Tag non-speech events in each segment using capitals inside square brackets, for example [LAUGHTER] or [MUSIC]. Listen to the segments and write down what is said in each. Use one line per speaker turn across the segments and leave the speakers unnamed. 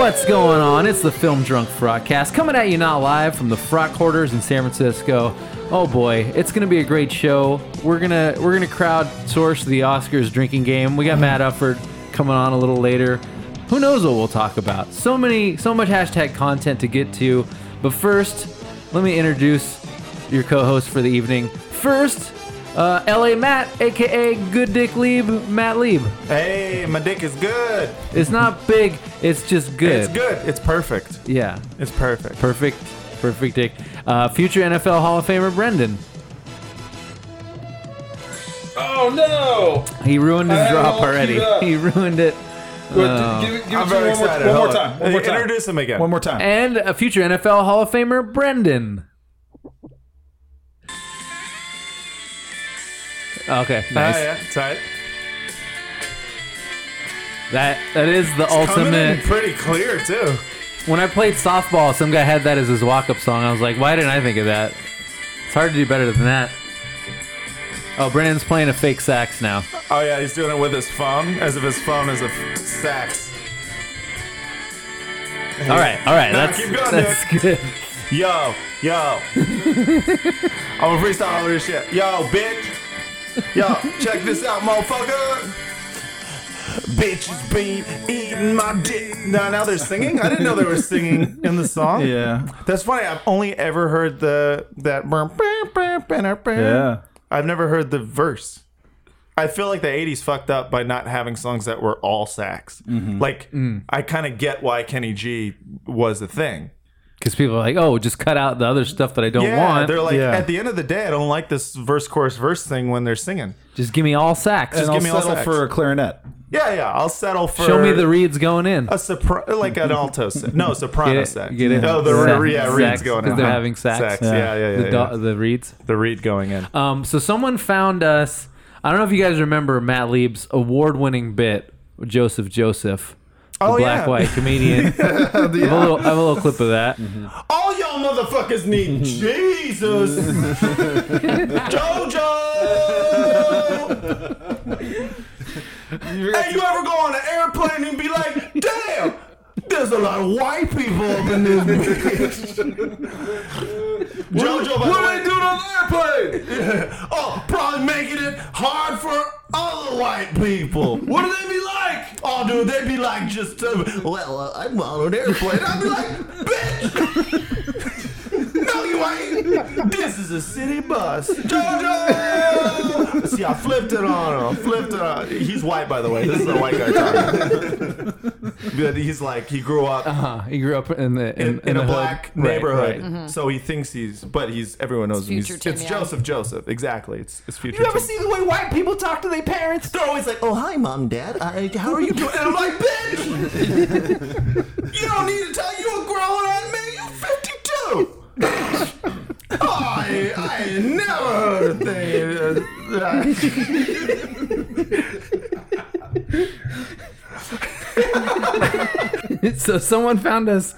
What's going on? It's the Film Drunk Frogcast coming at you now live from the Frog Quarters in San Francisco. Oh boy, it's gonna be a great show. We're gonna we're gonna crowdsource the Oscars drinking game. We got Matt Ufford coming on a little later. Who knows what we'll talk about? So many, so much hashtag content to get to. But first, let me introduce your co-host for the evening. First, uh, L.A. Matt, aka Good Dick Lieb, Matt Lieb.
Hey, my dick is good.
It's not big. It's just good.
It's good. It's perfect.
Yeah.
It's perfect.
Perfect. Perfect dick. Uh, future NFL Hall of Famer Brendan.
Oh no!
He ruined his
I had it
drop
all
already.
queued
[LAUGHS]
up.
He ruined it.
Well, give, it- give it
I'm
to me
very
one, more,
excited.
one more
Hold on.
time. One more time.
Introduce him again.
One more time.
And a future NFL Hall of Famer Brendan. Okay,
Ah,
nice.
yeah, it's all right.
That that is the
Coming in
ultimate.
pretty clear too.
When I played softball, some guy had that as his walk-up song. I was like, why didn't I think of that? It's hard to do better than that. Oh, Brendan's playing a fake sax now.
Oh yeah, he's doing it with his phone, as if his phone is a f- sax.
All right, all right,
Nah,
that's
keep going,
that's good.
Yo,
[LAUGHS]
yo. I'm a freestyle all this shit. Yo, bitch. Yo, check this out, motherfucker. Bitches be eating my dick. Now, now they're singing. I didn't know they were singing in the song.
Yeah.
That's funny. I've only ever heard the that burn, burn, burn, burn, burn.
Yeah.
I've never heard the verse. I feel like the '80s fucked up by not having songs that were all sax.
Mm-hmm.
Like
Mm.
I kind of get why Kenny G was a thing.
Because people are like, oh, just cut out the other stuff that I don't
Yeah,
want.
they're like
Yeah.
at the end of the day, I don't like this verse, chorus, verse thing when they're singing.
Just give me all sacks.
And
give
I'll
me all
settle
sax.
for a clarinet.
Yeah, yeah, I'll settle for
Show me the reeds going in.
a sopra- like an alto, sa- no
[LAUGHS]
soprano
Get it-
sax.
get it.
Oh, the
Sax-
re- yeah, reeds
sax,
going
'cause
in.
they're having sax.
Yeah,
Yeah.
yeah, yeah.
the,
yeah,
do- the reeds.
the reed going in.
Um, so someone found us. I don't know if you guys remember Matt Lieb's award-winning bit, Joseph Joseph, the
Oh,
black
yeah.
white comedian. I, have a little, I have a little clip of that.
All y'all motherfuckers need Jesus. Jojo. hey, you ever go on an airplane and be like, damn, there's a lot of white people up in this bitch. Jojo, by the way,
doing on the airplane?
[LAUGHS] oh, probably making it hard for other white people.
What do they be like?
Oh, dude, they'd be like, just, uh, well, uh, I'm on an airplane. I'd be like, bitch! no,
[LAUGHS]
you ain't! This is a city bus. JoJo! See, I flipped it on him. I flipped it on. He's white, by the way. This is a white guy talking. But he's like, he grew up.
Uh, he grew up in the
In,
in,
in
the
a
hood. Mm-hmm.
black
Right,
neighborhood,
right.
so he thinks he's, but he's everyone knows him.
future
He's,
Tim,
it's
yeah.
Joseph Joseph, exactly. It's it's future.
You ever
Tim.
see the way white people talk to their parents? They're always like, "Oh, hi, mom, dad. I, how are you doing?" And I'm like, "Bitch, you don't need to tell you a grown ass man. You're 52."
I, I ain't never heard a thing.
[LAUGHS] so someone found us.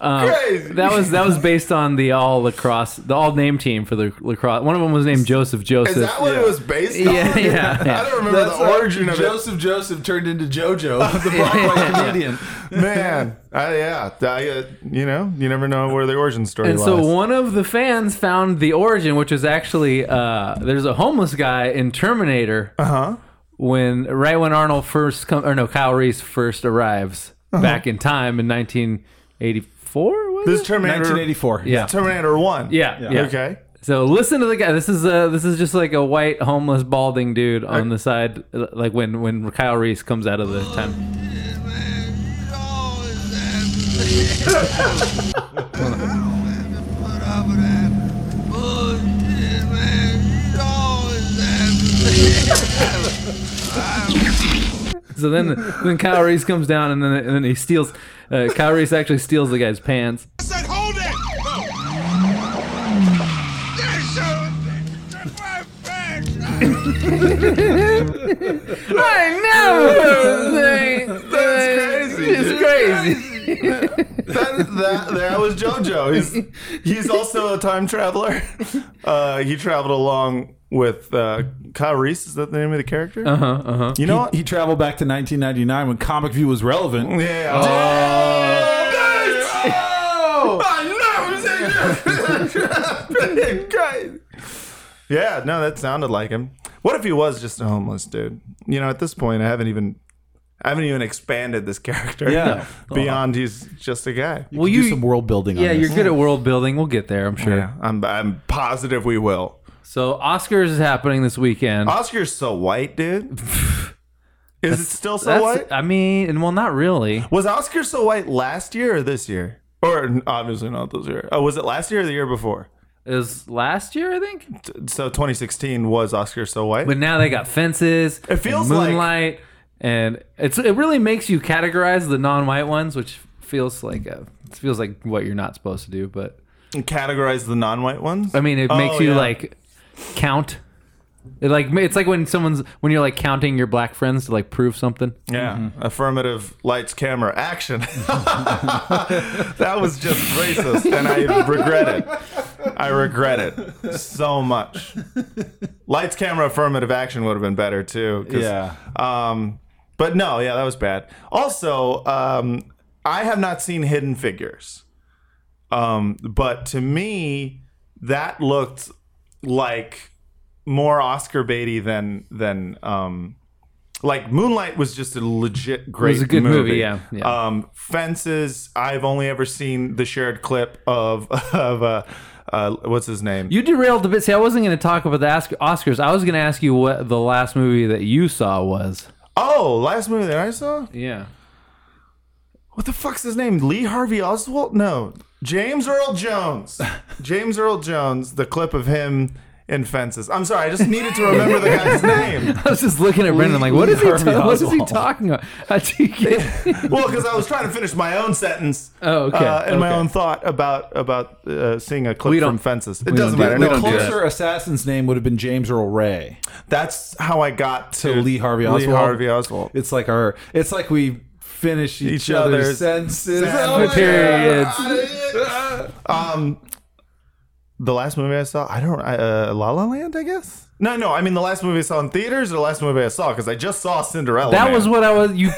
Um,
Crazy.
that was that was based on the all lacrosse, the all name team for the lacrosse. One of them was named Joseph Joseph.
Is that what it was based on?
yeah, yeah,
I
yeah.
don't remember the origin of
Joseph Joseph turned into [LAUGHS] JoJo, the black white comedian.
it. Man, I, yeah, I, uh, you know, you never know where the origin story
And
lies.
so one of the fans found the origin, which was actually uh, there's a homeless guy in Terminator. Uh
Uh-huh.
huh. When right when Arnold first come or no Kyle Reese first arrives back in time in 1984 was
Uh-huh. this
it?
Terminator,
1984.
yeah.
Terminator One.
yeah, yeah,
Okay.
So listen to the guy. This is uh this is just like a white homeless balding dude on the side, uh, like when when Kyle Reese comes out of the time. So then then Kyle Reese comes down and then and then he steals. Uh, Kyle Reese actually steals the guy's pants.
I said, hold it! No. Yes, sir. That's my friend.
I know. That's
crazy.
It's crazy.
That, that that was JoJo. He's he's also a time traveler. Uh, he traveled along with uh, Kyle Reese. Is that the name of the character?
Uh huh. Uh huh.
You know what?
He traveled back to 1999 when Comic View was relevant.
yeah. [LAUGHS] Guys. Yeah, no, that sounded like him. What if he was just a homeless dude? You know, at this point, I haven't even, I haven't even expanded this character.
Yeah.
[LAUGHS] beyond he's just a guy.
Well, you do some world
[LAUGHS]
building.
Yeah,
on
you're
this.
good at world building. We'll get there, I'm sure.
Yeah, I'm, I'm positive we will.
So Oscars is happening this weekend.
Oscar's so white, [LAUGHS] dude. Is it still so
That's-
white?
I mean, and well, not really.
Was Oscar so white last year or this year? Or obviously not this year. Oh, was it last year or the year before?
It was last year, I think.
So 2016 was Oscar so white.
But now they got fences.
It feels
and moonlight, and it's it really makes you categorize the non-white ones, which feels like a, it feels like what you're not supposed to do. But
categorize the non-white ones.
I mean, it
Oh,
makes you
yeah.
like count. It like it's like when someone's when you're like counting your black friends to like prove something.
yeah,
mm-hmm.
affirmative lights, camera, action. [LAUGHS] that was just racist, and I regret it. I regret it so much. Lights, camera, affirmative action would have been better too. 'cause,
Yeah.
Um, but no, yeah, that was bad. Also, um, I have not seen Hidden Figures, um, but to me, that looked like more Oscar baity than than um, like Moonlight was just a legit great.
a good movie, yeah, yeah.
Um, Fences. I've only ever seen the shared clip of [LAUGHS] of uh, uh, what's his name.
You derailed a bit. See, I wasn't going to talk about the Osc- Oscars. I was going to ask you what the last movie that you saw was.
oh, last movie that I saw.
Yeah.
What the fuck's his name? Lee Harvey Oswald? No, James Earl
[LAUGHS]
Jones. James Earl Jones. The clip of him in Fences. I'm sorry, I just needed to remember the
[LAUGHS]
guy's name.
[LAUGHS] I was just looking at Brendan like, what is, he
Harvey
ta- what is he
Oswald.
talking about? [LAUGHS] How do
[LAUGHS]
you get-
Well, because I was trying to finish my own sentence.
Oh, okay,
uh, and my
okay.
own thought about about uh, seeing a clip
We don't-
from Fences. It
we
doesn't
don't do
matter.
that. We
No,
The
don't do
closer assassin's name would have been James Earl Ray.
That's how I got to,
Lee Harvey
Lee
Oswald.
Harvey Oswald.
It's like our. It's like we finish each,
Each
other's,
other's
senses.
senses.
Oh my God.
Periods.
[LAUGHS] Um, the last movie I saw, I don't, I, uh, La La Land, I guess. No, no, I mean the last movie I saw in theaters or the last movie I saw because I just saw Cinderella.
That
Man.
was what I was. You,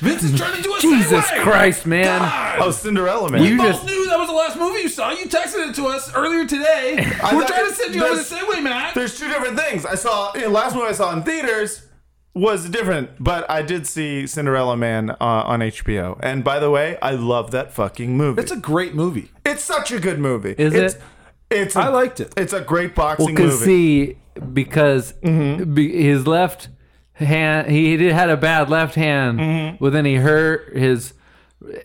Vince is trying to do a
Jesus
segue!
Christ, man!
Oh, Cinderella Man.
You
We both
just-
knew that was the last movie you saw. You texted it to us earlier today. We're
thought-
trying to send you over the
There's-
segue, Matt.
There's two different things. I saw the last movie I saw in theaters was different, but I did see Cinderella Man uh, on HBO. And by the way, I love that fucking movie.
It's a great movie.
It's such a good movie.
Is
it's,
it?
It's a,
I liked it.
It's a great boxing
Because
movie.
see,
Mm-hmm.
because be, his left hand, he did had a bad left hand.
Mm-hmm.
Well, then he hurt his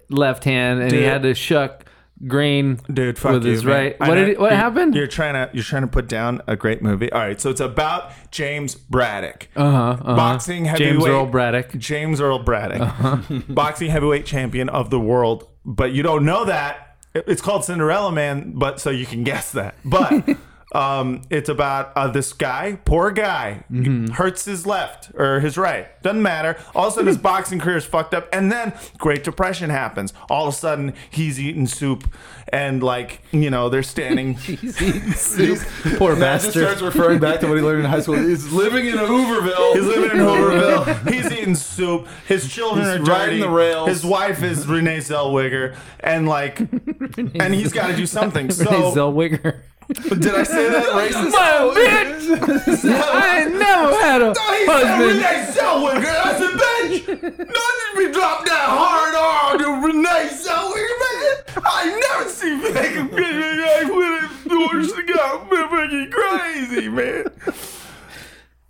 left hand, and he
Dude.
had to shuck grain
Dude, fuck
with
you,
his
man.
right.
I
What
know-
did? he- What
you're-
happened?
You're trying to you're trying to put down a great movie. All right, so it's about James Braddock,
uh-huh, uh-huh.
boxing heavyweight.
James Earl Braddock.
James Earl Braddock, boxing heavyweight champion of the world. But you don't know that. It- It's called Cinderella Man, but so you can guess that. But um, it's about uh, this guy, poor guy, hurts his left or his right. Doesn't matter. All of a sudden, his boxing career is fucked up. And then Great Depression happens. All of a sudden, he's eating soup and, like, you know, they're standing.
[LAUGHS] He's eating soup. Poor
Matt just
bastard.
starts referring back to what he learned in high school. He's living in Hooverville.
He's living in Hooverville. He's eating soup. His children
He's
are
riding
dirty.
the rails.
His wife is Renee Zellweger, and
[LAUGHS]
like, and he's got to do something.
Renee
So [LAUGHS]
Zellweger.
did I say
[LAUGHS]
that racist?
My bitch! [LAUGHS] I ain't never had a husband.
Renee Zellweger. I said, bitch, not if you drop that hard R to Renee Zellweger, man. I never see fucking like with it. She got fucking crazy, man.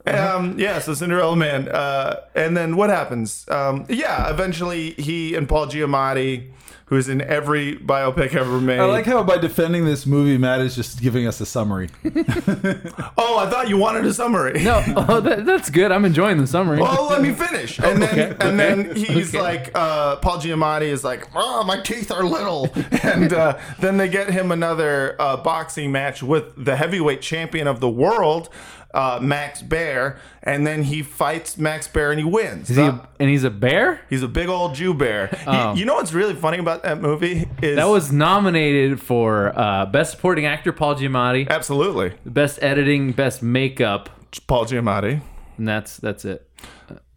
Um, yeah, so Cinderella Man. Uh, and then what happens? Um, yeah, eventually he and Paul Giamatti, who's in every biopic ever made.
[LAUGHS] I like how by defending this movie, Matt is just giving us a summary.
oh, I thought you wanted a summary.
No, oh, that, that's good. I'm enjoying the summary.
Oh, let me finish. And then,
Okay.
and then
Okay.
he's
Okay.
like, uh, Paul Giamatti is like, oh, my teeth are little. [LAUGHS] And uh, then they get him another uh, boxing match with the heavyweight champion of the world. uh, Max Bear, and then he fights Max Bear and he wins.
Is he
Uh,
a- and he's a bear?
he's a big old Jew bear. He-
Oh.
you know what's really funny about that movie is
That was nominated for uh, Best Supporting Actor, Paul Giamatti,
absolutely
Best Editing, Best Makeup,
Paul Giamatti.
and that's that's it.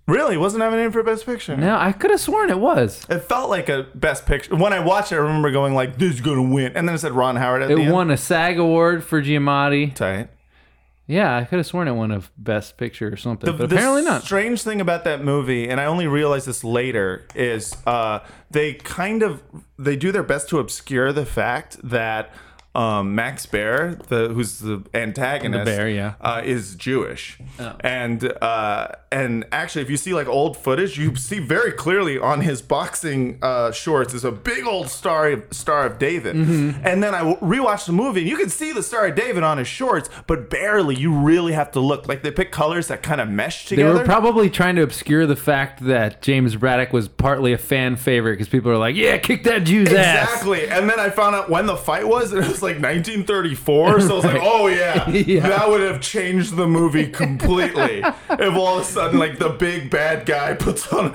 Really wasn't nominated for Best Picture.
No, I could have sworn it was.
It felt like a Best Picture. When I watched it, I remember going like, "This is gonna win," and then it said Ron Howard at
It
the end.
won a SAG award for Giamatti.
Tight.
Yeah, I could have sworn it won a Best Picture or something,
The-
but
the
apparently not.
Strange thing about that movie, and I only realized this later, is uh, they kind of they do their best to obscure the fact that um, Max Bear, the who's the antagonist,
The bear, yeah. Oh.
uh, is Jewish, and uh, and actually, if you see like old footage, you see very clearly on his boxing uh, shorts is a big old star of, Star of David,
Mm-hmm.
and then I w- rewatched the movie, and you can see the Star of David on his shorts, but barely. You really have to look. Like they pick colors that kind of mesh
They
together.
were probably trying to obscure the fact that James Braddock was partly a fan favorite because people are like, "Yeah, kick that Jew's ass."
Exactly, and then I found out when the fight was, and it was like 1934. So I
[LAUGHS]
was like, "Oh yeah,
Yeah.
that would have changed the
[LAUGHS]
movie completely." if all of a sudden, like the big bad guy puts on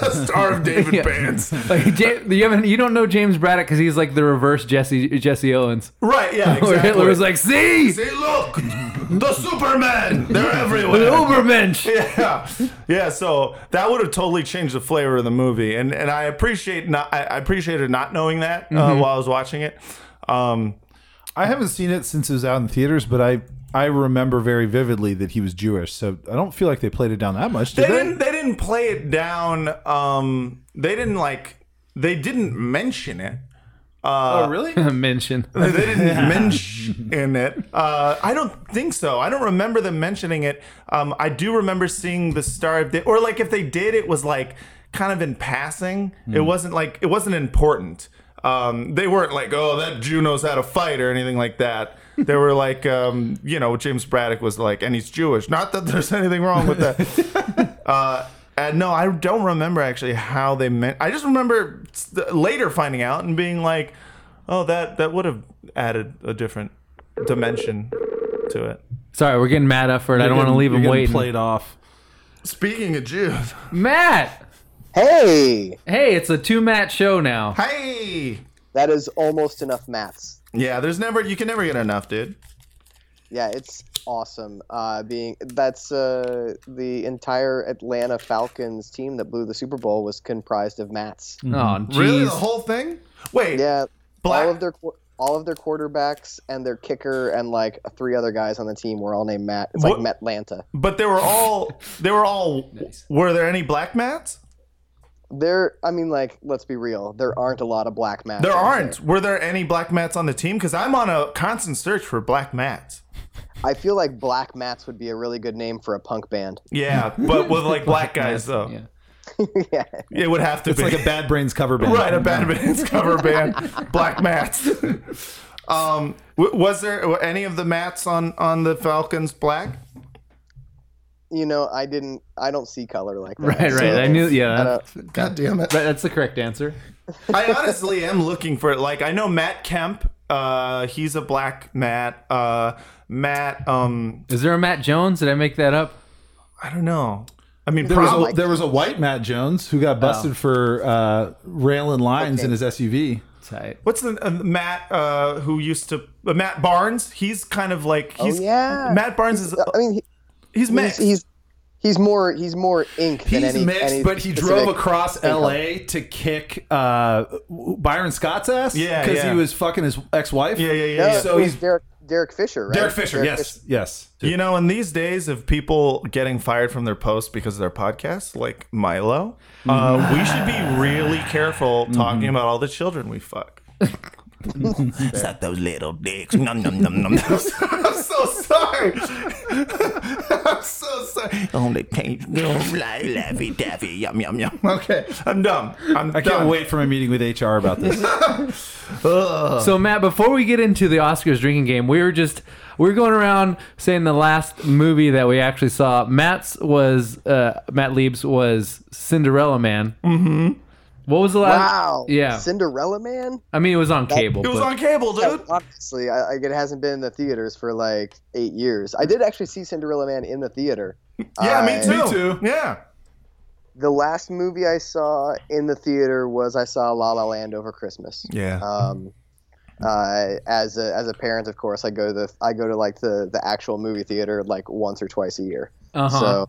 a Star of
[LAUGHS]
David
Yeah.
bands,
[LAUGHS] Like, Ja- you haven't, you don't know James Braddock because he's like the reverse Jesse Jesse Owens, [LAUGHS]
right? Yeah, exactly.
where Hitler was like, "See,
"See, look, the Superman, they're
the
everywhere."
Ubermensch." [LAUGHS]
[LAUGHS] yeah, yeah. So that would have totally changed the flavor of the movie, and and I appreciate not I I appreciated not knowing that
Mm-hmm.
uh, while I was watching it. Um,
I haven't seen it since it was out in theaters, but I I remember very vividly that he was Jewish. So I don't feel like they played it down that much. Did
they
they?
didn't they didn't play it down um they didn't like they didn't mention it
oh, really?
Mention.
they didn't mention it uh i don't think so i don't remember them mentioning it um i do remember seeing the star of the or like if they did it was like kind of in passing it wasn't like it wasn't important um they weren't like oh that jew knows how to fight or anything like that they were like um you know james braddock was like and he's jewish not that there's anything wrong with that Uh, no, I don't remember actually how they meant. I just remember s- later finding out and being like, "Oh, that that would have added a different dimension to it."
Sorry, we're getting Matt up for it. I don't want to leave him waiting.
Played off.
Speaking of Jews, [LAUGHS]
Matt,
Hey,
hey, it's a two Matt show now.
hey,
that is almost enough maths.
yeah, there's never you can never get enough, dude.
Yeah, it's awesome. Uh, being that's uh, the entire Atlanta Falcons team that blew the Super Bowl was comprised of Mats.
Oh, jeez.
Really, the whole thing? Wait,
Yeah,
Black-
all of their qu- all of their quarterbacks and their kicker and like three other guys on the team were all named Matt. It's like
What-
Metlanta.
but they were all
[LAUGHS]
they were all.
Nice.
Were there any black mats?
There, I mean, like let's be real. There aren't a lot of black Mats.
There
out
aren't. Were there any black mats on the team? Because I'm on a constant search for black mats.
I feel like Black Mats would be a really good name for a punk band. [LAUGHS]
Yeah, but with like black guys though,
Yeah.
yeah,
it would have to
It's
be
like a Bad Brains cover band.
Right, a bad band's [LAUGHS] cover band, Black Mats. [LAUGHS] Um, w- was there were any of the mats on on the Falcons black?
you know, I didn't. I don't see color like
[LAUGHS]
that.
Right, right. I knew. Yeah,
I don't-
that's,
God damn it!
right, that's the correct answer.
I honestly am looking for it. Like I know Matt Kemp, uh, he's a black Matt. Uh, Matt, um,
Is there a Matt Jones? Did I make that up?
I don't know. I mean,
There was,
probably.
a, there was a white Matt Jones who got busted for uh, railing lines in his SUV.
Tight.
What's the uh, Matt uh, who used to uh, Matt Barnes? He's kind of like he's
yeah.
Matt Barnes is
I mean, he-
he's
he's,
mixed.
he's he's more he's more ink than
He's
any. any
mixed, but he
specific-
drove across LA to kick uh, Byron Scott's ass.
Yeah,
because
yeah.
he was fucking his ex-wife.
yeah, yeah, yeah.
No,
yeah.
So
so he's
he's-
Derek Derek Fisher, right?
Derek Fisher. yes, yes.
You know, in these days of people getting fired from their posts because of their podcasts, like Milo, uh, we should be really careful talking about all the children we fuck.
Suck those little dicks. Nom, nom, nom, nom.
[LAUGHS] I'm so sorry. [LAUGHS] I'm so sorry.
Only taste no fly, laffy taffy. Yum, yum, yum.
Okay, I'm dumb. I'm
I can't wait for my meeting with HR about this.
So Matt, before we get into the Oscars drinking game, we were just we were going around saying the last movie that we actually saw. Matt's was uh, Matt Lieb's was Cinderella Man. Mm-hmm. What was the last?
Wow.
Yeah.
Cinderella Man.
I mean, it was on cable.
It was
but-
on cable,
Yeah,
dude.
obviously, I, I, it hasn't been in the theaters for like eight years. I did actually see Cinderella Man in
[LAUGHS]
the theater.
Yeah,
I-
me too.
Me too.
Yeah.
The last movie I saw in the theater was I saw La La Land over Christmas.
[LAUGHS] Yeah.
Um, uh, as a as a parent, of course, I go to the I go to like the the actual movie theater like once or twice a year.
Uh-huh.
So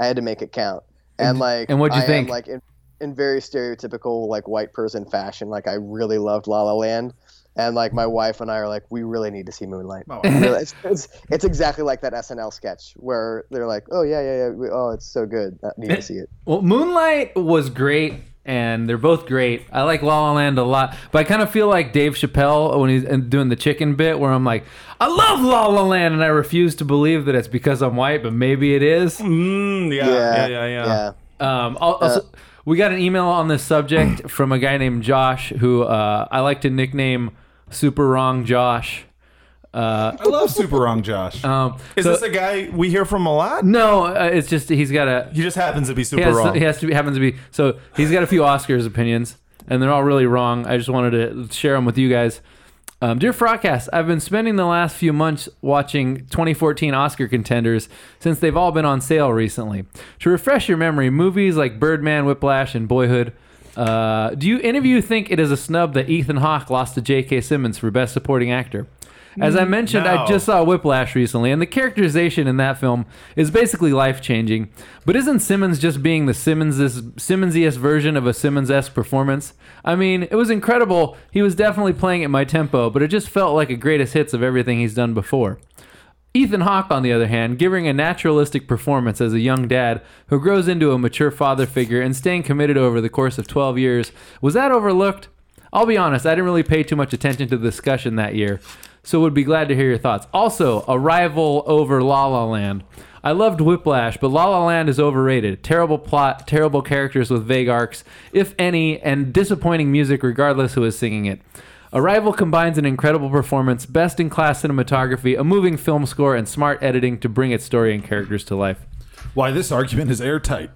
I had to make it count. And like,
and what'd you
I am,
think?
like in, in very stereotypical like white person fashion, like I really loved La La Land, and like my wife and I are like, we really need to see Moonlight. [LAUGHS]
Oh.
Really, it's, it's, it's exactly like that SNL sketch where they're like, oh yeah yeah yeah, we, oh it's so good, I need
Eh.
to see it.
Well, Moonlight was great, and they're both great. I like La La Land a lot, but I kind of feel like Dave Chappelle when he's and doing the chicken bit, where I'm like, I love La La Land, and I refuse to believe that it's because I'm white, but maybe it is.
Mm, yeah, yeah, yeah, yeah,
Um, al- also, we got an email on this subject from a guy named Josh, who uh, I like to nickname Super Wrong Josh. Uh,
I love Super Wrong Josh.
um,
Is
so-
this a guy we hear from a lot?
no, uh, it's just he's got a
He just happens to be super
he has,
wrong.
he has to be, happens to be so he's got a few Oscars opinions and they're all really wrong. I just wanted to share them with you guys. Um, Dear Frogcast, I've been spending the last few months watching 2014 Oscar contenders since they've all been on sale recently. To refresh your memory, movies like Birdman, Whiplash, and Boyhood. Uh, do you any of you think it is a snub that Ethan Hawke lost to J.K. Simmons for Best Supporting Actor? As I mentioned, I
No.
just saw Whiplash recently, and the characterization in that film is basically life changing. But isn't Simmons just being the Simmons Simmonsiest version of a Simmons esque performance? I mean, it was incredible. He was definitely playing at my tempo, but it just felt like a greatest hits of everything he's done before. Ethan Hawke, on the other hand, giving a naturalistic performance as a young dad who grows into a mature father figure and staying committed over the course of 12 years, was that overlooked? I'll be honest, I didn't really pay too much attention to the discussion that year, so would be glad to hear your thoughts. Also, a rival over La La Land. I loved Whiplash, but La La Land is overrated. Terrible plot, terrible characters with vague arcs, if any, and disappointing music regardless who is singing it. Arrival combines an incredible performance, best in class cinematography, a moving film score, and smart editing to bring its story and characters to life.
Why this argument is airtight.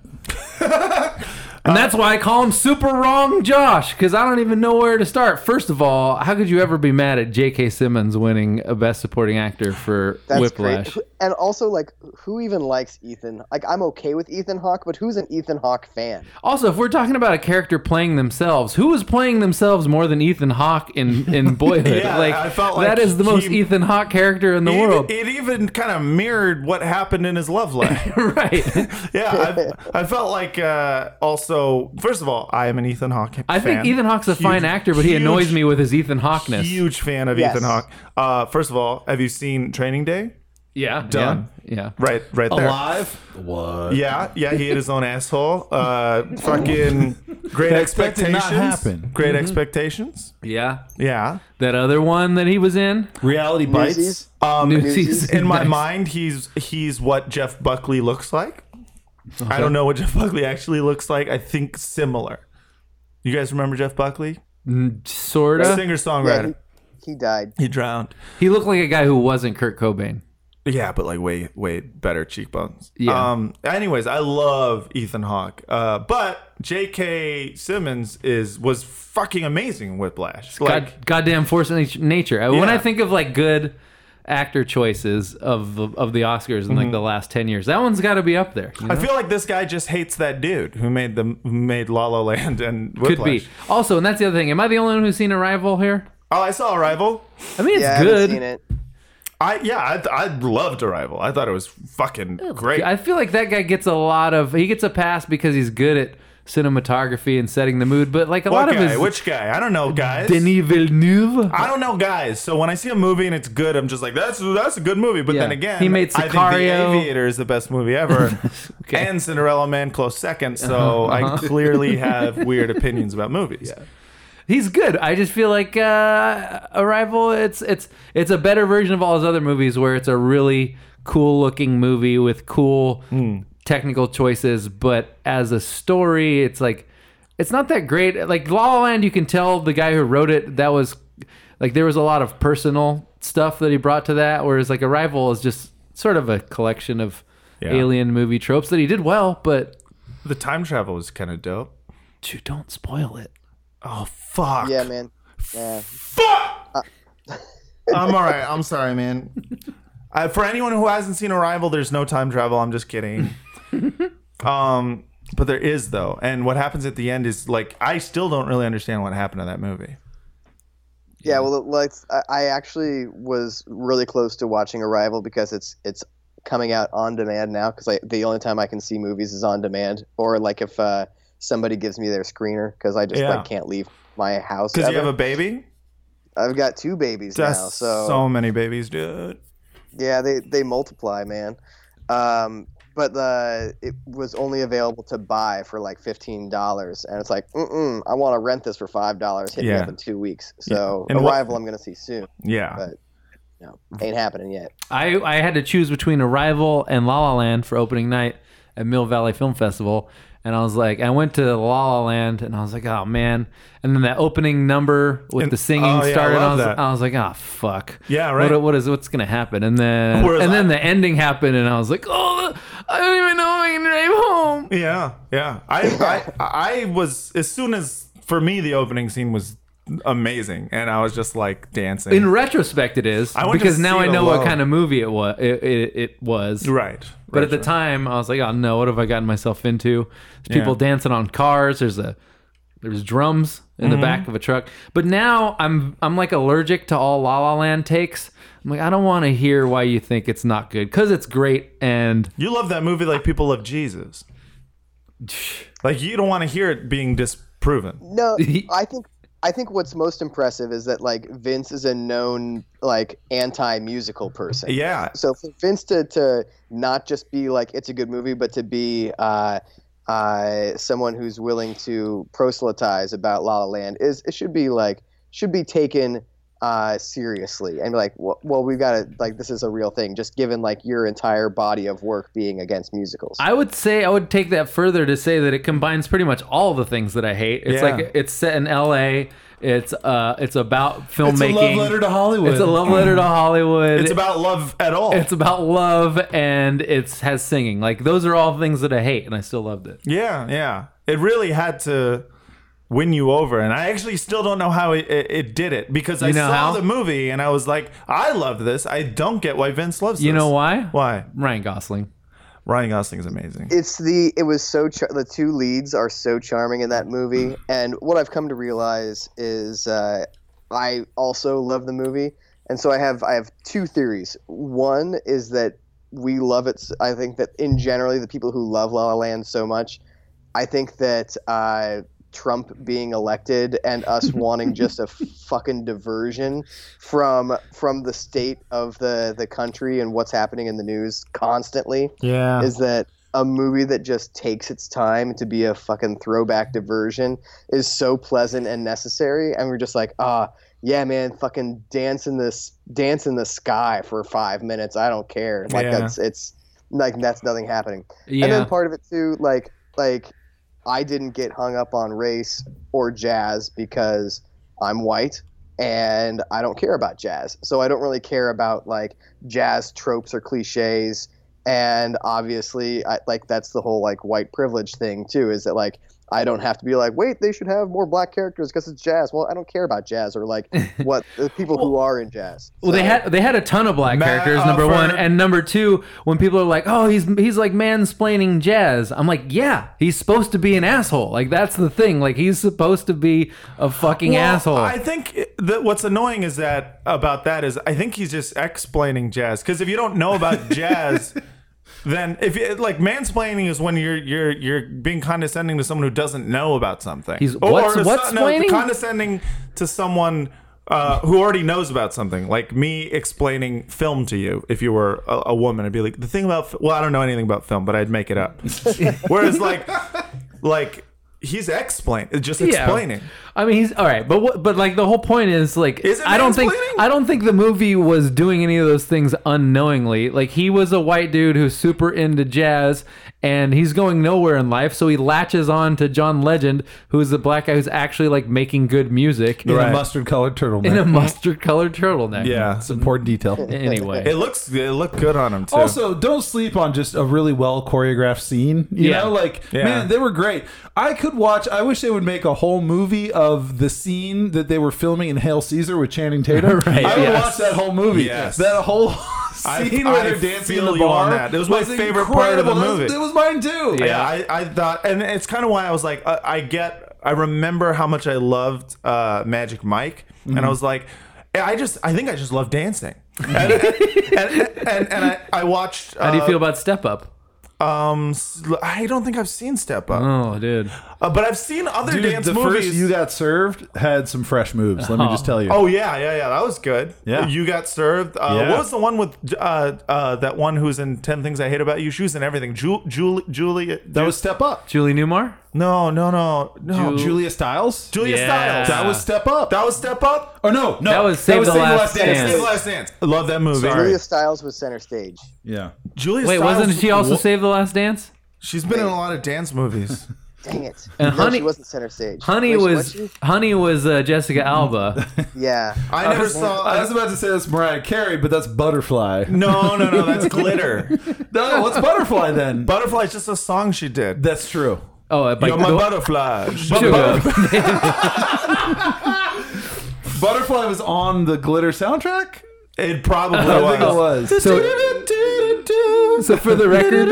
And that's why I call him Super Wrong Josh, because I don't even know where to start. First of all, how could you ever be mad at J.K. Simmons winning a Best Supporting Actor for
That's
Whiplash?
great. And also, like, who even likes Ethan? Like, I'm okay with Ethan Hawke, but who's an Ethan Hawke fan?
Also, if we're talking about a character playing themselves, who was playing themselves more than Ethan Hawke in,
[LAUGHS]
in Boyhood?
Yeah,
like,
I felt like
that is the most
he-
Ethan Hawke character in the
It
world.
even, it even kind of mirrored what happened in his love life.
[LAUGHS] right.
yeah, I, I felt like uh, also, first of all, I am an Ethan Hawke.
I think
fan.
Ethan Hawke's a
Huge-
fine actor, but he
huge,
annoys me with his Ethan Hawkeness.
Huge fan of
Yes.
Ethan Hawke. Uh, first of all, have you seen Training Day?
Yeah.
Done.
Yeah. yeah.
Right, right there.
Alive? What?
Yeah, yeah, he hit his own asshole. Uh, fucking great
That did
expectations.
not happen.
Great
Mm-hmm.
expectations.
Yeah.
Yeah.
That other one that he was
[LAUGHS]
in.
Reality bites.
Newsies?
Um,
New
Newsies.
season.
[LAUGHS] in my
Nice.
mind, he's he's what Jeff Buckley looks like. I
Uh-huh.
don't know what Jeff Buckley actually looks like. I think similar. You guys remember Jeff Buckley?
Sorta.
Singer
Yeah,
songwriter.
he, he died.
He drowned.
He looked like a guy who wasn't Kurt Cobain.
Yeah, but like way way better cheekbones.
Yeah.
Um. Anyways, I love Ethan Hawke. Uh. But J.K. Simmons is was fucking amazing in Whiplash. Like
God, goddamn force of nat- nature. I- When
Yeah.
I think of like good actor choices of the, of the Oscars in
Mm-hmm.
like the last ten years, that one's got to be up there. you
I
know?
feel like this guy just hates that dude who made the who made La La Land and Whiplash.
Could be. Also, and that's the other thing. Am I the only one who's seen Arrival here?
Oh, I saw Arrival.
I mean, it's
yeah, I
good.
haven't seen it.
I yeah, I, I loved Arrival. I thought it was fucking great.
I feel like that guy gets a lot of he gets a pass because he's good at cinematography and setting the mood, but like a
what
lot
guy?
of his
Which guy? I don't know, guys.
Denis Villeneuve.
I don't know, guys. So when I see a movie and it's good, I'm just like, that's that's a good movie. But
Yeah.
then again,
He made
I think
Sicario.
The Aviator is the best
[LAUGHS]
movie ever, and Cinderella Man close second. So
Uh-huh,
I clearly have weird opinions
[LAUGHS]
about movies.
He's good. I just feel like uh, Arrival. It's it's it's a better version of all his other movies, where it's a really cool looking movie with cool technical choices, but as a story, it's like it's not that great. Like La La Land, you can tell the guy who wrote it that was like there was a lot of personal stuff that he brought to that, whereas like Arrival is just sort of a collection of
Yeah.
alien movie tropes that he did well, but
The time travel was kind of dope.
Dude, don't spoil it.
Oh fuck.
Yeah, man. Yeah.
I'm all right. I'm sorry, man. Uh, for anyone who hasn't seen Arrival, there's no time travel. I'm
[LAUGHS]
just kidding. um, but there is though, and what happens at the end is like I still don't really understand what happened to that movie.
Yeah, well, it, like I, I actually was really close to watching Arrival because it's it's coming out on demand now because the only time I can see movies is on demand or like if uh, somebody gives me their screener because I just
Yeah.
like can't leave my house.
Because you
ever.
have a baby.
I've got two babies
That's
now,
so, many babies, dude.
Yeah, they they multiply, man. Um, but uh, it was only available to buy for like fifteen dollars, and it's like, mm-mm, I want to rent this for five dollars. Hit me
Yeah.
up in two weeks. So
And what-
Arrival, I'm gonna see soon.
Yeah.
But- No, ain't happening yet.
I, I had to choose between Arrival and La La Land for opening night at Mill Valley Film Festival. And I was like, I went to La La Land and I was like, oh man. And then that opening number with
And-
the singing
oh, yeah, I
started. I,
love
was,
that.
I was like, oh fuck.
Yeah, right.
What, what is what's gonna happen? And then
Whereas
and then
I-
the ending happened, and I was like, oh, I don't even know if I can drive home.
Yeah, yeah. I, I I was as soon as for me the opening scene was amazing, and I was just like dancing.
In retrospect, it is
I went to
because
see
now I
it
know what
alone.
kind of movie it was. It, it, it was
right,
But at the time, I was like, "Oh no, what have I gotten myself into?" There's people dancing on cars. There's a there's drums in the back of a truck. But now I'm I'm like allergic to all La La Land takes. I'm like, I don't want to hear why you think it's not good because it's great. And
You love that movie like people love Jesus. Like you don't want to hear it being disproven.
No, I think I think what's most impressive is that like Vince is a known like anti-musical person.
Yeah.
So for Vince to, to not just be like it's a good movie, but to be uh, uh, someone who's willing to proselytize about La La Land is it should be like should be taken uh, seriously and be like well, well we've got to like this is a real thing just given like your entire body of work being against musicals.
I would say I would take that further to say that it combines pretty much all the things that I hate. It's
Yeah.
like it's set in L.A. It's uh it's about filmmaking.
to Hollywood.
It's a love letter to Hollywood.
It's about love at all.
it's about love and it's has singing. Like those are all things that I hate, and I still loved it.
yeah, yeah. It really had to win you over, and I actually still don't know how it, it, it did it because I
You know
saw
how?
the movie and I was like, I love this. I don't get why Vince loves
You
this.
know why?
Why?
Ryan Gosling.
Ryan Gosling's amazing.
it's the it was so char- the two leads are so charming in that movie and what i've come to realize is uh, i also love the movie and so i have i have two theories one is that we love it s- i think that in generally the people who love la la land so much i think that uh, Trump being elected and us wanting just a fucking diversion from from the state of the the country and what's happening in the news constantly
yeah.
is that a movie that just takes its time to be a fucking throwback diversion is so pleasant and necessary and we're just like ah yeah man fucking dance in this dance in the sky for five minutes i don't care like
Yeah.
that's it's like that's nothing happening
Yeah.
and then part of it too like like i didn't get hung up on race or jazz because i'm white and i don't care about jazz so i don't really care about like jazz tropes or cliches and obviously I, like that's the whole like white privilege thing too is that like i don't have to be like wait they should have more black characters because it's jazz well i don't care about jazz
[LAUGHS]
or like what the people who are in jazz
well, they
So-
had they had a ton of black
Matt
characters. Number
Ufford.
one and number two, when people are like, "Oh, he's he's like mansplaining jazz," I'm like, "Yeah, he's supposed to be an asshole. Like that's the thing. Like he's supposed to be a fucking
Well,
asshole."
I think that what's annoying is that about that is I think he's just explaining jazz because if you don't
[LAUGHS]
know about jazz, then if you, like mansplaining is when you're you're you're being condescending to someone who doesn't know about something.
He's-
Or
what's-
it's
what's
not-
splaining?
condescending to someone. Uh, who already knows about something like me explaining film to you if you were a, a woman i'd be like the thing about f- well i don't know anything about film but i'd
[LAUGHS]
make it up whereas like like he's explain just
Yeah.
explaining
I mean, he's all right, but what, but like the whole point is like
Is it
I don't think
mansplaining?
I don't think the movie was doing any of those things unknowingly. Like he was a white dude who's super into jazz and he's going nowhere in life, so he latches on to John Legend, who's the black guy who's actually like making good music
in
in
a
a mu-
mustard colored turtleneck.
in a mustard colored turtleneck.
yeah, it's important [LAUGHS] detail.
Anyway.
It looks it looked good on him too.
Also, don't sleep on just a really well choreographed scene. You
Yeah.
know, like
Yeah.
man, they were great. I could watch. I wish they would make a whole movie of the scene that they were filming in *Hail Caesar* with
[LAUGHS]
Channing Tatum.
Right,
I would
yes.
watch that whole movie.
Yes.
That whole [LAUGHS]
I-
scene
I
where they're dancing in the
feel you
bar.
on that. It was my favorite part of the
incredible. That was-
movie.
It was mine too.
yeah, I, I thought, and it's kind of why I was like, I, I get, I remember how much I loved uh, Magic Mike,
Mm-hmm.
and I was like, eh, I just, I think I just love
[LAUGHS]
dancing. and, and, and, and I, I watched. Uh,
How do you feel about Step Up?
Um, s- I don't think I've seen Step Up,
Oh, dude.
Uh, but I've seen other
Uh-huh. Dude,
dance
the
movies.
first you got served had some fresh moves. Let me just tell you.
oh yeah, yeah, yeah, that was good.
Yeah.
you got served. Uh,
Yeah.
What was the one with uh, uh, that one who's in Ten Things I Hate About You? She was in everything. Ju- Julie, Julie,
that was step up.
Julie Newmar?
no, no, no, no.
Ju-
Julia Stiles.
Julia
Yeah.
Stiles.
Oh. that was step up.
That was Step Up.
or no, no,
That was Save the Last Dance.
Save the Last Dance.
I love that movie.
Julia Styles was center stage.
Yeah.
Julia
Wait,
Stiles-
wasn't she also
Wha-
Save the Last Dance?
She's been in a lot of dance
[LAUGHS]
movies.
Dang it!
And
no,
Honey-
she wasn't center stage.
Honey
Wait, she-
was
she?
Honey was uh, Jessica Alba.
Yeah.
I never saw.
I was about to say that's Mariah Carey, but that's [LAUGHS] Butterfly.
no, no,
[LAUGHS]
no. That's glitter.
No, what's Butterfly [LAUGHS] then?
Butterfly's just a song she did.
that's true.
Oh, uh, by
You're my
the-
butterfly.
Sugar.
Butterfly was on the Glitter soundtrack.
It
[LAUGHS]
probably
I think it
was.
was.
So- so for the record-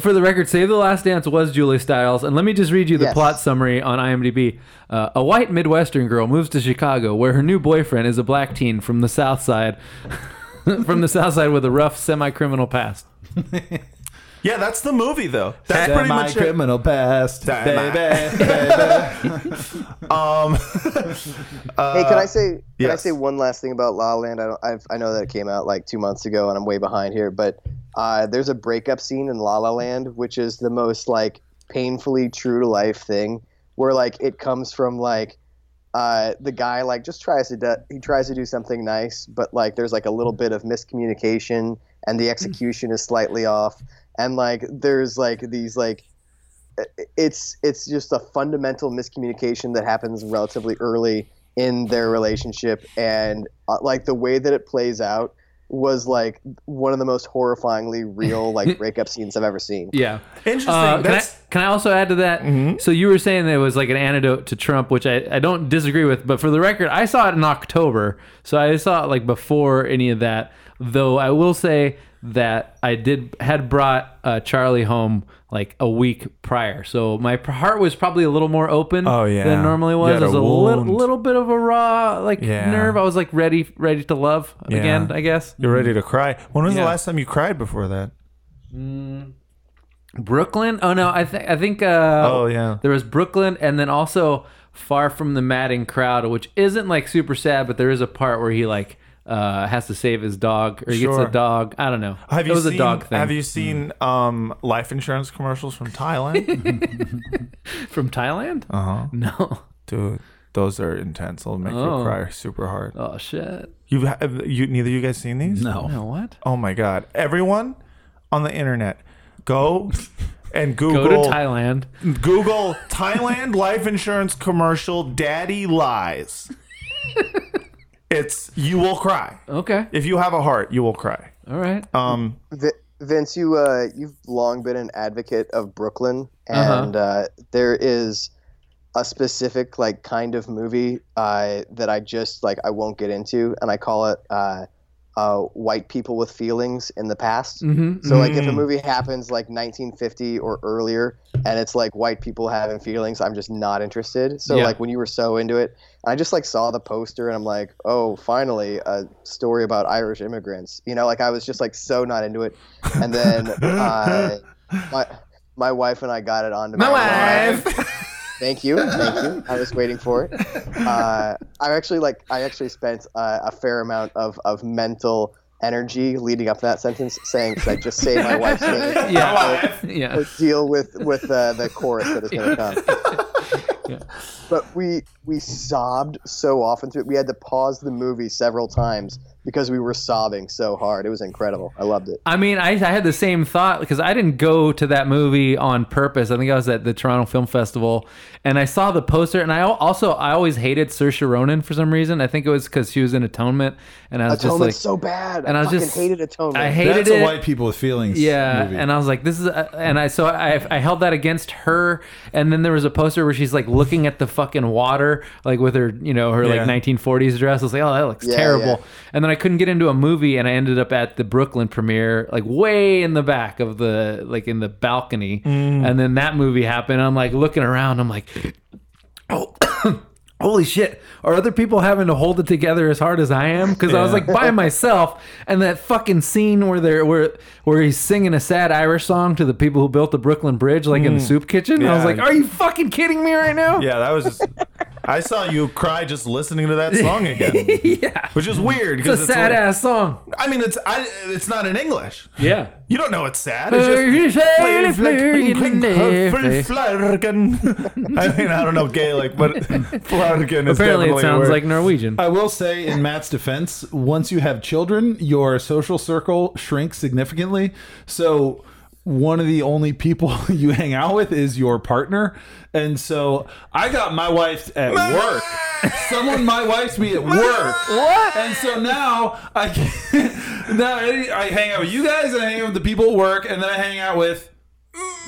For the record, Save the Last Dance was Julie Stiles. And let me just read you the
Yes.
plot summary on IMDb. Uh, a white Midwestern girl moves to Chicago where her new boyfriend is a black teen from the South Side. [LAUGHS] from the South Side with a rough semi criminal past.
Yeah, that's the movie though. That's pretty
my
much it.
criminal past,
Semi-
[LAUGHS] baby. baby.
[LAUGHS]
Um, [LAUGHS]
Hey, can I say can I
yes.
say one last thing about La La Land? I don't, I've, I know that it came out like two months ago, and I'm way behind here. But uh, there's a breakup scene in La La Land, which is the most like painfully true to life thing, where like it comes from like uh, the guy like just tries to do, he tries to do something nice, but like there's like a little bit of miscommunication, and the execution is slightly off, and like there's like these like it's it's just a fundamental miscommunication that happens relatively early in their relationship and uh, like the way that it plays out was like one of the most horrifyingly real like breakup scenes I've ever seen.
Yeah.
interesting.
Uh, can, I,
that's
can I Mm-hmm. also add to that?
Mm-hmm.
So you were saying that it was like an antidote to Trump, which I, I don't disagree with. But for the record, I saw it in October, so I saw it like before any of that. Though I will say that I did had brought uh, Charlie home like a week prior, so my p- heart was probably a little more open
Oh, yeah.
than it normally
You
was.
had
It
a
was a little,
wound.
little bit of a raw like
Yeah.
nerve. I was like ready ready to love again. I guess
you're ready to cry. When was
Yeah.
the last time you cried before that?
Brooklyn. Oh no, I think I think. Uh,
Oh, yeah.
there was Brooklyn, and then also Far from the Madding Crowd, which isn't like super sad, but there is a part where he like uh, has to save his dog or he
Sure.
gets a dog. I don't know.
Have you
it was
seen,
a dog thing Mm-hmm.
Have you seen um, life insurance commercials
[LAUGHS]
from Thailand?
from Thailand?
uh-huh.
No.
Dude, those are intense. They'll make
Oh.
you cry super hard.
Oh shit.
You've have you neither of you guys seen these?
You know what?
Oh my god. Everyone on the internet,
[LAUGHS]
go and
Go
Google
to Thailand.
Google Thailand life insurance commercial
[LAUGHS]
daddy lies. it's you will cry.
Okay.
If you have a heart, you will cry.
All right.
Um
V- Vince, you uh, you've long been an advocate of Brooklyn,
Uh-huh.
and uh, there is a specific like kind of movie uh, that I just like I won't get into, and I call it uh, uh, "White People with Feelings" in the past.
Mhm.
So like, if a
Mm.
movie happens like 1950 or earlier, and it's like white people having feelings, I'm just not interested. So
Yeah.
like when you were so into it, I just like saw the poster and I'm like, oh, finally a story about Irish immigrants. You know, like I was just like so not into it, and then uh, my my wife and I got it onto my Thank you, thank you. I was waiting for it. Uh, I actually like I actually spent uh, a fair amount of of mental energy leading up to that sentence saying could I just say my wife's
[LAUGHS]
name
[LAUGHS] yeah. yeah. [LAUGHS]
uh, or deal with with uh, the chorus that is going to come. but we we sobbed so often through it. We had to pause the movie several times because we were sobbing so hard. It was incredible. I loved it.
I mean, I, I had the same thought because I didn't go to that movie on purpose. I think I was at the Toronto Film Festival and I saw the poster. And I al- also I always hated Saoirse Ronan for some reason. I think it was because she was in Atonement, and I was
Atonement's
just like,
so bad.
and I was
fucking
just-
hated Atonement.
I hated
That's
it.
a white people with feelings.
Yeah,
movie.
and I was like, "This is," a, and I so I, I held that against her, and then there was a poster where she's like looking at the fucking water, like with her, you know, her
Yeah.
like 1940s dress. I was like, "Oh, that looks
Yeah,
terrible."
yeah.
And then I couldn't get into a movie, and I ended up at the Brooklyn premiere, like way in the back of the, like in the balcony, and then that movie happened. I'm like looking around, I'm like, "Oh." Holy shit! Are other people having to hold it together as hard as I am? Because I was like [LAUGHS] by myself, and that fucking scene where they're where where he's singing a sad Irish song to the people who built the Brooklyn Bridge, like in the soup kitchen. I was
Yeah.
like, "Are you fucking kidding me right now?"
Yeah, that was just. I saw you cry just listening to that song again,
[LAUGHS] yeah.
which is weird
It's
because
a sad
like-
ass song.
I mean, it's I, it's not in English.
[LAUGHS] Yeah.
You don't know it's sad. It's just
It's Apparently,
Flurgen. uh, [LAUGHS] I mean, I don't know
[LAUGHS]
Gaelic, but Flurgen is definitely
it sounds
a word.
like Norwegian.
I will say, in Matt's defense, once you have children, your social circle shrinks significantly. So, one of the only people [LAUGHS] you hang out with is your partner. And so, I got my wife at work. Someone my wife's me at work. What? And so now I [LAUGHS] can, now I I hang out with you guys, and I hang out with the people at work, and then I hang out with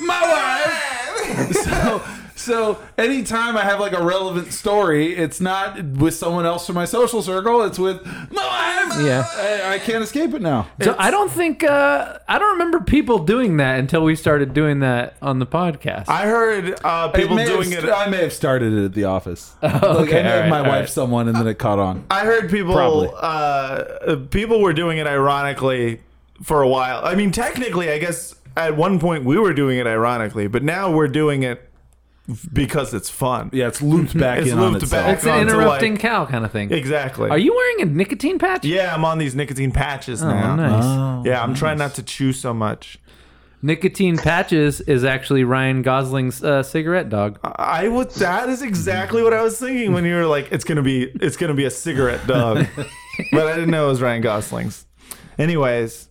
my wife [LAUGHS] so so anytime I have like a relevant story, it's not with someone else from my social circle. It's with my wife.
Yeah.
I, I can't escape it now.
So I don't think uh, I don't remember people doing that until we started doing that on the podcast.
I heard uh, people
It may
doing
have
it.
st- I may have started it at the office. okay, I
[LAUGHS] okay,
made
all right,
my
all
wife
right.
someone, and then it caught on.
I heard people.
Probably.
Uh, people were doing it ironically for a while. I mean, technically, I guess at one point we were doing it ironically, but now we're doing it because it's fun.
[LAUGHS] Yeah, it's looped back
It's
in on
looped
itself.
back.
it's an
onto,
interrupting
like-
cow kind of thing.
Exactly.
Are you wearing a nicotine patch?
Yeah, I'm on these nicotine patches
Oh,
now.
nice.
Yeah, I'm trying not to chew so much.
Nicotine patches is actually Ryan Gosling's uh, cigarette dog.
I would. That is exactly what I was thinking when you were like, "It's gonna be, it's gonna be a cigarette dog," but I didn't know it was Ryan Gosling's. Anyways,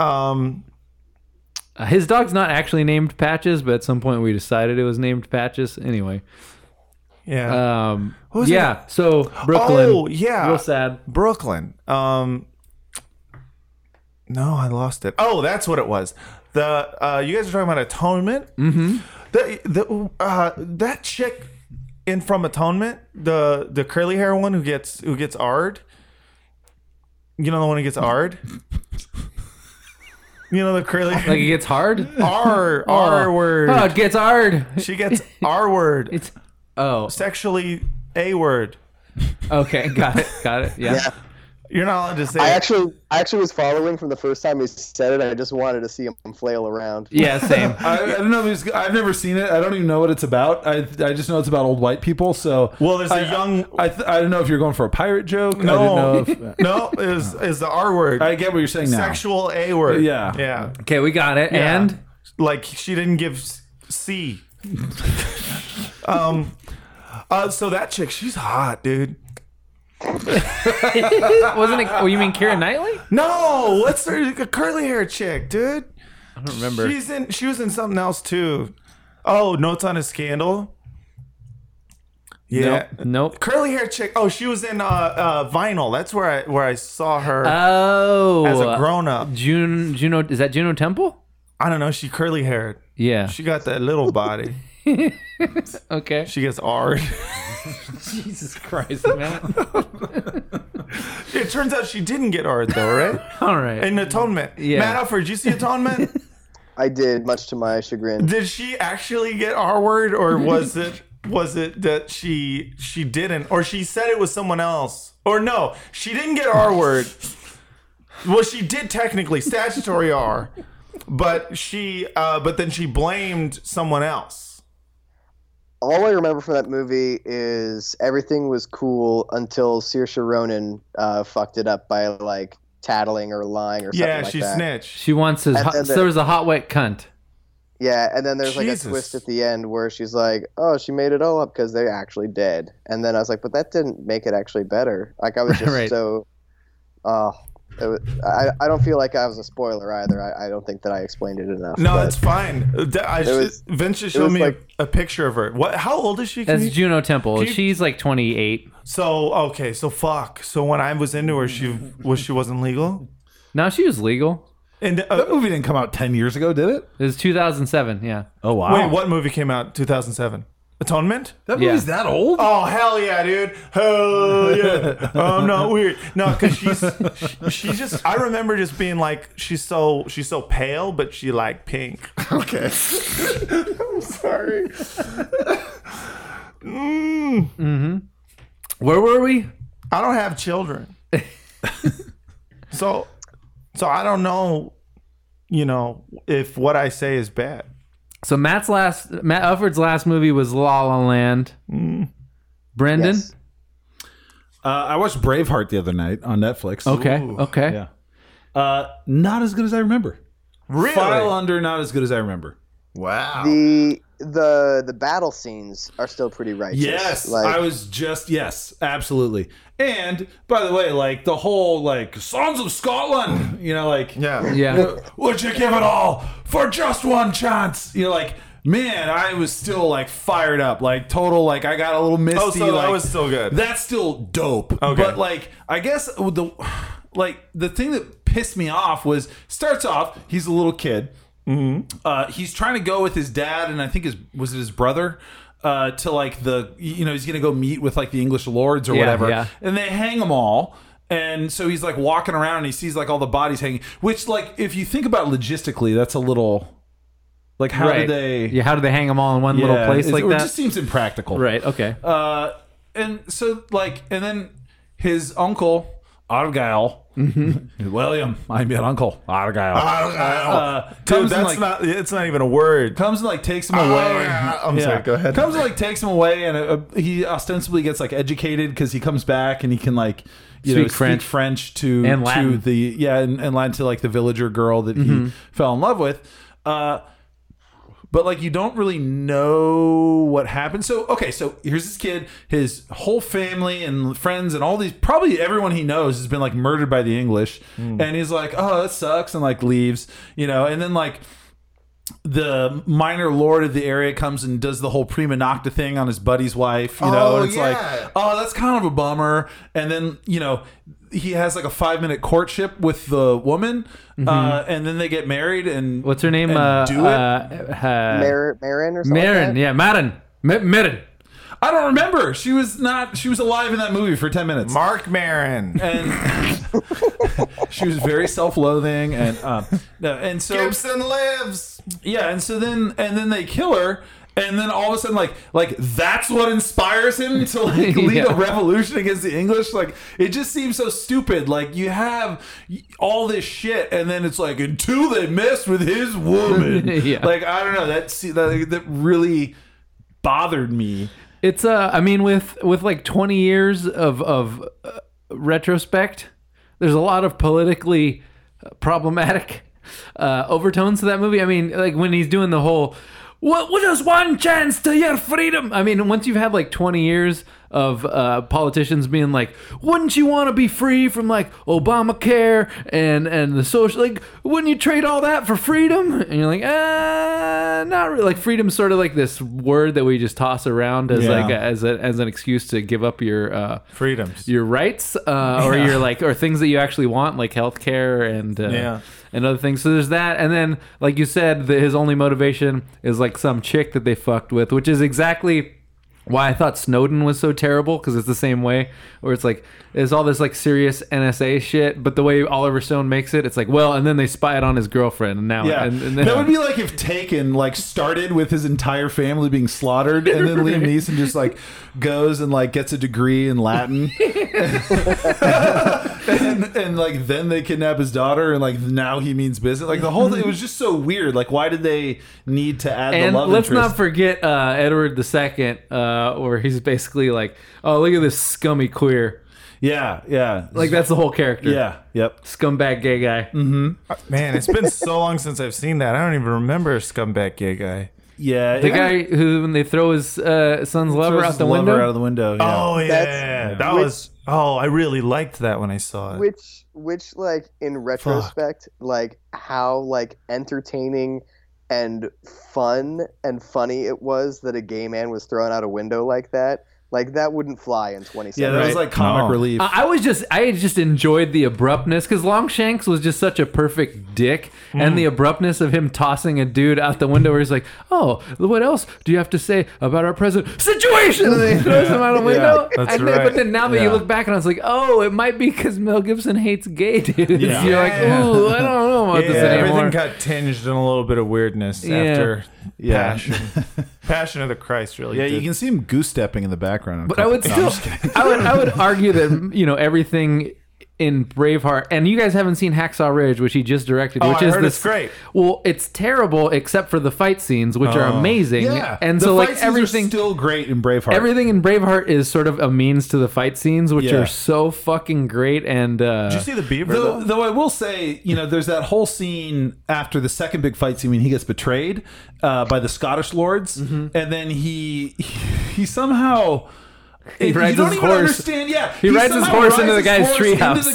um,
Uh, his dog's not actually named Patches, but at some point we decided it was named Patches. Anyway,
yeah,
um,
was
yeah. So Brooklyn.
Oh, yeah.
Real sad.
Brooklyn. Um, no, I lost it. Oh, that's what it was. The uh, you guys are talking about Atonement. Mm-hmm. The, the uh, that chick in from Atonement, the the curly hair one who gets who gets r'd. You know the one who gets r'd. you know the
[LAUGHS]
curly
Like it gets hard.
[LAUGHS] R R word.
Oh, it gets hard. [LAUGHS]
She gets R word.
It's oh.
Sexually A word.
Okay, got it. Got it. Yeah.
You're not allowed to say.
I
it.
actually, I actually was following from the first time he said it. I just wanted to see him flail around.
Yeah. Same.
[LAUGHS]
I, I don't know. If it's, I've never seen it. I don't even know what it's about. I, I just know it's about old white people. So
Well, there's a
a
young-
I, th- I don't know if you're going for a pirate joke. I
No, [LAUGHS]
didn't know if, uh,
no, is is the R word.
I get what you're saying now.
Sexual A word.
Yeah.
yeah.
Okay, we got it. And
like she didn't give s- C. [LAUGHS] um, uh, so that chick, she's hot, dude.
wasn't it? Oh, you mean Kira Knightley?
No, what's her curly hair chick, dude?
I don't remember.
She's in. She was in something else too. Oh, notes on a scandal. Yeah.
Nope.
Curly hair chick. Oh, she was in uh, uh, vinyl. That's where I where I saw her
Oh.
as a grown up.
June Juno is that Juno Temple?
I don't know. She curly haired.
Yeah.
She got that little body.
okay.
She gets R.
Jesus Christ,
[LAUGHS]
man.
It turns out she didn't get art though, right?
All right.
[LAUGHS] In Atonement.
Yeah.
Matt Alford, did you see [LAUGHS] Atonement?
I did, much to my chagrin.
did she actually get R word or [LAUGHS] was it was it that she she didn't or she said it was someone else? Or no, she didn't get R word. Well, she did technically statutory [LAUGHS] R, but she uh, but then she blamed someone else.
All I remember from that movie is everything was cool until Saoirse Ronan uh, fucked it up by like tattling or lying or something
Yeah,
like
she
that.
snitched.
she wants his.
I
Hot,
said
so
that-
there's a hot wet cunt.
Yeah, and then there's like
Jesus.
a twist at the end where she's like, "Oh, she made it all up because they're actually dead." And then I was like, "But that didn't make it actually better." Like I was just
Right.
so, oh, it was, I I don't feel like I was a spoiler either. I, I don't think that I explained it enough.
No,
but
it's fine. D- I should,
was-
Vince just showed
was
me
like-
a, a picture of her. What? How old is she? Can
That's
you-
Juno Temple.
you-
She's like 28.
so okay. So fuck. So when I was into her, she [LAUGHS] was she wasn't legal.
Now she was legal.
And uh,
That movie didn't come out 10 years ago, did it?
It was 2007. Yeah.
Oh, wow.
wait, what movie came out? Two thousand seven. Atonement.
That
Yeah.
movie's that old?
Oh hell yeah, dude! Hell yeah! [LAUGHS] I'm not weird. No, because she's she, she's just. I remember just being like, she's so she's so pale, but she like pink. [LAUGHS]
Okay.
Where were we?
I don't have [LAUGHS] children, so so I don't know. You know if what I say is bad.
So Matt's last, Matt Ufford's last movie was La La Land.
Mm.
Brendan.
Yes.
Uh, I watched Braveheart the other night on Netflix.
Okay. okay.
Yeah. Uh, not as good as I remember.
Really?
File under, not as good as I remember.
Wow.
the the the battle scenes are still pretty righteous.
Yes,
like
I was just yes, absolutely. And by the way, like the whole like Sons of Scotland, you know, like
Yeah.
Yeah.
would you give it all for just one chance? You know, like man, I was still like fired up, like total, like I got a little misty.
Oh, so that
like,
was still good.
That's still dope.
Okay.
But like, I guess with the like the thing that pissed me off was starts off he's a little kid. Uh, he's trying to go with his dad, and I think his was it his brother. Uh, to like the you know he's gonna go meet with like the English lords or
Yeah,
whatever,
yeah.
and they hang them all. And so he's like walking around and he sees like all the bodies hanging, which like if you think about logistically, that's a little like how
right.
do they
Yeah. How do they hang them all in one little
Yeah,
place
it-
like
It
that?
just seems impractical,
right. Okay.
uh, and so like, and then his uncle Argyle,
Mm-hmm.
[LAUGHS] William, I'm your uncle Argyle. Uh,
Dude,
comes and
that's
like
not. It's not even a word.
comes and like takes him away.
Oh, I'm sorry, go ahead.
Comes and like takes him away, and uh, he ostensibly gets like educated because he comes back and he can like you know
Speak French.
speak French to
And
to
Latin. Mm-hmm.
the yeah and, and Latin to like the villager girl that he fell in love with. Uh, but like you don't really know what happened. So okay, so here's this kid, his whole family and friends and all these probably everyone he knows has been like murdered by the English,
Hmm.
and he's like, oh, that sucks, and like leaves, you know, and then like the minor lord of the area comes and does the whole prima nocta thing on his buddy's wife, you know,
Oh,
and it's
yeah.
like, oh, that's kind of a bummer. And then, you know, he has like a five minute courtship with the woman, uh, and then they get married. And
Mm-hmm. What's her name?
and
Uh,
do it?
uh, uh,
Mar- Marin or something.
Marin.
like that?
yeah. Marin. M- Marin.
I don't remember. She was not. She was alive in that movie for ten minutes.
Mark Maron.
[LAUGHS] and she was very self-loathing and um, no, and so
Gibson lives.
yeah and so then and then they kill her and then all of a sudden like like that's what inspires
[LAUGHS]
him to like lead
Yeah.
a revolution against the english like it just seems so stupid like you have all this shit and then it's like until they mess with his woman
[LAUGHS] Yeah.
like i don't know that see that, that really bothered me
It's uh, I mean, with with like twenty years of of uh, retrospect, there's a lot of politically problematic [LAUGHS] uh, overtones to that movie. I mean, like when he's doing the whole "what what is one chance to your freedom?" I mean, once you've had like twenty years of uh, politicians being like, "Wouldn't you want to be free from like Obamacare and and the social? Like, wouldn't you trade all that for freedom?" And you're like, "Ah, not really." Like, freedom's sort of like this word that we just toss around as
Yeah.
like a, as a, as an excuse to give up your uh,
Freedoms.
your rights uh, or your like or things that you actually want like healthcare and uh,
Yeah.
and other things so there's that and then like you said the, his only motivation is like some chick that they fucked with which is exactly why I thought Snowden was so terrible because it's the same way where it's like there's all this like serious NSA shit but the way Oliver Stone makes it it's like well and then they spied on his girlfriend and now
Yeah,
and, and then,
that would be like if Taken like started with his entire family being slaughtered, and then
[LAUGHS]
Liam Neeson just like goes and like gets a degree in
[LAUGHS]
Latin, and, and like then they kidnap his daughter, and like now he means business. Like the whole thing was just so weird. Like why did they need to add
and
the love
let's
interest?
not forget uh, Edward II, uh, where he's basically like, "Oh, look at this scummy queer."
Yeah, yeah.
Like that's the whole character.
Yeah, yep. Mm-hmm.
Scumbag gay guy.
Uh, Man, it's been so long since I've seen that. I don't even remember Scumbag Gay Guy.
Yeah.
The guy who when they throw his uh, son's lover out the window.
out of the window. Yeah.
Oh yeah,
That's-
that
Which-
was. Oh, I really liked that when I saw it.
which which like in retrospect like how like entertaining and fun and funny it was that a gay man was thrown out a window like that like that wouldn't fly in 2017
yeah, that was like comic
No.
relief.
I I was just I just enjoyed the abruptness because Longshanks was just such a perfect dick, and the
Mm.
abruptness of him tossing a dude out the window where he's like, "Oh, what else do you have to say about our present situation?" And then he throws him out
[LAUGHS]
a window.
that's
And then-
right.
But then now that you
Yeah.
look back and I was like, "Oh, it might be because Mel Gibson hates gay dudes."
Yeah.
You're like,
Yeah.
"Ooh, I don't know about
yeah,
this
everything
anymore."
got tinged in a little bit of weirdness
Yeah.
after
Yeah. [LAUGHS]
Passion. Passion of the Christ, really.
yeah,
did.
you can see him goose stepping in the background.
but I would still, [LAUGHS] I would, I would argue that you know everything. In Braveheart, and you guys haven't seen Hacksaw Ridge, which he just directed,
Oh,
which
I
is
heard
this
it's great.
Well, it's terrible except for the fight scenes, which are amazing.
Yeah,
And
the
so
fight
like
scenes are
everything
still great in Braveheart.
everything in Braveheart is sort of a means to the fight scenes, which
Yeah.
are so fucking great and uh
Did you see the beaver?
Though,
though?
though I will say, you know, there's that whole scene after the second big fight scene when he gets betrayed uh, by the Scottish lords,
Mm-hmm.
and then he he, he somehow he
rides
you don't
his
even
horse.
Understand? Yeah, he,
rides his
somehow
horse
rides
into the
his
guy's
horse
treehouse. Mm.
into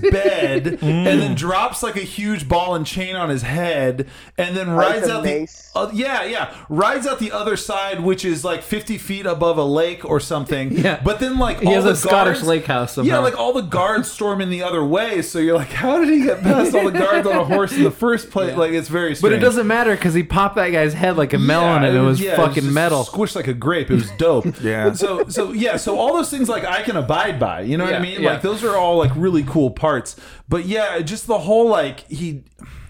the
[LAUGHS]
guy's bed, and then drops like a huge ball and chain on his head, and then rides
a
out
mace.
the uh, yeah yeah rides out the other side, which is like 50 feet above a lake or something.
Yeah.
but then like
He
all
has
the
a Scottish
guards-
lake house somehow.
yeah, like all the guards storm in the other way, so you're like, how did he get past all the guards on a horse in the first place? Like, it's very
but
strange.
it doesn't matter because he popped that guy's head like a
Yeah,
melon and it was
yeah,
fucking
just
metal.
Squished like a grape. It was
[LAUGHS]
dope.
Yeah.
So so yeah. So all those things like I can abide by. You know what
Yeah,
I mean?
yeah.
Like those are all like really cool parts. But yeah, just the whole like he,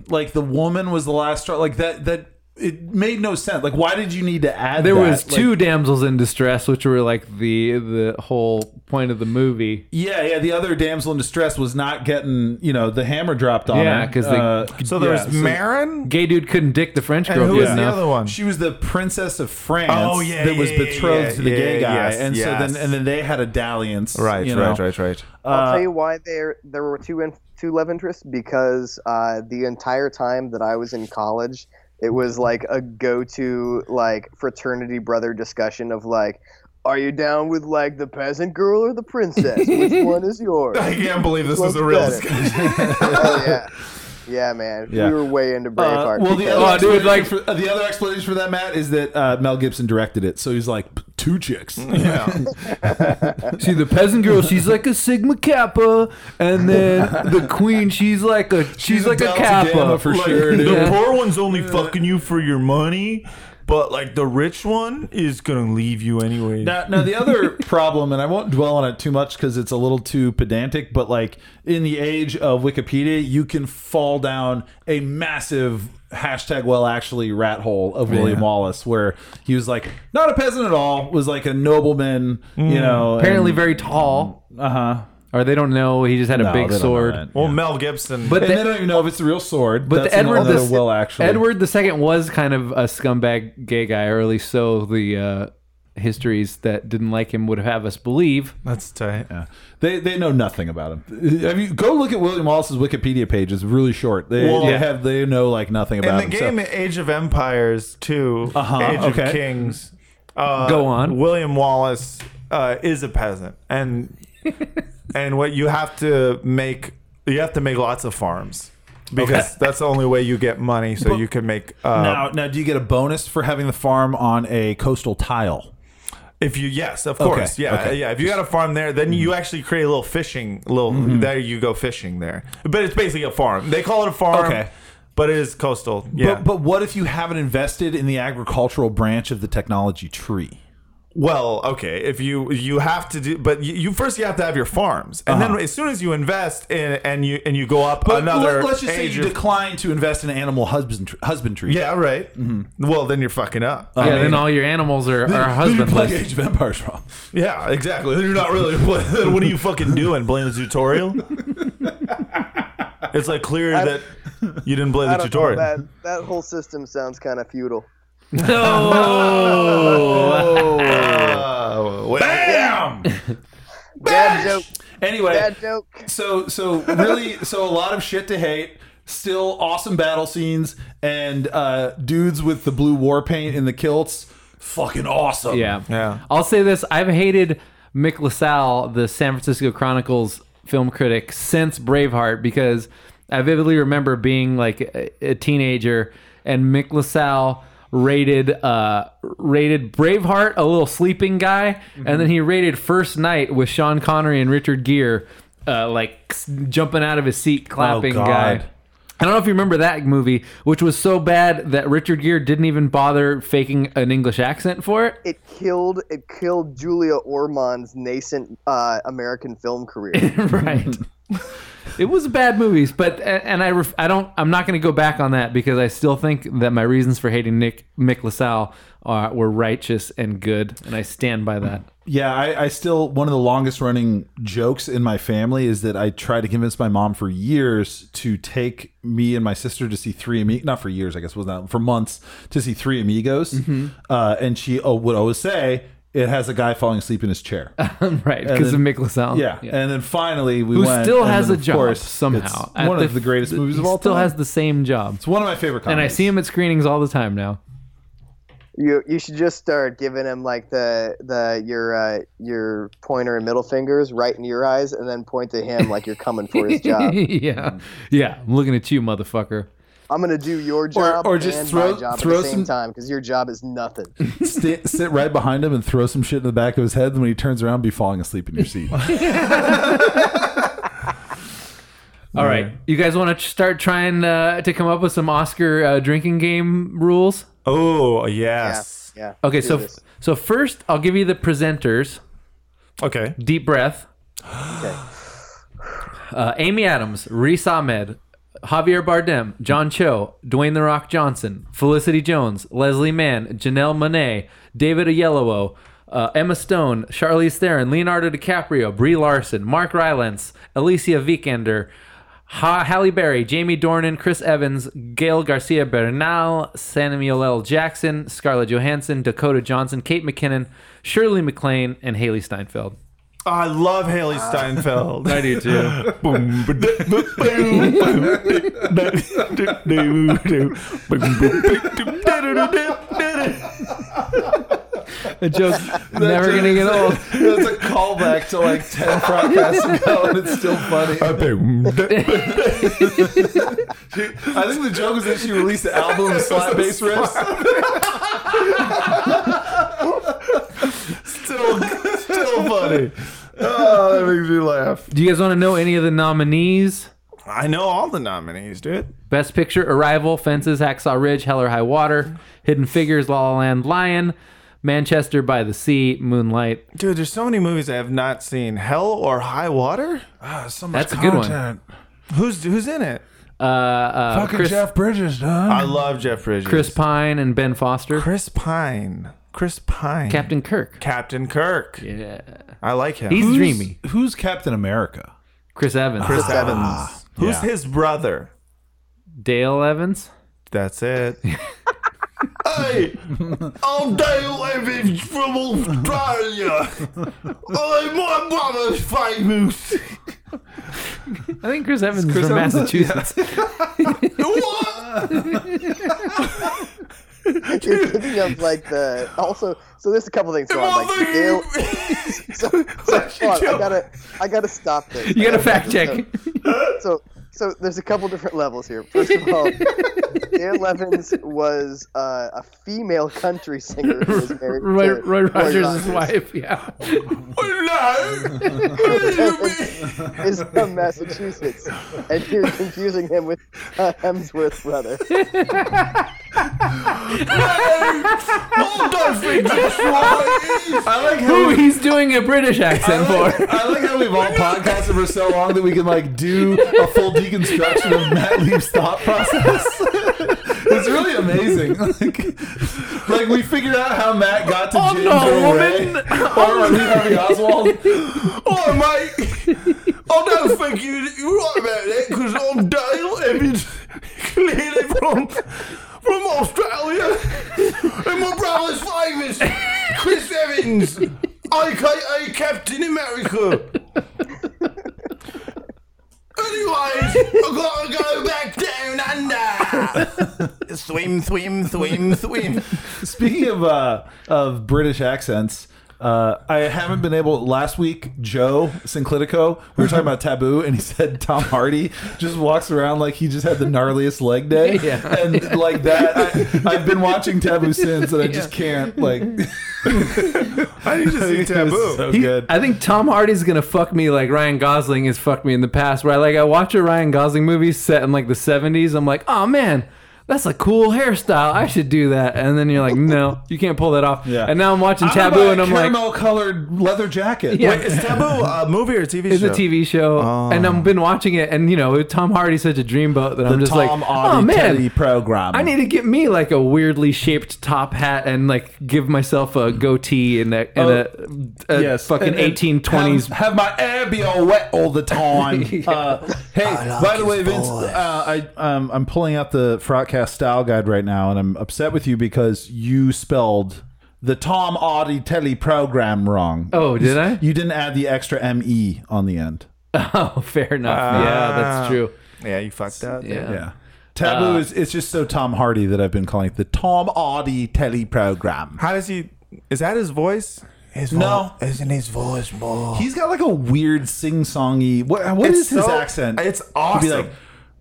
like the woman was the last straw. Like that that it made no sense. Like why did you need to add?
there
that?
was
Like,
two damsels in distress, which were like the the whole point of the movie.
Yeah, yeah. The other damsel in distress was not getting, you know, the hammer dropped on her. Uh,
Yeah, 'cause they-
so there
yeah,
was Marin.
Gay dude couldn't dick the French
And
girl
who
good
was the
enough.
other one?
She was the princess of France.
Oh, yeah,
that was
yeah, yeah, yeah,
betrothed to the
yeah,
gay guy,
yes,
and so
yes.
then and then they had a dalliance.
Right,
you know.
right, right, right.
i'll tell you why there there were two in, two love interests because uh, the entire time that i was in college it was like a go-to like fraternity brother discussion of like are you down with like the peasant girl or the princess which one is yours
I can't believe this was a
Looks
real
better.
discussion.
oh yeah, yeah, man.
Yeah.
We were way into
Uh,
Braveheart.
well, the
because-
other,
Oh, dude,
explanation
like-
for, uh, the other explanation for that, Matt, is that uh, Mel Gibson directed it, so he's like
[LAUGHS]
two chicks.
Yeah.
See the peasant girl, she's like a Sigma Kappa, and then the queen, she's like a she's, like a
Delta
Kappa
Gamma for sure.
The
Dude.
poor one's only fucking you for your money, but like the rich one is gonna leave you anyway.
Now, now the
[LAUGHS]
other problem, and I won't dwell on it too much because it's a little too pedantic, but like in the age of Wikipedia, you can fall down a massive hashtag well actually rat hole of William Wallace, where he was like not a peasant at all, was like a nobleman, you know.
Mm. Apparently very tall,
uh huh.
or they don't know. He just had a big sword.
well, Mel Gibson.
But
And
the-
they don't even know if it's the real sword.
but
That's
the Edward
another
the
well actually.
Edward the Second was kind of a scumbag gay guy, or at least so the uh, histories that didn't like him would have us believe.
[LAUGHS] that's tight.
They, they know nothing about him. I mean, go look at William Wallace's Wikipedia page. It's really short. They,
Well-
they have they know like nothing
In
about
the
him. so-
game Age of Empires 2,
Uh-huh,
Age
okay.
of Kings, uh,
Go on.
William Wallace uh, is a peasant, [LAUGHS] and and what you have to make you have to make lots of farms because that's the only way you get money, so you can make uh,
Now, now, do you get a bonus for having the farm on a coastal tile?
If you yes, of
Okay,
course, yeah,
okay. Mm-hmm.
yeah. If you got a farm there, then you actually create a little fishing little. There you go fishing there, but it's basically a farm. They call it a farm,
Okay.
but it is coastal. Yeah,
But, but what if you haven't invested in the agricultural branch of the technology tree?
well, okay. If you you have to do, but you, you first you have to have your farms, and then as soon as you invest in and you and you go up
Uh-huh. But
another.
let- let's just say
age
you
of-
decline to invest in animal husbandry. husbandry.
yeah, right.
Mm-hmm.
Well, then you're fucking up.
Uh-huh.
yeah, then all your animals are, are
Then you play
husbandless.
Age of Empires wrong.
Yeah, exactly. Then you're not really. [LAUGHS] What, then what are you fucking doing? Playing the tutorial?
[LAUGHS]
it's like clear that you didn't play the
I don't know,
tutorial.
that that whole system sounds kind of feudal.
[LAUGHS] No,
Oh, well,
Bam!
Dad joke.
Anyway,
Bad joke.
so so really so a lot of shit to hate still awesome battle scenes and uh dudes with the blue war paint and the kilts fucking awesome
Yeah.
Yeah.
I'll say this I've hated Mick LaSalle, the San Francisco Chronicles film critic, since Braveheart because I vividly remember being like a, a teenager and Mick LaSalle rated uh rated Braveheart a little sleeping guy and then he rated First Night with Sean Connery and Richard Gere uh like jumping out of his seat clapping guy
God.
I don't know if you remember that movie, which was so bad that Richard Gere didn't even bother faking an English accent for it.
It killed it killed Julia Ormond's nascent uh, American film career.
[LAUGHS] right. it was bad movies, but and I ref, I don't I'm not going to go back on that because I still think that my reasons for hating Nick Mick LaSalle are were righteous and good, and I stand by that. [LAUGHS]
yeah I, I still one of the longest running jokes in my family is that i tried to convince my mom for years to take me and my sister to see three amigos not for years i guess it was not for months to see three amigos
Mm-hmm.
uh, and she uh, would always say it has a guy falling asleep in his chair
[LAUGHS] right, because of
then-
Mick LaSalle.
Yeah. and then finally we
Oh, Who
went.
still
and
has
then,
a
of
job
course,
somehow.
It's one
At
of the greatest movies of all
He still
time.
has the same job.
it's one of my favorite. Comedies.
And I see him at screenings all the time now.
you you should just start giving him like the the your uh, your pointer and middle fingers right in your eyes, and then point to him like you're coming for his
[LAUGHS]
job.
yeah. Yeah. I'm looking at you, motherfucker.
I'm gonna do your job
or just
and
throw-
my job
throw
at the same
some-
time because your job is nothing.
Sta- sit right behind him and throw some shit in the back of his head. And when he turns around, be falling asleep in
[LAUGHS]
your seat.
All right. You guys want to start trying uh, to come up with some Oscar uh, drinking game rules?
Oh
Yeah,
yes.
yeah.
Okay,
do
so
this.
so first I'll give you the presenters.
Okay.
Deep breath. Uh, Amy Adams, Reese Ahmed, Javier Bardem, John Cho, Dwayne the Rock Johnson, Felicity Jones, Leslie Mann, Janelle Monet, David Oyelowo, uh, Emma Stone, Charlize Theron, Leonardo DiCaprio, Brie Larson, Mark Rylance, Alicia Vikander, ha- Halle Berry, Jamie Dornan, Chris Evans, Gail Garcia Bernal, Samuel L. Jackson, Scarlett Johansson, Dakota Johnson, Kate McKinnon, Shirley MacLaine, and Haley Steinfeld.
I love Haley [LAUGHS] Steinfeld.
I do too. The [LAUGHS] joke's never gonna get
[LAUGHS]
old.
That's a callback to like ten podcasts ago, and it's still funny. I think the joke was that she released the album of slap bass riffs. [LAUGHS]
still, still funny.
Oh, that makes me laugh.
Do you guys want to know any of the nominees?
I know all the nominees, dude.
Best Picture: Arrival, Fences, Hacksaw Ridge, Hell or High Water, Hidden Figures, La La Land, Lion, Manchester by the Sea, Moonlight.
Dude, there's so many movies I have not seen. Hell or High Water?
Ah, so
That's a good one.
Who's who's in it?
Uh, uh,
Fucking
Chris,
Jeff Bridges, done.
I love Jeff Bridges.
Chris Pine and Ben Foster.
Chris Pine. Chris Pine.
Captain Kirk.
Captain Kirk.
Yeah.
I like him.
He's
Who's- Uh-huh.
dreamy.
Who's Captain America?
Chris Evans.
Chris
[LAUGHS]
Evans. Who's
Yeah.
his brother?
Dale Evans. [LAUGHS]
That's it. hey, I'm Dale Evans from Australia. I'm my brother's famous. [LAUGHS]
I think Chris Evans is from
Evans? [LAUGHS]
Massachusetts.
What?
You're thinking
[LAUGHS]
of like the also. So there's a couple things going. on, Like
[LAUGHS]
Dale, so, so hold on, I gotta, I gotta stop this.
You gotta
[LAUGHS]
fact check.
So, so there's a couple different levels here. First of
[LAUGHS]
all, Dale Evans was uh, a female country singer who
[LAUGHS]
was married
Roy,
to
Roy Rogers'
Rogers. [LAUGHS]
wife. Yeah.
Oh,
is from Massachusetts, and you're confusing him with uh, Hemsworth's brother.
I like
Who he's doing a British accent
oh. I
for?
like, I like how we've all podcasted for so long that we can like do a full deconstruction of Matt Leaf's thought process. it's really
[LAUGHS]
amazing. Like, like, we figured out how Matt got to
I'm
James
not a
Earl Ray,
woman.
or Lee Harvey Oswald.
Oh, mate. I don't think you, you're right about that because I'm Dale Evans, clearly from, from Australia. And my brother's famous, Chris Evans, aka Captain America.
Anyways, I gotta go back down under. swim, swim, swim,
[LAUGHS]
swim.
Speaking of uh, of British accents, uh, I haven't been able. Last week, Joe Sinclitico, we were talking about Taboo, and he said Tom Hardy just walks around like he just had the gnarliest leg day,
[LAUGHS] Yeah.
and like that. I, I've been watching Taboo since, and I just can't
[LAUGHS]
like.
I need [LAUGHS] to see
[LAUGHS] It was
Taboo.
So
He-
good.
I think Tom Hardy's gonna fuck me like Ryan Gosling has fucked me in the past. Where I like I watch a Ryan Gosling movie set in like the '70s. I'm like, oh man, that's a cool hairstyle. I should do that. And then you're like,
[LAUGHS]
no, you can't pull that off.
Yeah.
And now I'm watching
I'm
Taboo,
about
and
a
I'm like,
caramel colored leather jacket.
Yeah.
Wait,
Wait, is Taboo a movie or a TV
it's
show?
a TV show,
Oh.
and I've been watching it. And you know, Tom Hardy's such a dreamboat that I'm just
Tom
like,
Hardy
oh man,
Teddy program.
I need to get me like a weirdly shaped top hat and like give myself a goatee and a, and a, a fucking
Oh, and- and
1820s.
Have, have my hair be all wet all the [LAUGHS] time. uh, hey, by the way, Vince, uh, I um, I'm pulling out the Frogcast style guide right now, and I'm upset with you because you spelled the Tom Audie Telly program wrong.
oh, did I?
You didn't add the extra M E on the end.
[LAUGHS] Oh, fair enough. yeah, that's true.
Yeah, you fucked up.
Yeah.
Yeah. Taboo is it's just so Tom Hardy that I've been calling it the Tom Audie Telly program.
How does he? Is that his voice? His
No.
isn't his voice more?
He's got like a weird sing songy. What, uh, what
It's
is his
so-
accent?
it's
He'd be
awesome.
like,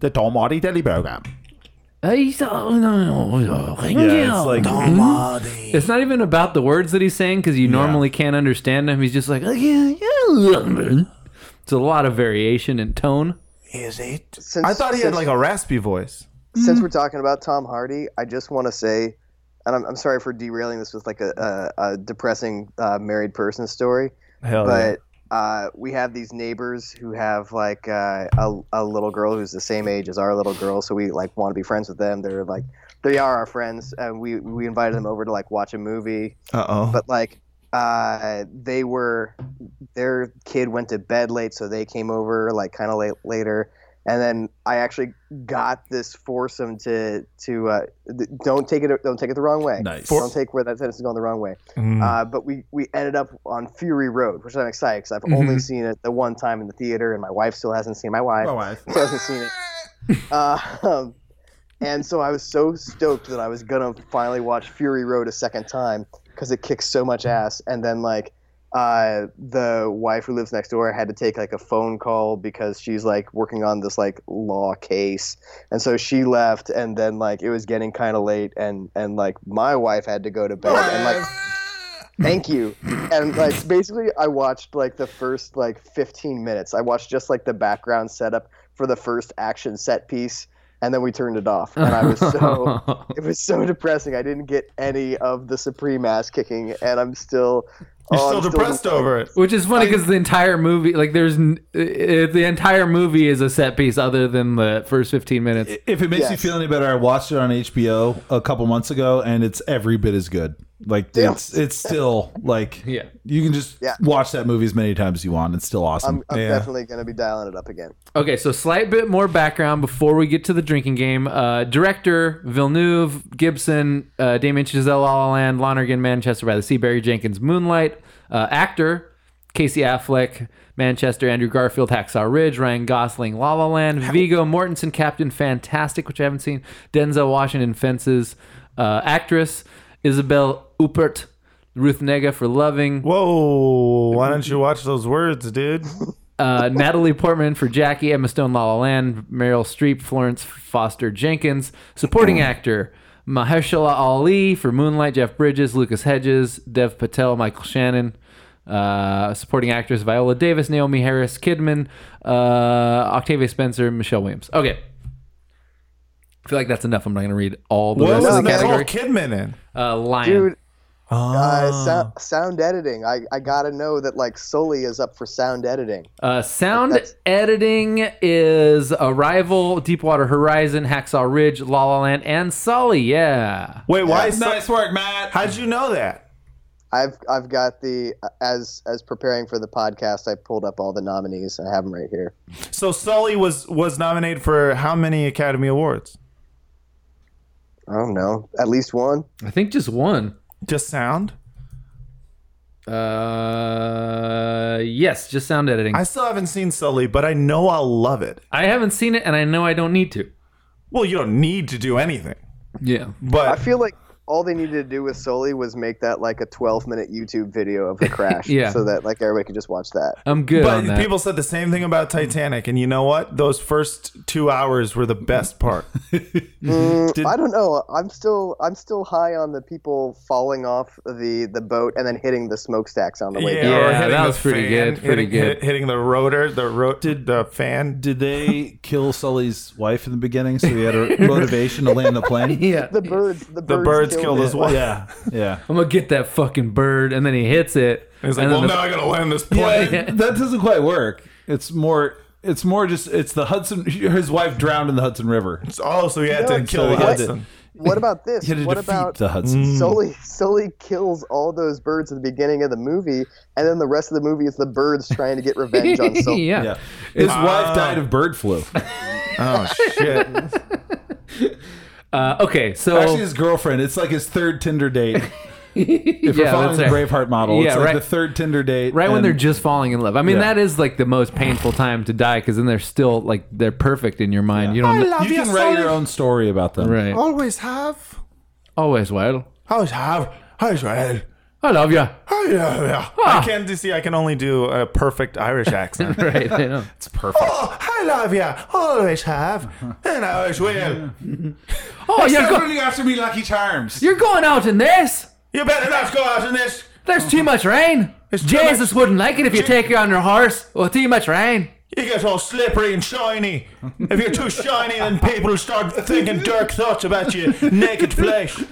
the Tom Audie Telly program.
Hey, so- no, no, no.
Yeah, it's like
It's not even about the words that he's saying because you normally can't understand him. He's just like, "Oh, yeah, yeah. It's a lot of variation in tone.
Is it?
Since-
I thought he had
since-
like a raspy voice.
Since we're talking about Tom Hardy, I just want to say, and I'm, I'm sorry for derailing this with like a, a, a depressing uh, married person story,
Hell
but uh, we have these neighbors who have like uh, a, a little girl who's the same age as our little girl, so we like want to be friends with them. They're like they are our friends, and we we invited them over to like watch a movie,
yeah. Uh oh.
but like uh, they were their kid went to bed late, so they came over like kind of late later. And then I actually got this foursome to to uh, th- don't take it don't take it the wrong way.
Nice.
Don't take where that sentence is going the wrong way.
Mm. Hmm.
Uh, but we, we ended up on Fury Road, which I'm excited because I've only seen it the one time in the theater, and my wife still hasn't seen my wife.
Oh.
Still hasn't seen it. Uh, [LAUGHS] um, and so I was so stoked that I was gonna finally watch Fury Road a second time because it kicks so much ass. And then like uh, the wife who lives next door had to take like a phone call because she's like working on this like law case, and so she left. And then like it was getting kind of late, and and like my wife had to go to bed, and like. Thank you. And like basically I watched like the first like 15 minutes. I watched just like the background setup for the first action set piece and then we turned it off. And I
[LAUGHS]
was so it was so depressing. I didn't get any of the supreme ass kicking and I'm still
You're
oh,
still
I'm
depressed over it.
Which is funny because the entire movie, like, there's n- it, the entire movie is a set piece other than the first 15 minutes.
If it makes you
Yes.
feel any better, I watched it on HBO a couple months ago, and it's every bit as good. Like it's it's still like
Yeah.
you can just
Yeah.
watch that movie as many times as you want. It's still awesome.
I'm, I'm
yeah.
definitely going to be dialing it up again.
Okay, so slight bit more background before we get to the drinking game. Uh, director Villeneuve, Gibson, uh, Damien Chazelle, La La Land, Lonergan, Manchester by the Sea, Barry Jenkins, Moonlight. Uh, actor Casey Affleck, Manchester, Andrew Garfield, Hacksaw Ridge, Ryan Gosling, La La Land, Vigo Mortensen, Captain Fantastic, which I haven't seen, Denzel Washington, Fences. Uh, actress Isabel Uppert, Ruth Nega for Loving,
Whoa! Why don't you watch those words, dude?
uh, Natalie Portman for Jackie, Emma Stone, La La Land, Meryl Streep, Florence Foster Jenkins, supporting actor Mahershala Ali for Moonlight, Jeff Bridges, Lucas Hedges, Dev Patel, Michael Shannon, uh, supporting actress Viola Davis, Naomi Harris, Kidman, uh, Octavia Spencer, Michelle Williams. Okay. I feel like that's enough. I'm not going to read all the
What
rest
was
of the
Nicole
category.
Kidman in?
Uh, Lion.
Dude, uh, sou- sound editing. I, I got to know that like Sully is up for sound editing.
Uh, sound
That's-
editing is Arrival, Deepwater Horizon, Hacksaw Ridge, La La Land, and Sully. Yeah.
Wait, why? Is
nice work, Matt.
How'd you know that?
I've I've got the as as preparing for the podcast, I pulled up all the nominees. I have them right here.
So Sully was was nominated for how many Academy Awards?
I don't know, at least one.
I think just one.
Just sound.
Uh, yes, just sound editing.
I
I,
still haven't seen Sully, but I know I'll love it.
haven't seen it, and I know I don't need to.
Well, you don't need to do anything,
Yeah.
I
but
feel like all they needed to do with Sully was make that like a 12 minute YouTube video of the crash,
Yeah.
so that like everybody could just watch that.
I'm good on
but
that.
people said the same thing about Titanic, and you know what? Those first two hours were the
[LAUGHS]
best part.
Mm, I don't know. I'm still I'm still high on the people falling off the the boat and then hitting the smokestacks on the way. down.
Yeah,
or
that
hitting the
was pretty good, pretty
hitting,
good.
hit- hitting the rotor, the ro- the fan.
Did they kill Sully's wife in the beginning so he had a
[LAUGHS]
motivation to land the plane?
yeah.
The birds the birds,
The birds killed his wife.
Yeah, yeah.
I'm gonna get that fucking bird, and then he hits it.
He's like,
and
well,
then
now I gotta land this plane.
[LAUGHS] Yeah.
that doesn't quite work. It's more. It's more just. It's the Hudson. His wife drowned in the Hudson River.
Oh, so he had
No,
to
it's
kill
so
the
he had to-
Hudson.
What about
[LAUGHS]
this?
He had to
What
defeat
about
the Hudson.
Sully Sully kills all those birds at the beginning of the movie, and then the rest of the movie is the birds trying to get revenge on
the- [LAUGHS]
Sully.
yeah.
[LAUGHS] Yeah, his wife died of bird flu.
Oh
[LAUGHS]
shit!
Uh, okay, so
Actually, his girlfriend. It's like his third Tinder
[LAUGHS]
date. If we're
Yeah,
following
that's
the
right.
Braveheart model,
Yeah,
it's like
right-
the third Tinder date.
right when
and-
they're just falling in love. I mean,
Yeah.
that is like the most painful time to die because then they're still like they're perfect in your mind. You don't
love
you can write your own story about them.
right
Always have.
always Oh, well.
Always have. Always will.
I love
[LAUGHS]
you.
Oh, yeah, yeah.
Ah.
I can do, see. I can only do a perfect Irish
[LAUGHS]
accent.
Right, I know.
It's perfect.
oh, I love you.
[LAUGHS]
Always have, and always will.
Oh, you're, go-
running after me, Lucky Charms.
you're going out in this.
You better not go out in this.
There's too much rain.
too
Jesus wouldn't like it if you take her on your horse. Well, too much rain.
You get all slippery and shiny. If you're too shiny, then people start thinking dark thoughts about your naked flesh. you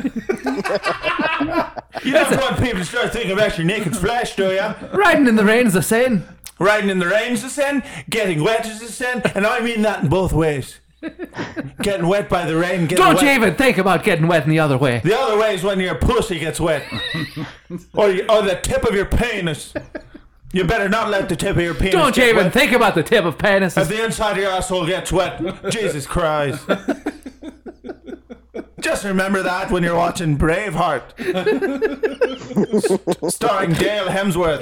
don't want people to start thinking about your naked flesh, do ya?
Riding in the rain is a sin.
Riding in the rains is a sin, getting wet is a sin, and I mean that in both ways. Getting wet by the rain, getting
Don't
wet.
you even think about getting wet in the other way.
The other way is when your pussy gets wet, or you, or the tip of your penis. You better not let the tip of your penis.
Don't you
get
even
wet.
think about the tip of penis.
If the inside of your asshole
[LAUGHS]
gets wet, Jesus Christ. Just remember that when you're
[LAUGHS]
watching Braveheart. St- starring Dale Hemsworth.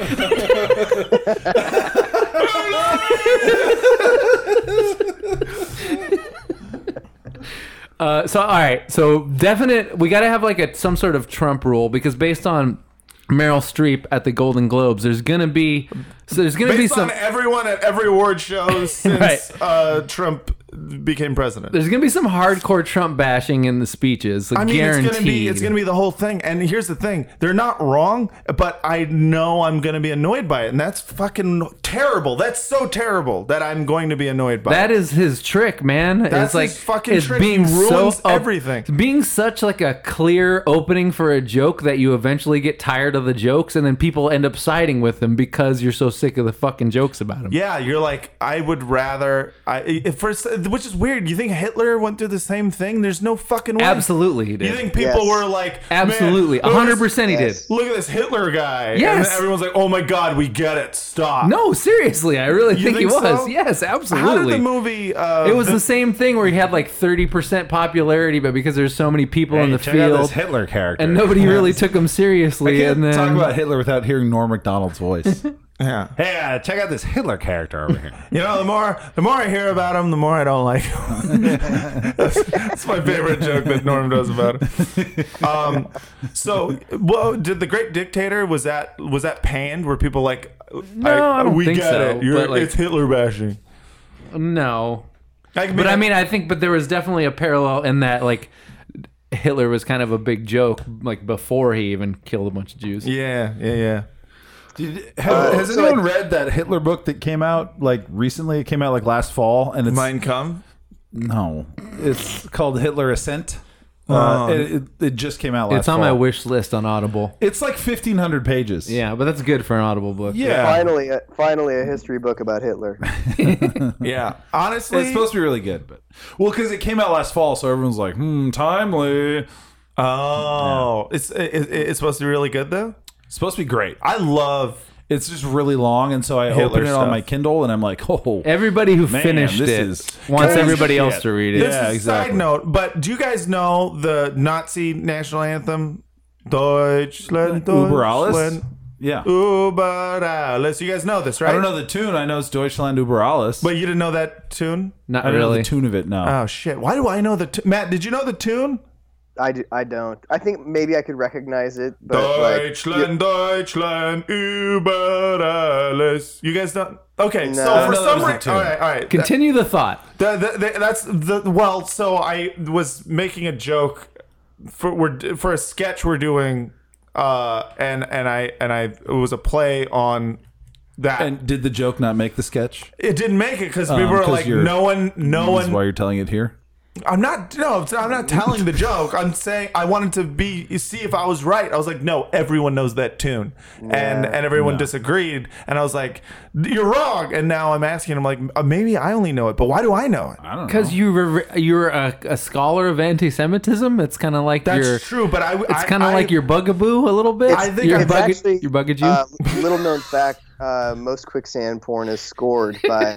Uh, so all right, so definite. We got to have like a some sort of Trump rule because based on Meryl Streep at the Golden Globes, there's gonna be so there's gonna be
Based
some
on everyone at every award show since
[LAUGHS] Right.
uh, Trump became president.
there's gonna be some hardcore Trump bashing in the speeches. Like,
I mean,
guaranteed.
it's gonna be it's gonna be the whole thing. And here's the thing: they're not wrong, but I know I'm gonna be annoyed by it, and that's fucking terrible. That's so terrible that I'm going to be annoyed by. it.
That is his trick, man. it's
That's
like
his fucking
it's
trick.
being
He
so
ruins
up-
everything.
Being such like a clear opening for a joke that you eventually get tired of the jokes, and then people end up siding with them because you're so sick of the fucking jokes about him.
Yeah, you're like I would rather. I at first, which is weird. You think Hitler went through the same thing? There's no fucking way.
absolutely, he did.
You think people
Yes.
were like "Man,
absolutely,
look at
hundred
this-
percent, he did.
Yes.
Look at this Hitler guy. And
Yes.
then everyone's like, "Oh my god, we get it. Stop."
No, seriously, I really think, he
think
was.
so?
Yes,
How did
absolutely.
the movie? Uh,
it was the same thing where he had like 30% popularity, but because there's so many people in the
check out this
field
Hitler character.
and
[LAUGHS]
nobody really took him
I
seriously.
can't
And then
talk about Hitler without hearing Norm
[LAUGHS]
Macdonald's voice.
Yeah.
hey, uh, check out this Hitler character over here.
You know, the more the more I hear about him, the more I don't like him. that's, that's my favorite joke that Norm does about him. Um, so, well, did the Great Dictator was that was that panned? Were people like,
No, I don't
we
think
get
so,
it. You're,
but, like-
it's Hitler bashing.
no.
I mean,
But I mean, I think, but there was definitely a parallel in that, like, Hitler was kind of a big joke, like, before he even killed a bunch of Jews.
yeah, yeah, yeah.
[LAUGHS] Did,
Oh,
have, has
so
anyone read that Hitler book that came out like recently? It came out like last fall, and it's
Mine come.
no, it's called Hitler Ascent. Uh, it, it, it just came out last.
Um, It's on my
fall.
wish list on Audible.
It's like fifteen hundred pages.
Yeah, but that's good for an Audible book.
yeah.
Finally, a, finally, a history book about Hitler.
Yeah, honestly,
It's supposed to be really good, but well, because it came out last fall, so everyone's like, "Hmm, timely." It's
oh, it's it, it- it's supposed to be really good though.
supposed to be great.
I love.
It's just really long, and so I
Hitler
open it on
stuff.
my Kindle, and I'm like, [LAUGHS] "Oh,
Everybody who
Man,
finished
this
it
is-
wants
This is
everybody
shit.
else to read it.
This
Yeah,
is a
exactly.
Side note, but do you guys know the Nazi national anthem? Deutschland,
Uber alles?
Deutschland.
Yeah.
Uber alles. You guys know this, right?
I don't know the tune. I know it's Deutschland über alles.
But you didn't know that tune?
Not
I don't know
really. Uh,
the tune of it. No.
Oh shit! Why do I know the t- Matt? Did you know the tune?
I, do, I don't. I think maybe I could recognize it, but like,
Deutschland, Deutschland, über alles. You guys don't. Okay,
No.
so for some
No, it was the
reason, all
tune.
right, all right.
Continue the thought.
Th- th- th- that's the well. So I was making a joke for we're for a sketch we're doing, uh, and and I and I it was a play on that.
And did the joke not make the sketch?
it didn't make it because we
Um,
were
'cause
like,
you're-
no one, no
That's
one.
why you're telling it here.
I'm not. No, I'm not telling the joke. I'm saying I wanted to be. You see, if I was right, I was like, no, everyone knows that tune, and and everyone disagreed, and I was like, you're wrong. And now I'm asking, I'm like, uh, maybe I only know it, but why do I know it?
I don't know.
Because you were, you're a, a scholar of anti-Semitism. It's kind of like
That's
your.
true, but I.
It's kind of like your bugaboo a little bit.
I think
your
I've
bugga-
actually-
your bugagoo.
uh, little known fact, uh, most quicksand porn is scored by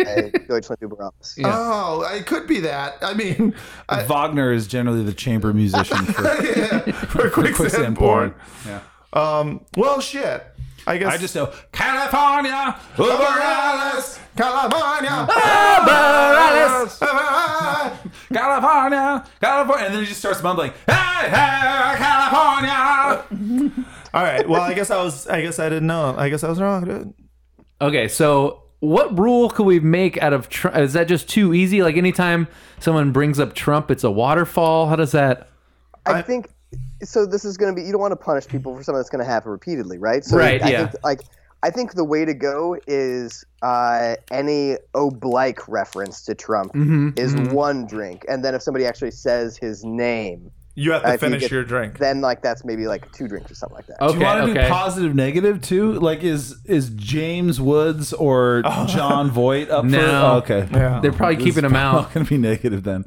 Deutschland über alles.
Yeah.
Oh, it could be that. I mean,
[LAUGHS]
I, [LAUGHS]
Wagner is generally the
[LAUGHS]
chamber musician for
yeah, for quicksand,
quicksand
porn.
porn. Yeah.
Um. Well, shit. I guess
I just know California over
Morales,
Alice,
California.
Morales, California, California, and then he just starts mumbling, "Hey, hey, California."
All right. Well, I guess I was. I guess I didn't know. I guess I was wrong, dude.
Okay, so what rule could we make out of Trump? Is that just too easy? Like anytime someone brings up Trump, it's a waterfall. How does that?
I think so. This is going to be you don't want to punish people for something that's going to happen repeatedly, right? So
Right,
I
yeah.
think, like I think the way to go is uh, any oblique reference to Trump is one drink, and then if somebody actually says his name,
You have to
I think
finish
it-
your drink.
then like that's maybe like two drinks or something like that.
Okay,
Do you want to
okay.
do positive negative too? Like is is James Woods or John Voight up for?
Oh. No.
Oh, okay. Yeah.
They're probably keeping him
[LAUGHS]
out.
Not going to be negative then.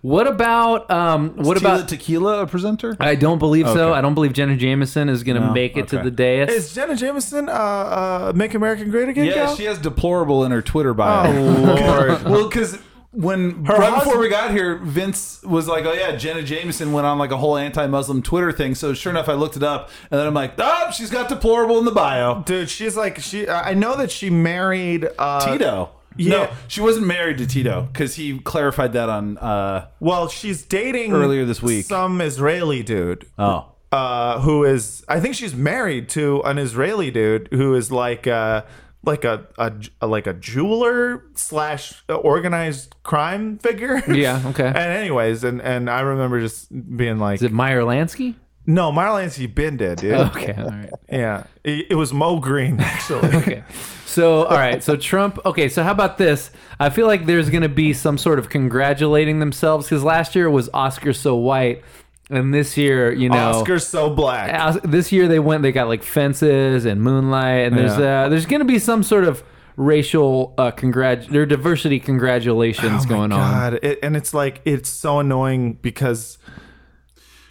What about um? What
Tila
about?
tequila a presenter?
I don't believe so. I don't believe Jenna Jameson is going to make it to
okay.
the dais.
Is Jenna Jameson uh, uh, Make American Great Again?
Yeah,
gal?
she has deplorable in her Twitter [LAUGHS] bio.
Oh, [LAUGHS] Lord.
well, because when right before we got here, Vince was like, "Oh yeah, Jenna Jameson went on like a whole anti-Muslim Twitter thing." So sure enough, I looked it up, and then I'm like, "Oh, she's got deplorable in the bio."
Dude, she's like she. uh, I know that she married uh,
Tito.
yeah.
No, she wasn't married to Tito because he clarified that on. uh
Well, she's dating
Earlier this week.
some Israeli dude.
Oh,
uh, who is I think she's married to an Israeli dude who is like uh like a, a, a- like a jeweler slash organized crime figure. [LAUGHS]
Yeah, okay.
and anyways, and and I remember just being like,
is it Oh. Meyer
[LAUGHS]
Lansky?
no, Marla Lansky been dead, dude.
Okay, all right.
Yeah, it, it was Mo
[LAUGHS]
Green actually.
Okay. So, all right. So, Trump. Okay. So, how about this? I feel like there's going to be some sort of congratulating themselves because last year was Oscar so white, and this year, you know,
Oscar so black.
As- this year they went they got like fences and moonlight and there's uh, there's gonna be some sort of racial uh congrat there are diversity congratulations going on
Oh God, it, and it's like it's so annoying because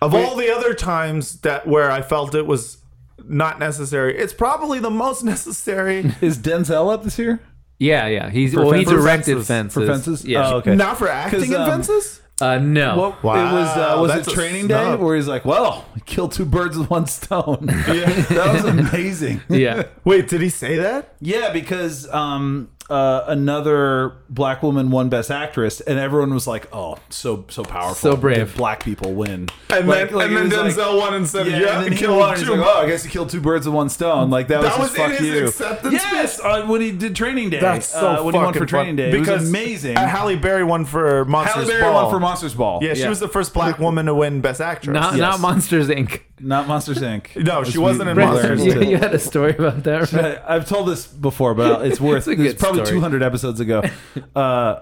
of all the other times that where I felt it was not necessary, it's probably the most [LAUGHS] necessary.
is Denzel up this year?
yeah yeah he's well he
fen- for
directed
fences.
fences,
For fences?
yeah
Oh, okay.
Not for acting
'Cause, um,
offenses.
uh no
What, It was uh,
Wow,
was
that's
it
a
Training Day
snub.
where he's like, "Well, I killed two birds with one
[LAUGHS]
stone." [LAUGHS] that was amazing.
yeah
Wait, did he say that?
Yeah, because um, uh, another black woman won Best Actress, and everyone was like, "Oh, so so powerful,
So brave.
Did black people win."
And
Like-
then,
like,
and
it
then
was
Denzel
like-
won and said,
yeah,
"Yeah,
and then he
kill
won.
two
He's like, "Oh, I guess he killed two birds with one stone." Like that,
That
was
was
just
in
fuck
his
you.
acceptance
yes,
speech.
on- when he did Training Day. uh, when he won for Training Day, it was amazing.
Uh, Halle Berry won for Monsters
Halle Berry
Ball.
won for Monsters Ball.
Yeah, she
Yeah.
was the first black woman to win Best Actress.
not not monsters inc
not Monsters Inc.
No,
It
she
was
wasn't in
Mutiny
Monsters
[LAUGHS]
Bears
you,
Inc.
you had a story about that right?
I- [LAUGHS] I've told this before, but it's
It's
worth.
a
it was
good
probably
story.
200 episodes ago. Uh,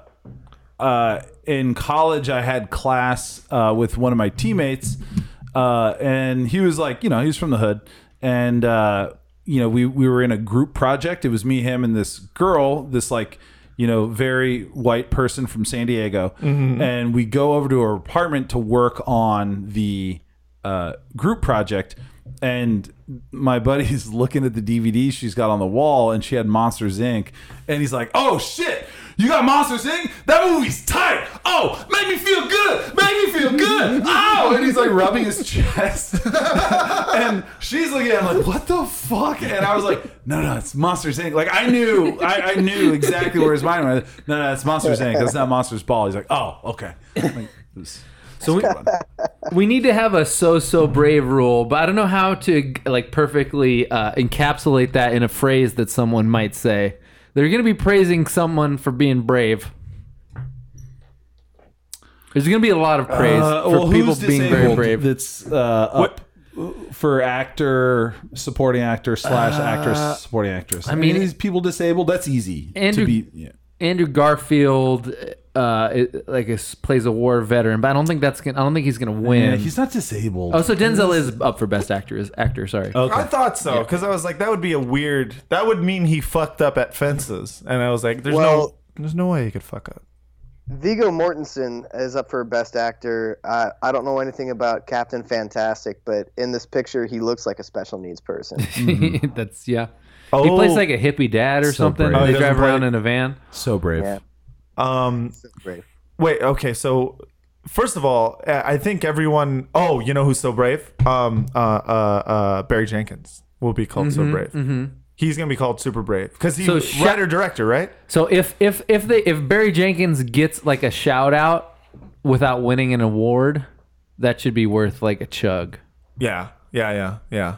uh, in college, I had class uh, with one of my teammates, uh, and he was like, you know, he was from the hood, and uh, you know, we we were in a group project. It was me, him, and this girl. This like. You know, very white person from San Diego, and we go over to her apartment to work on the uh, group project, and my buddy's looking at the DVD she's got on the wall, and she had Monsters Inc. And he's like, "Oh shit, You got Monsters Inc. That movie's tight. Oh, make me feel good. Make me feel good. Ow! And he's like rubbing his chest, [LAUGHS] and she's looking at him like, "What the fuck?" And I was like, "No, no, it's Monsters Inc." Like I knew, I, I knew exactly where his mind went. No, no, it's Monsters Inc. That's not Monsters Ball. He's like, "Oh, okay." Like, it was-
So we, we need to have a so so brave rule, but I don't know how to like perfectly uh, encapsulate that in a phrase that someone might say. They're going to be praising someone for being brave. There's going to be a lot of praise
Uh,
for
well,
people
who's
being very
disabled
brave.
That's uh, up for actor, supporting actor slash actress, supporting actress. I
Uh, mean-
these people disabled. That's easy
Andrew-
to be. Yeah.
Andrew Garfield uh, it- like is, plays a war veteran, but I don't think that's gonna, I don't think he's going to win.
Yeah, he's not disabled.
oh, so Denzel is up for best actor. Is actor? Sorry. [LAUGHS]
okay.
I thought so because I was like, that would be a weird. That would mean he fucked up at fences, and I was like, there's
Well-
no, there's no way he could fuck up.
Vigo Mortensen is up for Best Actor. Uh, I don't know anything about Captain Fantastic, but in this picture, he looks like a special needs person.
mm-hmm.
that's yeah.
Oh,
He plays like a hippie dad or
So
something.
brave. Oh,
they
he doesn't
drive
play-
around in a van.
so brave.
Yeah.
um.
Great.
Wait, okay, so first of all, I I think everyone. Oh, you know who's so brave? Um, uh, uh, uh Barry Jenkins will be called so brave. He's gonna be called super brave because he's
Mm-hmm, So
so
Sha-
writer director, right?
So if if if they if Barry Jenkins gets like a shout out without winning an award, that should be worth like a chug.
Yeah, yeah, yeah, yeah.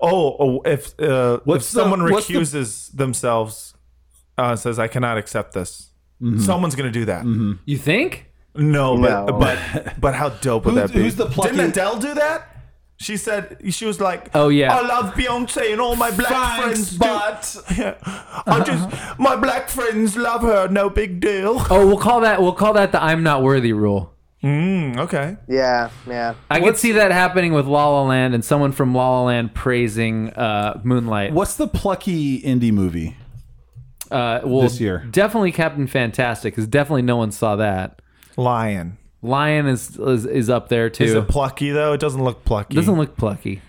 Oh, oh if uh, if
What's the-
someone
what's the-
recuses themselves, uh, says I cannot accept this.
Mm-hmm.
Someone's gonna do that.
You think?
No, but
[LAUGHS]
No.
but but how dope would
Who's-
that be?
who's the plucky-
Didn't Adele do that? She said she was like,
Oh, yeah.
I love Beyonce and all my black
Thanks,
friends, but
but
[LAUGHS]
Uh-huh.
I just my black friends love her. No big
[LAUGHS]
deal.
Oh, we'll call that we'll call that the I'm not worthy rule.
Mm, okay.
Yeah, yeah.
I could see that happening with La La Land and someone from La La Land praising uh, Moonlight.
what's the plucky indie movie?
Uh, well,
This year.
definitely Captain Fantastic because definitely no one saw that.
Lion
Lion is is, is up there too.
is it plucky though? It doesn't look plucky.
Doesn't look plucky.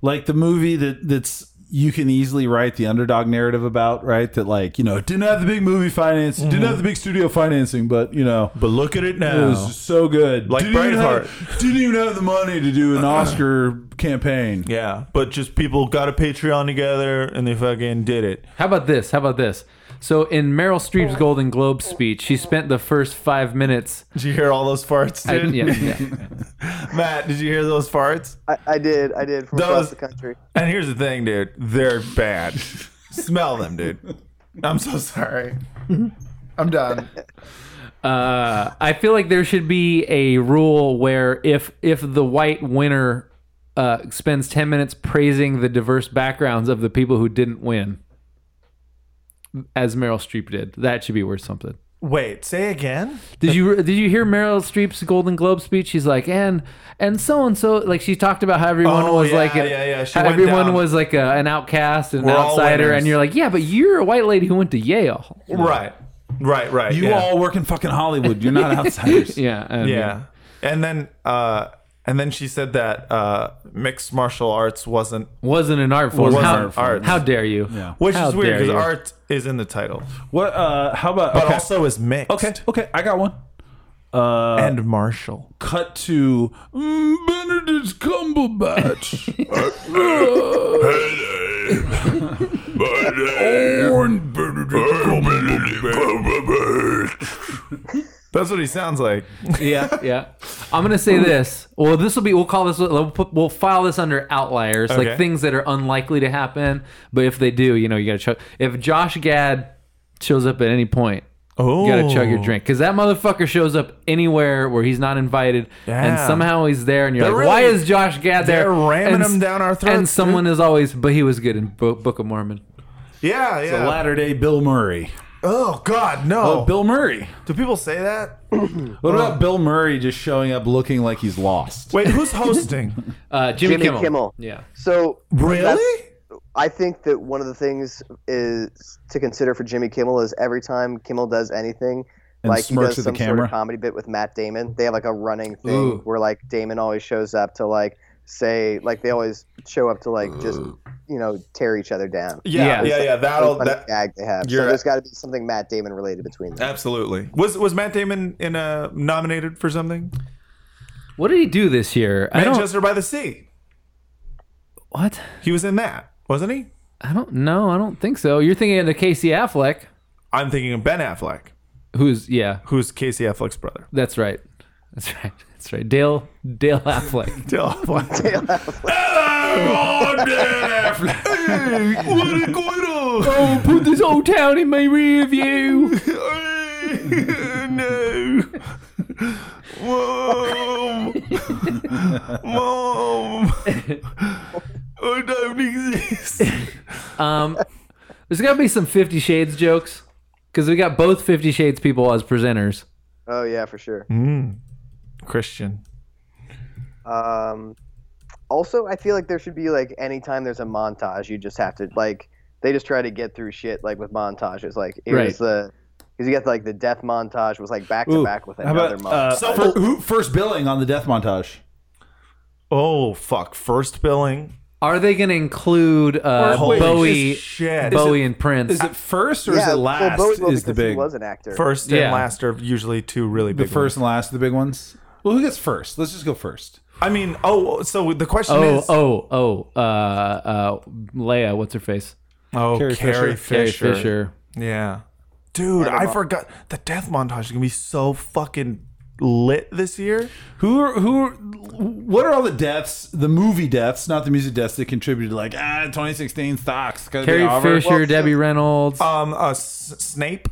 Like the movie that that's you can easily write the underdog narrative about, right? That like you know it didn't have the big movie finance,
Mm-hmm.
didn't have the big studio financing, but you know
but look at it
It
now.
was so good.
Like
even have-
Braveheart.
didn't even have the money to
[CLEARS THROAT]
do an Oscar campaign.
yeah, but just people got a Patreon together and they fucking did it.
How about this? How about this? So in Meryl Streep's Golden Globe speech, she spent the first five minutes.
Did you hear all those farts,
I-
dude?
yeah, yeah.
[LAUGHS] Matt, did you hear those farts?
I, I did, I did from
That
across
was-
the country.
And here's the thing, dude. They're bad. Smell them, dude. I'm so sorry. I'm done.
Uh, I feel like there should be a rule where if if the white winner uh, spends ten minutes praising the diverse backgrounds of the people who didn't win, as Meryl Streep did, that should be worth something.
Wait, say again?
Did you did you hear Meryl Streep's Golden Globe speech? She's like, and and so and so, like she talked about how everyone
Oh,
was
yeah,
like, a-
yeah, yeah. She
how
went
everyone
down.
was like a, an outcast and an
We're all
outsider,
winners.
and you're like, yeah, but you're a white lady who went to Yale.
Right. Right, right.
You
yeah.
all work in fucking Hollywood.
[LAUGHS]
You're [LAUGHS] not outsiders.
Yeah, and-
Yeah. And then uh and then she said that uh mixed martial arts wasn't
wasn't an art form.
Wasn't
how,
an art form.
how dare you?
Yeah.
which
How
is weird
dare
because
you.
art is in the title.
What? Uh, how about?
But
okay.
also is mixed.
okay, okay, I got one. Uh,
And martial.
cut to mm, Benedict [LAUGHS] Cumberbatch. Orange
That's what he sounds like.
yeah, yeah. I'm gonna say this. Well, this will be. We'll call this. We'll, put, we'll file this under outliers,
Okay.
like things that are unlikely to happen. But if they do, you know, you gotta chug. If Josh Gad shows up at any point,
Oh.
you gotta chug your drink because that motherfucker shows up anywhere where he's not invited, and
Yeah.
somehow he's there, and you're
They're
like, why
really-
is Josh Gad there?
they're ramming
and, s-
him down our throats,
And someone is always, but he was good in Bo- Book of Mormon.
Yeah,
The
yeah.
latter day Bill Murray.
Oh god, no.
Oh, Bill Murray.
Do people say that?
What about Bill Murray just showing up looking like he's lost?
Wait, who's [LAUGHS] hosting?
Uh, Jimmy,
Jimmy Kimmel.
Yeah.
So
really?
I think that one of the things is to consider for Jimmy Kimmel is every time Kimmel does anything,
And
like he
smirks
does
at the
some sort
camera.
of comedy bit with Matt Damon, they have like a running thing
Ooh.
where like Damon always shows up to like say like they always show up to like just you know tear each other down.
Yeah.
Yeah, yeah, yeah. that'll
Funny
that,
gag they have. So
you're-
there's got to be something Matt Damon related between them.
absolutely. Was was Matt Damon in a nominated for something?
What did he do this year? I don't.
Manchester by the Sea.
What?
He was in that, wasn't he?
I don't know. I don't think so. You're thinking of the Casey Affleck,
I'm thinking of Ben Affleck,
who's yeah,
who's Casey Affleck's brother.
that's right, that's right, [LAUGHS] that's right. Dale Dale Affleck. [LAUGHS]
Dale Affleck. Hello, Dale Affleck. Hey, what is going on?
oh, put this old town in my rear view.
Hey, no. Mom. Mom. I don't exist.
Um, there's got to be some Fifty Shades jokes because we got both Fifty Shades people as presenters.
Oh yeah, for sure.
[LAUGHS]
Mm.
Christian.
Um, also, I feel like there should be like anytime there's a montage, you just have to like they just try to get through shit like with montages. Like it
Right.
was the because you got like the death montage was like back to
Ooh,
back with
How
another
about
montage.
uh, fir- who, first billing on the death montage?
Oh fuck! First billing.
Are they going to include uh,
Holy
Bowie,
shit.
Bowie and Prince?
Is it first or is it
well,
last?
Bowie will
is the
because he
big
was an actor.
First
Yeah.
and last are usually two really
the
big.
first and last, the big ones. Well, who gets first? Let's just go first.
ones. I mean, oh, so the question
oh
is,
oh oh uh, uh, Leia, what's her face?
oh,
Carrie
Carrie,
Fisher.
Fisher.
Carrie Fisher.
Yeah, dude, I, forgot the death montage is gonna be so fucking lit this year.
Who are who? Are, what are all the deaths? The movie deaths, not the music deaths that contributed. Like ah, 2016 stocks. gotta be
Carrie
over.
Fisher, Debbie Reynolds.
Um, uh, S- Snape,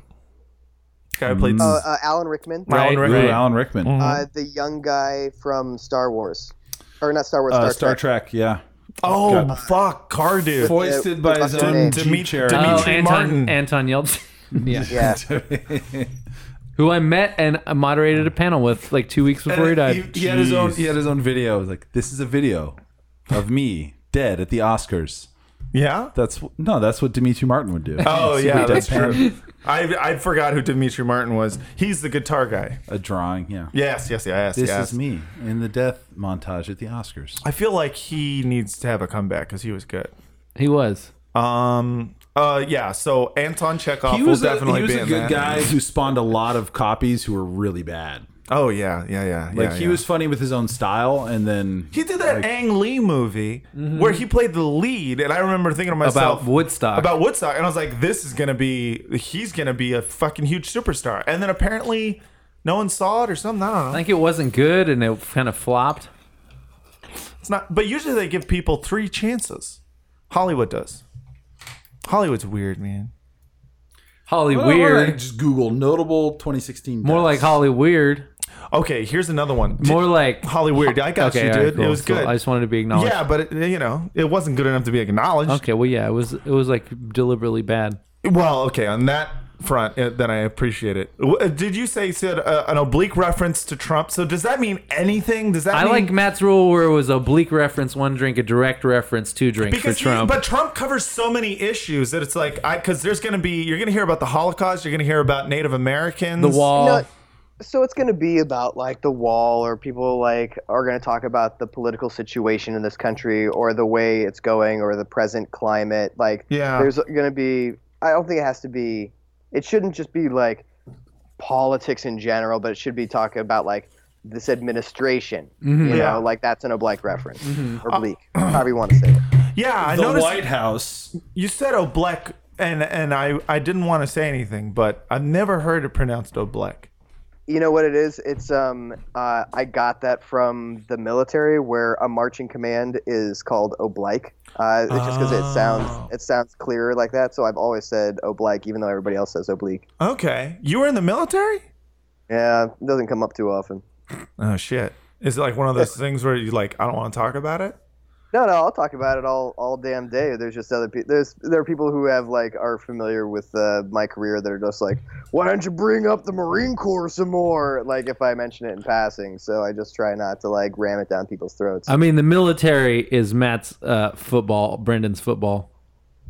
guy who played
Uh,
S-
uh, Alan Rickman,
Alan
right,
Ooh,
Rickman.
Alan Rickman.
uh, the young guy from Star Wars, or not Star Wars,
Uh,
Star,
Star
Trek.
Trek. Yeah.
Oh fuck, car dude.
Foisted
Yeah,
by his
what's her
own
name?
Jeep
Demi-
chair.
Demi-
oh,
Dimitri
Anton
Martin.
Anton Yelchin. yeah.
Yeah,
who I met and moderated a panel with like two weeks
Uh,
before he died.
he, he had his own. He had his own video. Like this is a video of me dead at the Oscars.
Yeah.
That's no. That's what Dimitri Martin would do.
Oh yeah, that's
Pan-
true. I I forgot who Dimitri Martin was. He's the guitar guy.
A drawing. Yeah.
Yes, yes, yes.
This
yes.
is me in the death montage at the Oscars.
I feel like he needs to have a comeback because he was good.
He was.
Um. Uh. Yeah. So Anton Chekhov
He was,
will
a,
definitely
he was
be
a
in
good
that.
guy who spawned a lot of copies who were really bad.
Oh yeah. Yeah. Yeah.
Like
yeah,
he
yeah.
was funny with his own style, and then
He did that Ang Lee movie where he played the lead, and I remember thinking to myself
About Woodstock.
About Woodstock, and I was like, "This is gonna be, he's gonna be a fucking huge superstar." And then apparently, no one saw it or something. I don't
I
know.
think it wasn't good and it kind of flopped.
It's not. But usually they give people three chances. Hollywood does. Hollywood's weird, man.
Holly
Well,
Weird.
alright, Just Google notable 2016.
More like Holly Weird.
Okay, here's another one. Did-
More like.
Holly Weird. I got
Okay,
you,
all right,
dude. It
cool.
was
Cool.
good.
I just wanted to be acknowledged.
yeah, but it, you know, it wasn't good enough to be acknowledged.
Okay, well, yeah, it was it was like deliberately bad.
Well, okay, on that front, uh, then I appreciate it. W- uh, Did you say said uh, an oblique reference to Trump? So does that mean anything? Does that
I
mean,
like Matt's rule where it was oblique reference one drink, a direct reference two drinks for
because he-
Trump.
but Trump covers so many issues that it's like I because there's gonna be you're gonna hear about the Holocaust, you're gonna hear about Native Americans,
the wall.
Uh,
No, so it's going to be about like the wall or people like are going to talk about the political situation in this country or the way it's going or the present climate like
Yeah.
there's going to be i don't think it has to be it shouldn't just be like politics in general but it should be talking about like this administration you know
Mm-hmm. Yeah. Mm-hmm. Uh,
like that's an oblique reference or bleak however you want to say it
Yeah, I
the
noticed
White House.
you said oblique, and and I I didn't want to say anything, but I've never heard it pronounced oblique.
you know what it is it's um uh, i got that from the military where a marching command is called oblique uh, it's just because it sounds it sounds clearer like that so i've always said oblique even though everybody else says oblique
Okay, you were in the military.
yeah it doesn't come up too often
Oh shit! Is it like one of those things where you like I don't want to talk about it?
no no i'll talk about it all all damn day there's just other people there's there are people who have like are familiar with uh, my career that are just like why don't you bring up the marine corps some more like if i mention it in passing so i just try not to like ram it down people's throats
I mean, the military is Matt's uh, football, Brendan's football.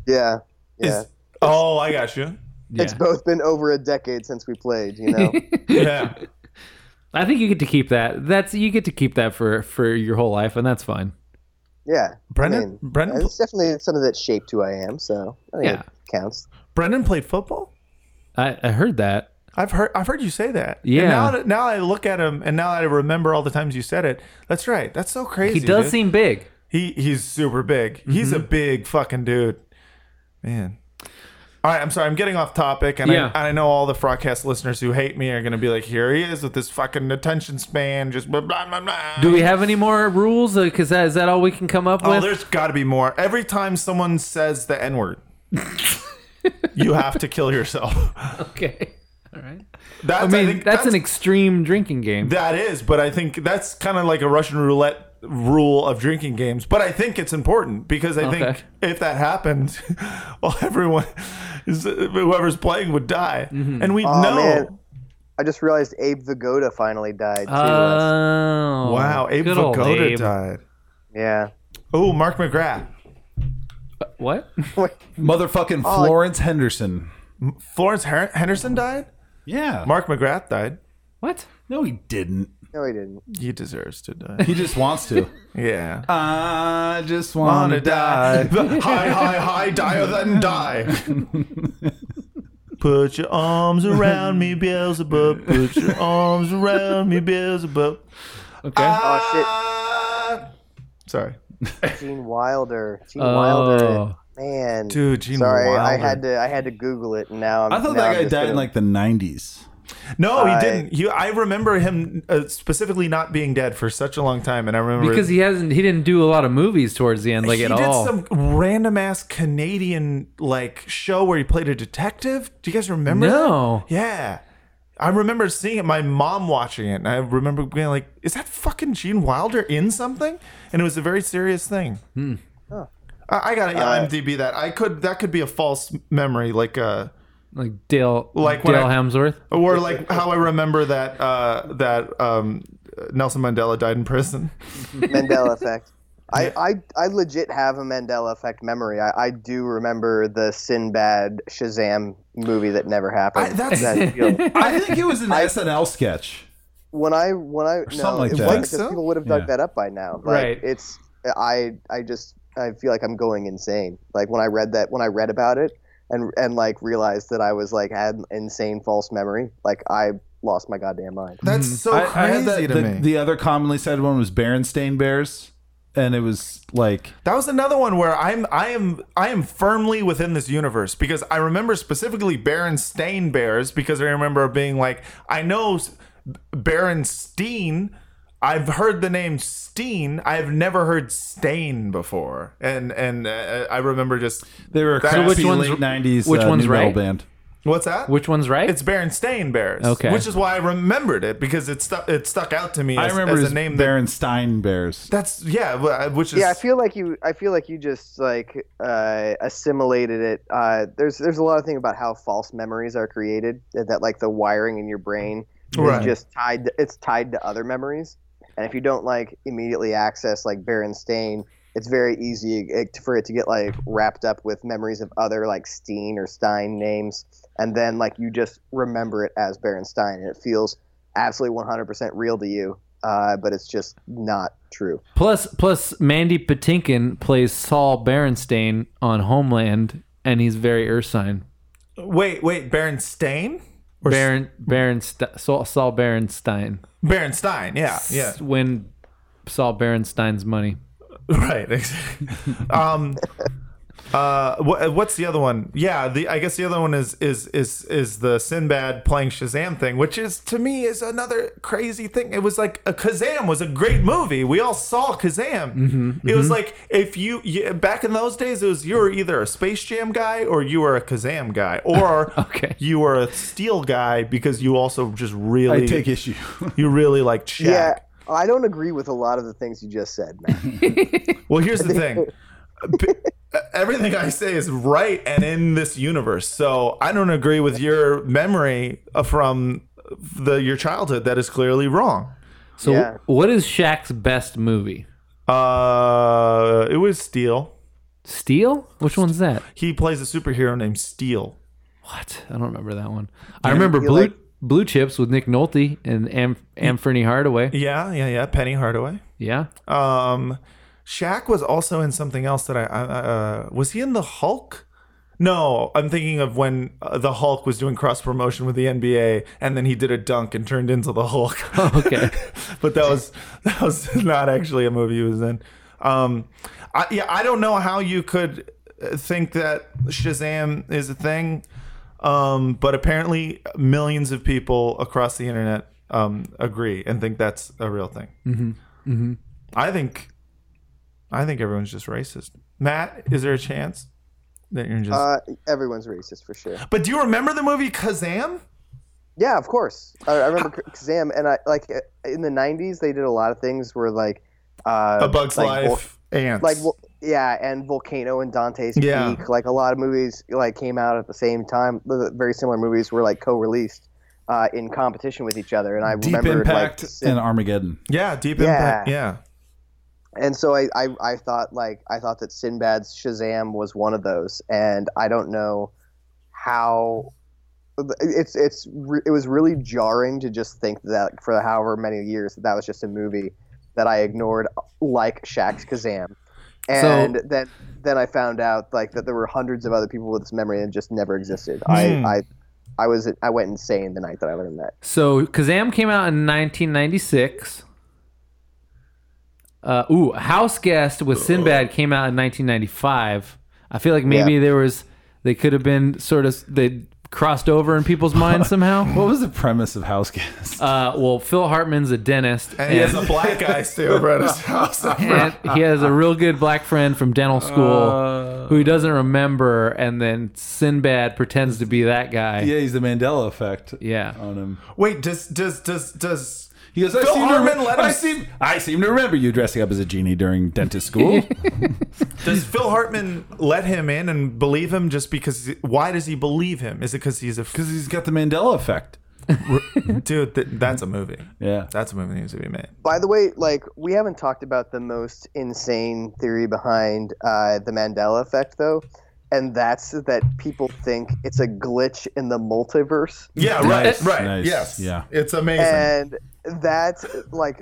yeah yeah
Is- oh, I got you.
Yeah.
[LAUGHS]
It's both been over a decade since we played, you know.
Yeah.
I think you get to keep that. That's you get to keep that for for your whole life, and that's fine.
Yeah.
Brendan-
I mean,
Brendan-
It's definitely something that shaped who I am, so I think
Yeah.
it counts.
Brendan played football.
I, I heard that.
I've heard I've heard you say that. And
Yeah.
now, that- now I look at him and now I remember all the times you said it. That's right. That's so crazy.
He does
dude.
seem Mm-hmm. big.
He he's super big. He's a big fucking dude. Man. All right, I'm sorry. I'm getting off topic, and,
Yeah.
I, and I know all the broadcast listeners who hate me are going to be like, "Here he is with this fucking attention span, just blah blah blah." blah.
Do we have any more rules? Because that, is that all we can come up
oh,
with?
there's got to be more. Every time someone says the N word, you have to kill yourself.
[LAUGHS] Okay. All right.
That's,
I mean,
think,
that's, an extreme drinking game.
That is, but I think that's kind of like a Russian roulette rule of drinking games. But I think it's important because I
Okay.
think if that happens, [LAUGHS] well, everyone, is, whoever's playing would die,
Mm-hmm.
and we
Oh,
know.
man. I just realized Abe Vigoda finally died, too.
Uh,
That's-
Oh.
Wow, Abe
good old
Vigoda
Abe.
died.
yeah.
Oh, Mark McGrath, [LAUGHS]
What?
Motherfucking Florence Henderson.
Florence Her- Henderson died.
Yeah.
Mark McGrath died.
What?
no, he didn't.
No, he didn't.
He deserves to
[LAUGHS]
die.
He just wants to.
yeah.
I just want to die.
[LAUGHS] high, high, high, die or then die. [LAUGHS] Put your arms around me, Beelzebub. Put your arms around me, Beelzebub.
Okay.
Uh,
Uh,
Oh,
Ah. Sorry.
shit. Gene Wilder. Gene
Oh.
Wilder. Man.
Dude, Gene
Sorry, I
Wilder.
had to I had to Google it, and now I'm
I thought
now
that
I'm
guy
just
died
gonna-
in like the 90s.
No, he
I-
didn't. You, I remember him uh, specifically not being dead for such a long time, and I remember
Because he hasn't. He didn't do a lot of movies towards the end, like
he
at
did
all.
some random ass Canadian like show where he played a detective. Do you guys remember? [LAUGHS]
No.
that? Yeah. I remember seeing it, my mom watching it, and I remember being like, is that fucking Gene Wilder in something? And it was a very serious thing.
Hmm.
I, I gotta IMDB that. I could that could be a false memory, like uh
like Dale. Like
Like when
Dale
I-
Hemsworth.
or like how I remember that uh that um Nelson Mandela died in prison.
[LAUGHS]
[LAUGHS]
Mandela effect. I, I, I legit have a Mandela effect memory. I, I do remember the Sinbad Shazam movie that never happened.
I- that's-
[LAUGHS]
That, you know,
I think it was an SNL sketch.
when I when I no,
something like
it
that.
wasn't,
Think
because
so?
people would have dug
Yeah.
that up by now. Like,
Right.
It's I I just I feel like I'm going insane. Like when I read that when I read about it and and like realized that I was like had an insane false memory. Like I lost my goddamn mind.
That's so
Hmm. I, I had
crazy
that,
to
the,
me.
the other commonly said one was Berenstain Bears, and it was like
That was another one where I'm I am I am firmly within this universe because I remember specifically Berenstain Bears because I remember being like I know S- Berenstein I've heard the name Steen I've never heard Stain before and and uh, I remember just
they were a
That- So
crappy
which one's-
late '90s
which
uh,
one's
new metal
right?
band.
what's that
Which one's right?
it's Berenstain Bears
Okay.
which is why I remembered it because it stuck it stuck out to me
I
as,
remember
as
his
a
name
name that
Berenstein Bears.
that's yeah wh- which is
Yeah, I feel like you. I feel like you just like uh, assimilated it. Uh, there's there's a lot of thing about how false memories are created. That, that, like the wiring in your brain is
Right.
just tied. To, it's tied to other memories, and if you don't like immediately access like Berenstain, it's very easy it, for it to get like wrapped up with memories of other like Steen or Stein names, and then like you just remember it as Berenstein, and it feels absolutely 100% real to you. Uh, but it's just not true.
Plus, plus Mandy Patinkin plays Saul Berenstain on Homeland, and he's very Ursine.
wait wait Berenstain or
Baron Berenst- Saul, Saul Berenstein.
Berenstein yeah yeah
When Saul Berenstein's money.
Right. exactly. um, [LAUGHS] uh, wha- what's the other one? Yeah, the I guess the other one is is is is the Sinbad playing Shazam thing, which is to me is another crazy thing. It was like a Kazam was a great movie. We all saw Kazam.
Mm-hmm,
It was like if you, you back in those days, it was you were either a Space Jam guy or you were a Kazam
[LAUGHS]
guy, or
Okay.
you were a Steel guy because you also just really
I take
[LAUGHS]
issue.
you really like Shaq.
Yeah, I don't agree with a lot of the things you just said, man.
[LAUGHS]
Well, here's the thing. B- Everything I say is right and in this universe. So I don't agree with your memory uh, from the your childhood that is clearly wrong.
So,
Yeah.
what is Shaq's best movie?
Uh, it was Steel.
Steel? Which one's that?
He plays a superhero named Steel.
What? I don't remember that one. I remember
you
Blue
like-
Blue Chips with Nick Nolte and Am- Amphernee Hardaway.
Yeah, yeah, yeah. Penny Hardaway.
Yeah.
Um, Shaq was also in something else that I, I uh, was he in the Hulk? No, I'm thinking of when uh, the Hulk was doing cross promotion with the NBA, and then he did a dunk and turned into the Hulk. [LAUGHS]
[LAUGHS] Okay.
but that was that was [LAUGHS] not actually a movie he was in. Um, I, yeah, I don't know how you could uh, think that Shazam is a thing, um, but apparently millions of people across the internet um, agree and think that's a real thing. Mm-hmm. Mm-hmm. I think, I think everyone's just racist. Matt, is there a chance that you're just?
Uh, everyone's racist for sure.
but do you remember the movie Kazam?
Yeah, of course. I, I remember Kazam, and I like uh, in the '90s they did a lot of things where like uh,
A Bug's
like, vol-
Life, ants.
like vol- yeah, and Volcano and Dante's
Yeah.
Peak. Like a lot of movies like came out at the same time. The- the Very similar movies were like co-released uh, in competition with each other, and
[LAUGHS]
I
Deep
remembered
Impact
like
and Armageddon.
yeah, Deep
Yeah.
Impact. Yeah.
and so I, I I thought like I thought that Sinbad's Shazam was one of those, and I don't know how it's it's re- it was really jarring to just think that for however many years that that was just a movie that I ignored like Shaq's Kazam, and then then I found out like that there were hundreds of other people with this memory and it just never existed.
Hmm.
I I I was I went insane the night that I learned that.
So Kazam came out in 1996. Uh, ooh, House Guest with Sinbad came out in 1995. I feel like maybe
Yeah.
there was they could have been sort of they crossed over in people's minds somehow.
[LAUGHS] What was the premise of House Guest?
Uh, well, Phil Hartman's a dentist,
Uh,
And he has a black guy stay over at
[LAUGHS]
his house.
and he has a real good black friend from dental school who
Uh.
he doesn't remember, and then Sinbad pretends to be that guy.
[LAUGHS] yeah, he's the Mandela effect
Yeah.
on him.
Wait, does does does does
He goes, I
Phil
seem,
Hartman
to,
let
rem- I,
him-
seem, I seem to remember you dressing up as a genie during dentist
[LAUGHS]
school.
does Phil Hartman let him in and believe him just because? Why does he believe him? Is it because he's a
Because he's got the Mandela effect. [LAUGHS]
dude? Th- that's a movie.
Yeah.
That's a movie that needs to be made.
By the way, like we haven't talked about the most insane theory behind uh, the Mandela effect, though, and that's that people think it's a glitch in the multiverse,
Yeah,
Nice,
right, right.
nice,
Yes,
yeah.
it's amazing.
and that like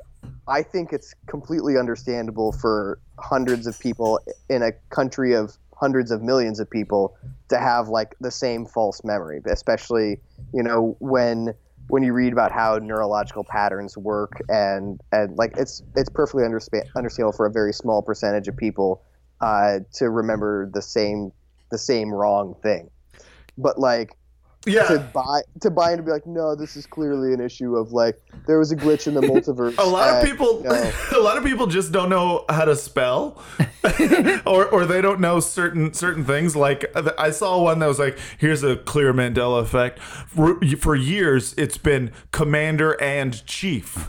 I think it's completely understandable for hundreds of people in a country of hundreds of millions of people to have like the same false memory, especially you know when when you read about how neurological patterns work and and like it's it's perfectly underspa- understandable for a very small percentage of people uh, to remember the same the same wrong thing, but like to
yeah,
buy to buy and be like, no, this is clearly an issue of like there was a glitch in the
[LAUGHS]
multiverse.
a lot of
and,
people,
you
[LAUGHS]
know,
a lot of people just don't know how to spell, [LAUGHS] or or they don't know certain certain things. Like I saw one that was like, "Here's a clear Mandela effect." For, for years, it's been commander and
[LAUGHS]
chief,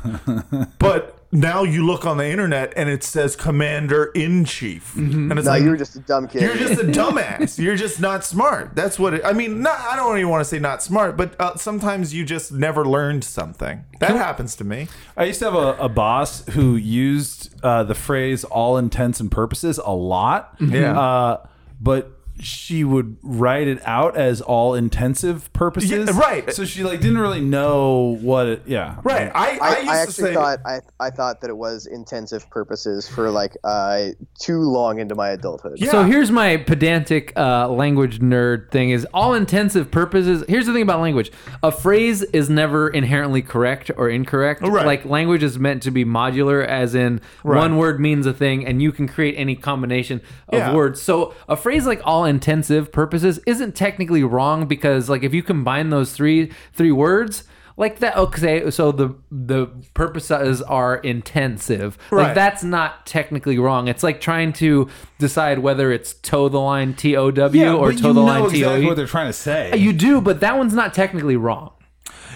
but now you look on the internet and it says commander in chief, and it's
Mm-hmm. no,
like
you were just a dumb kid.
You're just a
[LAUGHS]
dumbass. You're just not smart. That's what it, I mean. Not, I don't even want to say not smart, but uh, sometimes you just never learned something. That happens to me.
I used to have a, a boss who used uh, the phrase all intents and purposes a lot.
Yeah.
Uh, but she would write it out as all intensive purposes.
Yeah, right.
So she like didn't really know what it, yeah.
Right. I, I,
I,
used
I
to
actually
say.
thought I, I thought that it was intensive purposes for like uh, too long into my adulthood.
yeah.
So here's my pedantic uh, language nerd thing: is all intensive purposes. Here's the thing about language: a phrase is never inherently correct or incorrect.
Right.
Like language is meant to be modular, as in one word means a thing, and you can create any combination of
Yeah.
words. So a phrase like all intensive purposes isn't technically wrong because, like, if you combine those three three words. Like that, okay. So the the purposes are intensive. Like
Right.
that's not technically wrong. It's like trying to decide whether it's toe the line T O W or
but
toe the
you know
line T O
exactly what
E.
they're trying to say.
You do, but that one's not technically wrong.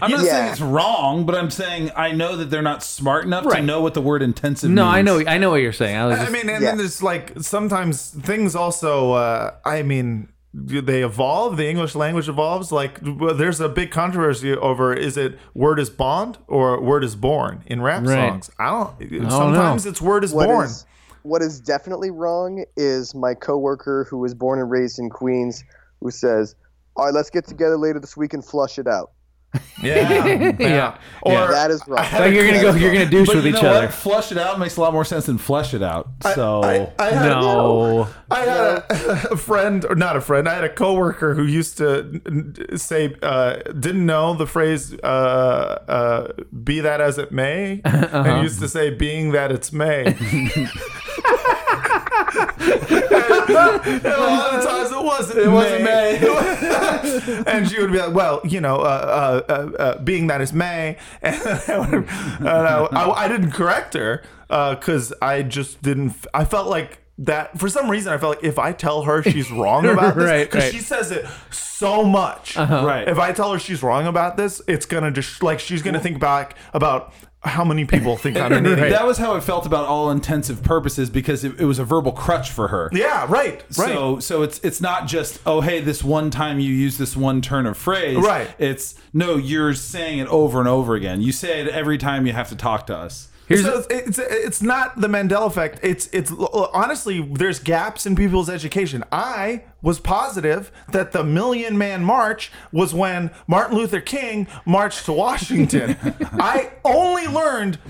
I'm not
Yeah.
saying it's wrong, but I'm saying I know that they're not smart enough to
Right.
know what the word intensive means.
No, I know, I know what you're saying. I was
I
just,
mean, and
Yeah.
then there's like sometimes things also. Uh, I mean, they evolve. The English language evolves. Like well, there's a big controversy over is it word is bond or word is born in rap
Right.
songs. I don't. sometimes it's word is
What
born.
is- what is definitely wrong is my coworker who was born and raised in Queens, who says, "All right, let's get together later this week and flush it out."
[LAUGHS]
Yeah.
Yeah.
Or
That is wrong.
Like you're gonna go, you're gonna douche
But
with
you
each
know
other.
[LAUGHS] What? Flush it out makes a lot more sense than flesh it out. So
I, I had,
No,
I had [LAUGHS] a, a friend, or not a friend, I had a coworker who used to n- n- say, uh, didn't know the phrase, uh, uh, be that as it may, and used to say, being that it's May. [LAUGHS] and, and a lot of times it wasn't It
wasn't
[LAUGHS] and she would be like, well, you know, uh, uh, uh, uh, being that it's May. [LAUGHS] And, I, would- and I, I- I didn't correct her because I just didn't, f- I felt like that, for some reason, I felt like if I tell her she's
[LAUGHS]
wrong about this,
Right,
because
right. Uh-huh.
she says it so much.
Right.
If I tell her she's wrong about this, it's going to just, like, she's going to think back about how many people
[LAUGHS]
think I'm an
And
idiot.
That was how it felt about all intensive purposes because it, it was a verbal crutch for her.
Yeah, right, right.
So so it's it's not just oh hey this one time you use this one turn of phrase
Right.
it's no you're saying it over and over again you say it every time you have to talk to us
here's
so it's, it's it's not the Mandela effect. It's it's honestly there's gaps in people's education. I was positive that the Million Man March was when Martin Luther King marched
[LAUGHS]
to Washington. I only learned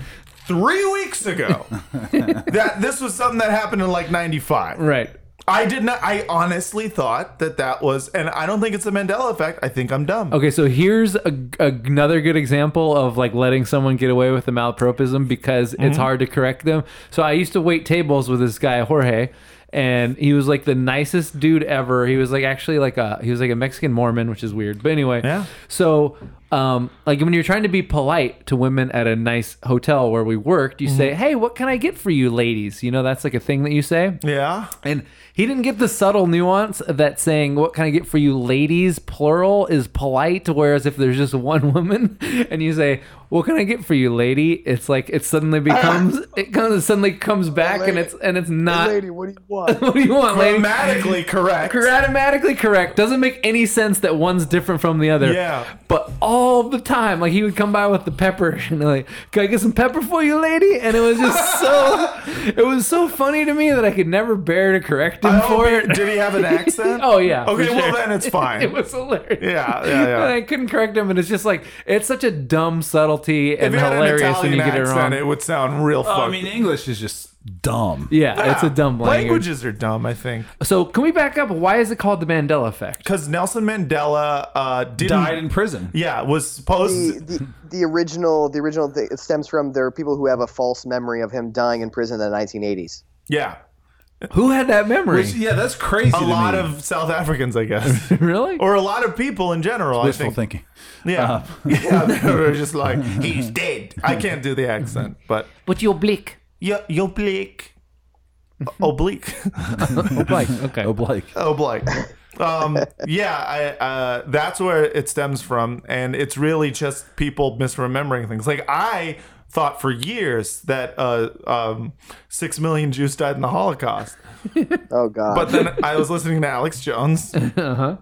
three weeks
[LAUGHS]
ago that this was something that happened in like '95.
right.
I did not. I honestly thought that that was, and I don't think it's the Mandela effect. I think I'm dumb.
Okay, so here's a, a- another good example of like letting someone get away with the malpropism because it's
Mm-hmm.
hard to correct them. So I used to wait tables with this guy Jorge, and he was like the nicest dude ever. He was like actually like a he was like a Mexican Mormon, which is weird. But anyway,
Yeah.
So, um, like when you're trying to be polite to women at a nice hotel where we worked,
Mm-hmm.
you say, "Hey, what can I get for you, ladies?" You know, that's like a thing that you say.
Yeah.
And he didn't get the subtle nuance that saying "What can I get for you, ladies?" plural is polite, whereas if there's just one [LAUGHS] woman and you say "What can I get for you, lady?" it's like it suddenly becomes it comes it suddenly comes back and
lady.
it's and it's not
Lady, what do you
[LAUGHS]
want?
what do you want, lady?
Grammatically correct.
Grammatically correct doesn't make any sense that one's different from the other.
Yeah.
But all the time, like he would come by with the pepper [LAUGHS] and like, "Can I get some pepper for you, lady?" And it was just so, it was so funny to me that I could never bear to correct
[LAUGHS]
him
I
for
hope he-
it.
Did
[LAUGHS]
he have an accent?
Oh yeah. for
Okay, well
sure.
then it's fine.
[LAUGHS] It was hilarious.
Yeah, yeah, yeah.
And I couldn't correct him, and it's just like it's such a dumb subtlety and
if you had an
hilarious
Italian
when you get it
accent,
wrong.
it would sound real
Oh, I
fucked.
mean English is just dumb
yeah, it's a dumb language.
Languages are dumb, I think,
So can we back up? Why is it called the Mandela effect?
because Nelson Mandela uh, didn't.
died in prison
yeah, was supposed. [LAUGHS]
The, the, the original, the original thing, it stems from there are people who have a false memory of him dying in prison in the 1980s.
yeah,
Who had that memory?
Which- yeah that's crazy
a
to
lot
me.
of South Africans, I
[LAUGHS]
guess,
really?
or a lot of people in general. I
wishful
think.
thinking Uh-huh.
Yeah, [LAUGHS] yeah,
[LAUGHS]
they were just like he's dead. I can't do the
Mm-hmm.
accent, but
but you're bleak.
yo, yo, Blake, oblique. [LAUGHS]
Oblique. Okay.
oh Blake
Oh, Blake.
[LAUGHS]
Um, yeah, I, uh, that's where it stems from, and it's really just people misremembering things. Like I thought for years that uh, um, six million Jews died in the Holocaust,
Oh God.
[LAUGHS]
but then I was listening to Alex Jones,
Uh-huh.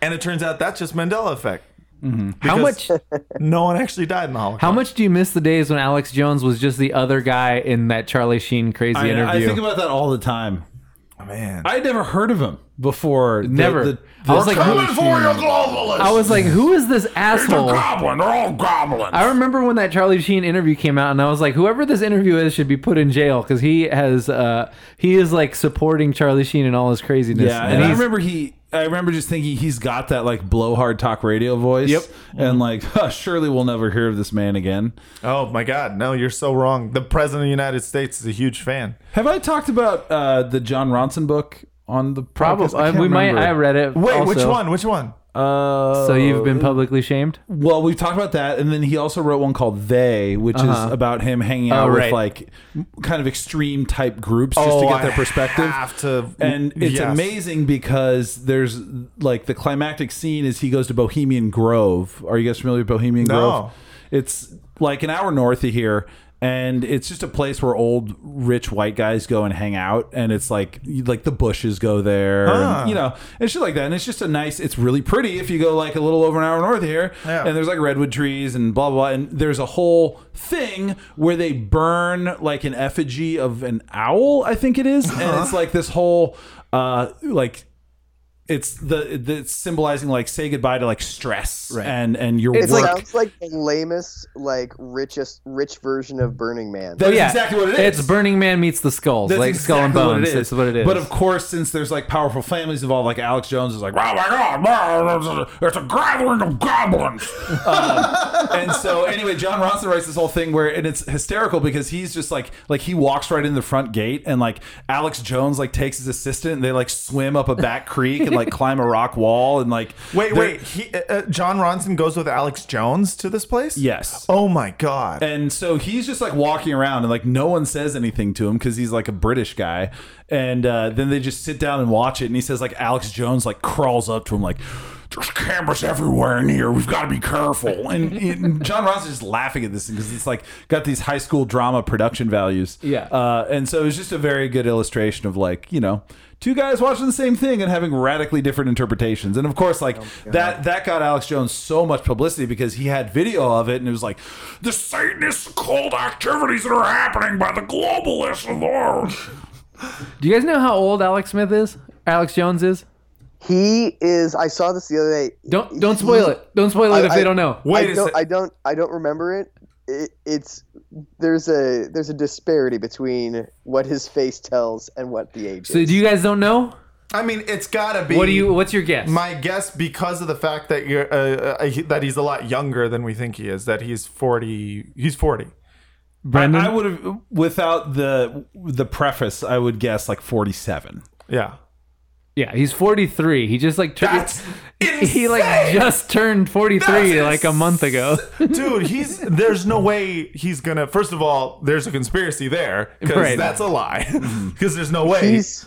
and it turns out that's just Mandela effect.
Mm-hmm. How much?
No one actually died in the Holocaust.
How much do you miss the days when Alex Jones was just the other guy in that Charlie Sheen crazy
I, I
interview?
think about that all the time
Man,
I had never heard of him before the-
Never.
the-
I was like,
Coming for you, globalists!
I was like, who is this asshole?
goblin. They're all goblins.
I remember when that Charlie Sheen interview came out, and I was like, whoever this interview is should be put in jail because he has, uh, he is like supporting Charlie Sheen in all his craziness.
Yeah,
and,
and I
he's-
remember he. I remember just thinking he's got that like blowhard talk radio voice.
Yep.
and like [LAUGHS] huh, surely we'll never hear of this man again.
oh my God, no, you're so wrong. The president of the United States is a huge fan.
Have I talked about uh, the John Ronson book on the
probably
podcast? I can't
we might. I
remember.
read it.
Wait, which
also.
one? Which one?
Uh,
So you've been publicly shamed.
well, we've talked about that, and then he also wrote one called "They," which is about him hanging
Uh-huh.
out
Oh, right. Oh,
with like kind of extreme type groups just to get
I
their perspective.
Have to,
and it's
Yes.
amazing because there's like the climactic scene is he goes to Bohemian Grove. Are you guys familiar with Bohemian Grove? It's like an hour north of here. And it's just a place where old rich white guys go and hang out, and it's like like the Bushes go there, and, you know, and shit like that. And it's just a nice. It's really pretty if you go like a little over an hour north of here,
Yeah.
and there's there's like redwood trees and blah, blah blah and there's a whole thing where they burn like an effigy of an owl i think it is. and it's like this whole uh like it's the, the it's symbolizing like say goodbye to like stress
Right.
and and your
It's
work.
like-
Sounds like the lamest, like richest, rich version of Burning Man.
That's
But yeah,
exactly what it is.
It's Burning Man meets the skulls,
That's
like Skull and
exactly what it
Bones.
is.
That's what it is.
But of course, since there's like powerful families involved, like Alex Jones is like, oh my god, wow, it's a gathering
[LAUGHS]
of goblins. Um, [LAUGHS] and so, anyway, John Ronson writes this whole thing where, and it's hysterical because he's just like, like he walks right in the front gate, and like Alex Jones like takes his assistant, and they like swim up a back creek and like [LAUGHS] climb a rock wall, and like
Wait,
they're-
wait. He, uh, uh, John Ronson goes with Alex Jones to this place?
Yes.
Oh my god.
And so he's just like walking around, and like no one says anything to him because he's like a British guy. And uh, then they just sit down and watch it. And he says like Alex Jones like crawls up to him like, "There's cameras everywhere in here. We've got to be careful." And, and John Ross is just laughing at this because it's like got these high school drama production values.
Yeah.
Uh, and so it's just a very good illustration of like you know. Two guys watching the same thing and having radically different interpretations, and of course, like
Oh,
that that got Alex Jones so much publicity because he had video of it, and it was like the Satanist cult activities that are happening by the globalists of ours.
Do you guys know how old Alex Smith is? Alex Jones is.
He is. I saw this the other day.
Don't don't spoil it. Don't spoil it
I-
if they
I-
don't know.
wait
I
a
don't,
sec-
I don't. I don't remember it. it. It's there's a there's a disparity between what his face tells and what the age
So
is.
do you guys don't know?
I mean, it's gotta be.
What do you? What's your guess?
My guess, because of the fact that you're uh, uh, he- that he's a lot younger than we think he is, that he's forty. He's forty.
Brendan.
I would have, without the the preface, I would guess like forty seven.
Yeah.
yeah, he's 43. He just like tur- [LAUGHS]
[LAUGHS]
he like just turned 43
That's
like a month ago.
Dude, he's there's no way he's gonna. First of all, there's a conspiracy there because
Right.
that's a [LAUGHS] lie. Because there's no way.
He's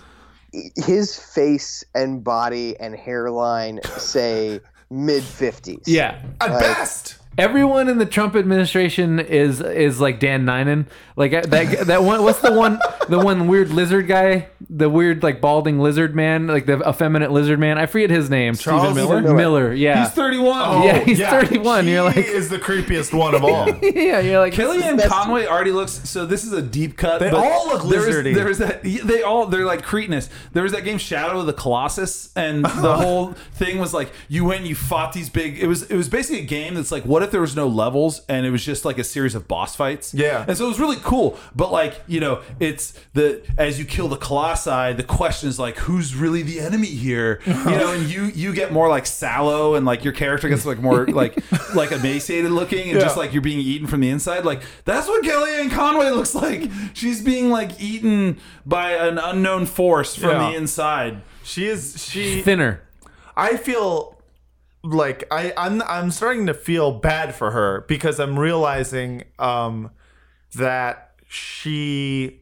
his face and body and hairline say mid fifties.
yeah.
at best.
Everyone in the Trump administration is is like Dan Ninen. Like that that one what's the one the one weird lizard guy? The weird like balding lizard man, like the effeminate lizard man. I forget his name.
Charles
Miller?
Miller, yeah.
He's thirty one.
Uh, oh, Yeah, he's 31.
He
You're like-
is the creepiest one
[LAUGHS]
of all.
[LAUGHS] yeah, you're like
Kellyanne
That's-
Conway already looks so. This is a deep cut. They
all look
there is-
lizardy.
There is that. They all they're like cretinous. There was that game Shadow of the Colossus, and the whole thing was like you went, and you fought these big. It was it was basically a game that's like what if there was no levels and it was just like a series of boss fights.
Yeah.
and so it was really cool. But like you know, it's the as you kill the colossi, the question is like who's really the enemy here? You know, and you you get more like sallow, and like your character gets like more
[LAUGHS]
like like emaciated looking, and just
Yeah.
like you're being eaten from the inside. Like that's what Kellyanne Conway looks like. She's being like eaten by an unknown force from
Yeah.
the inside.
She is. She.
thinner.
I feel like I I'm I'm starting to feel bad for her because I'm realizing um that she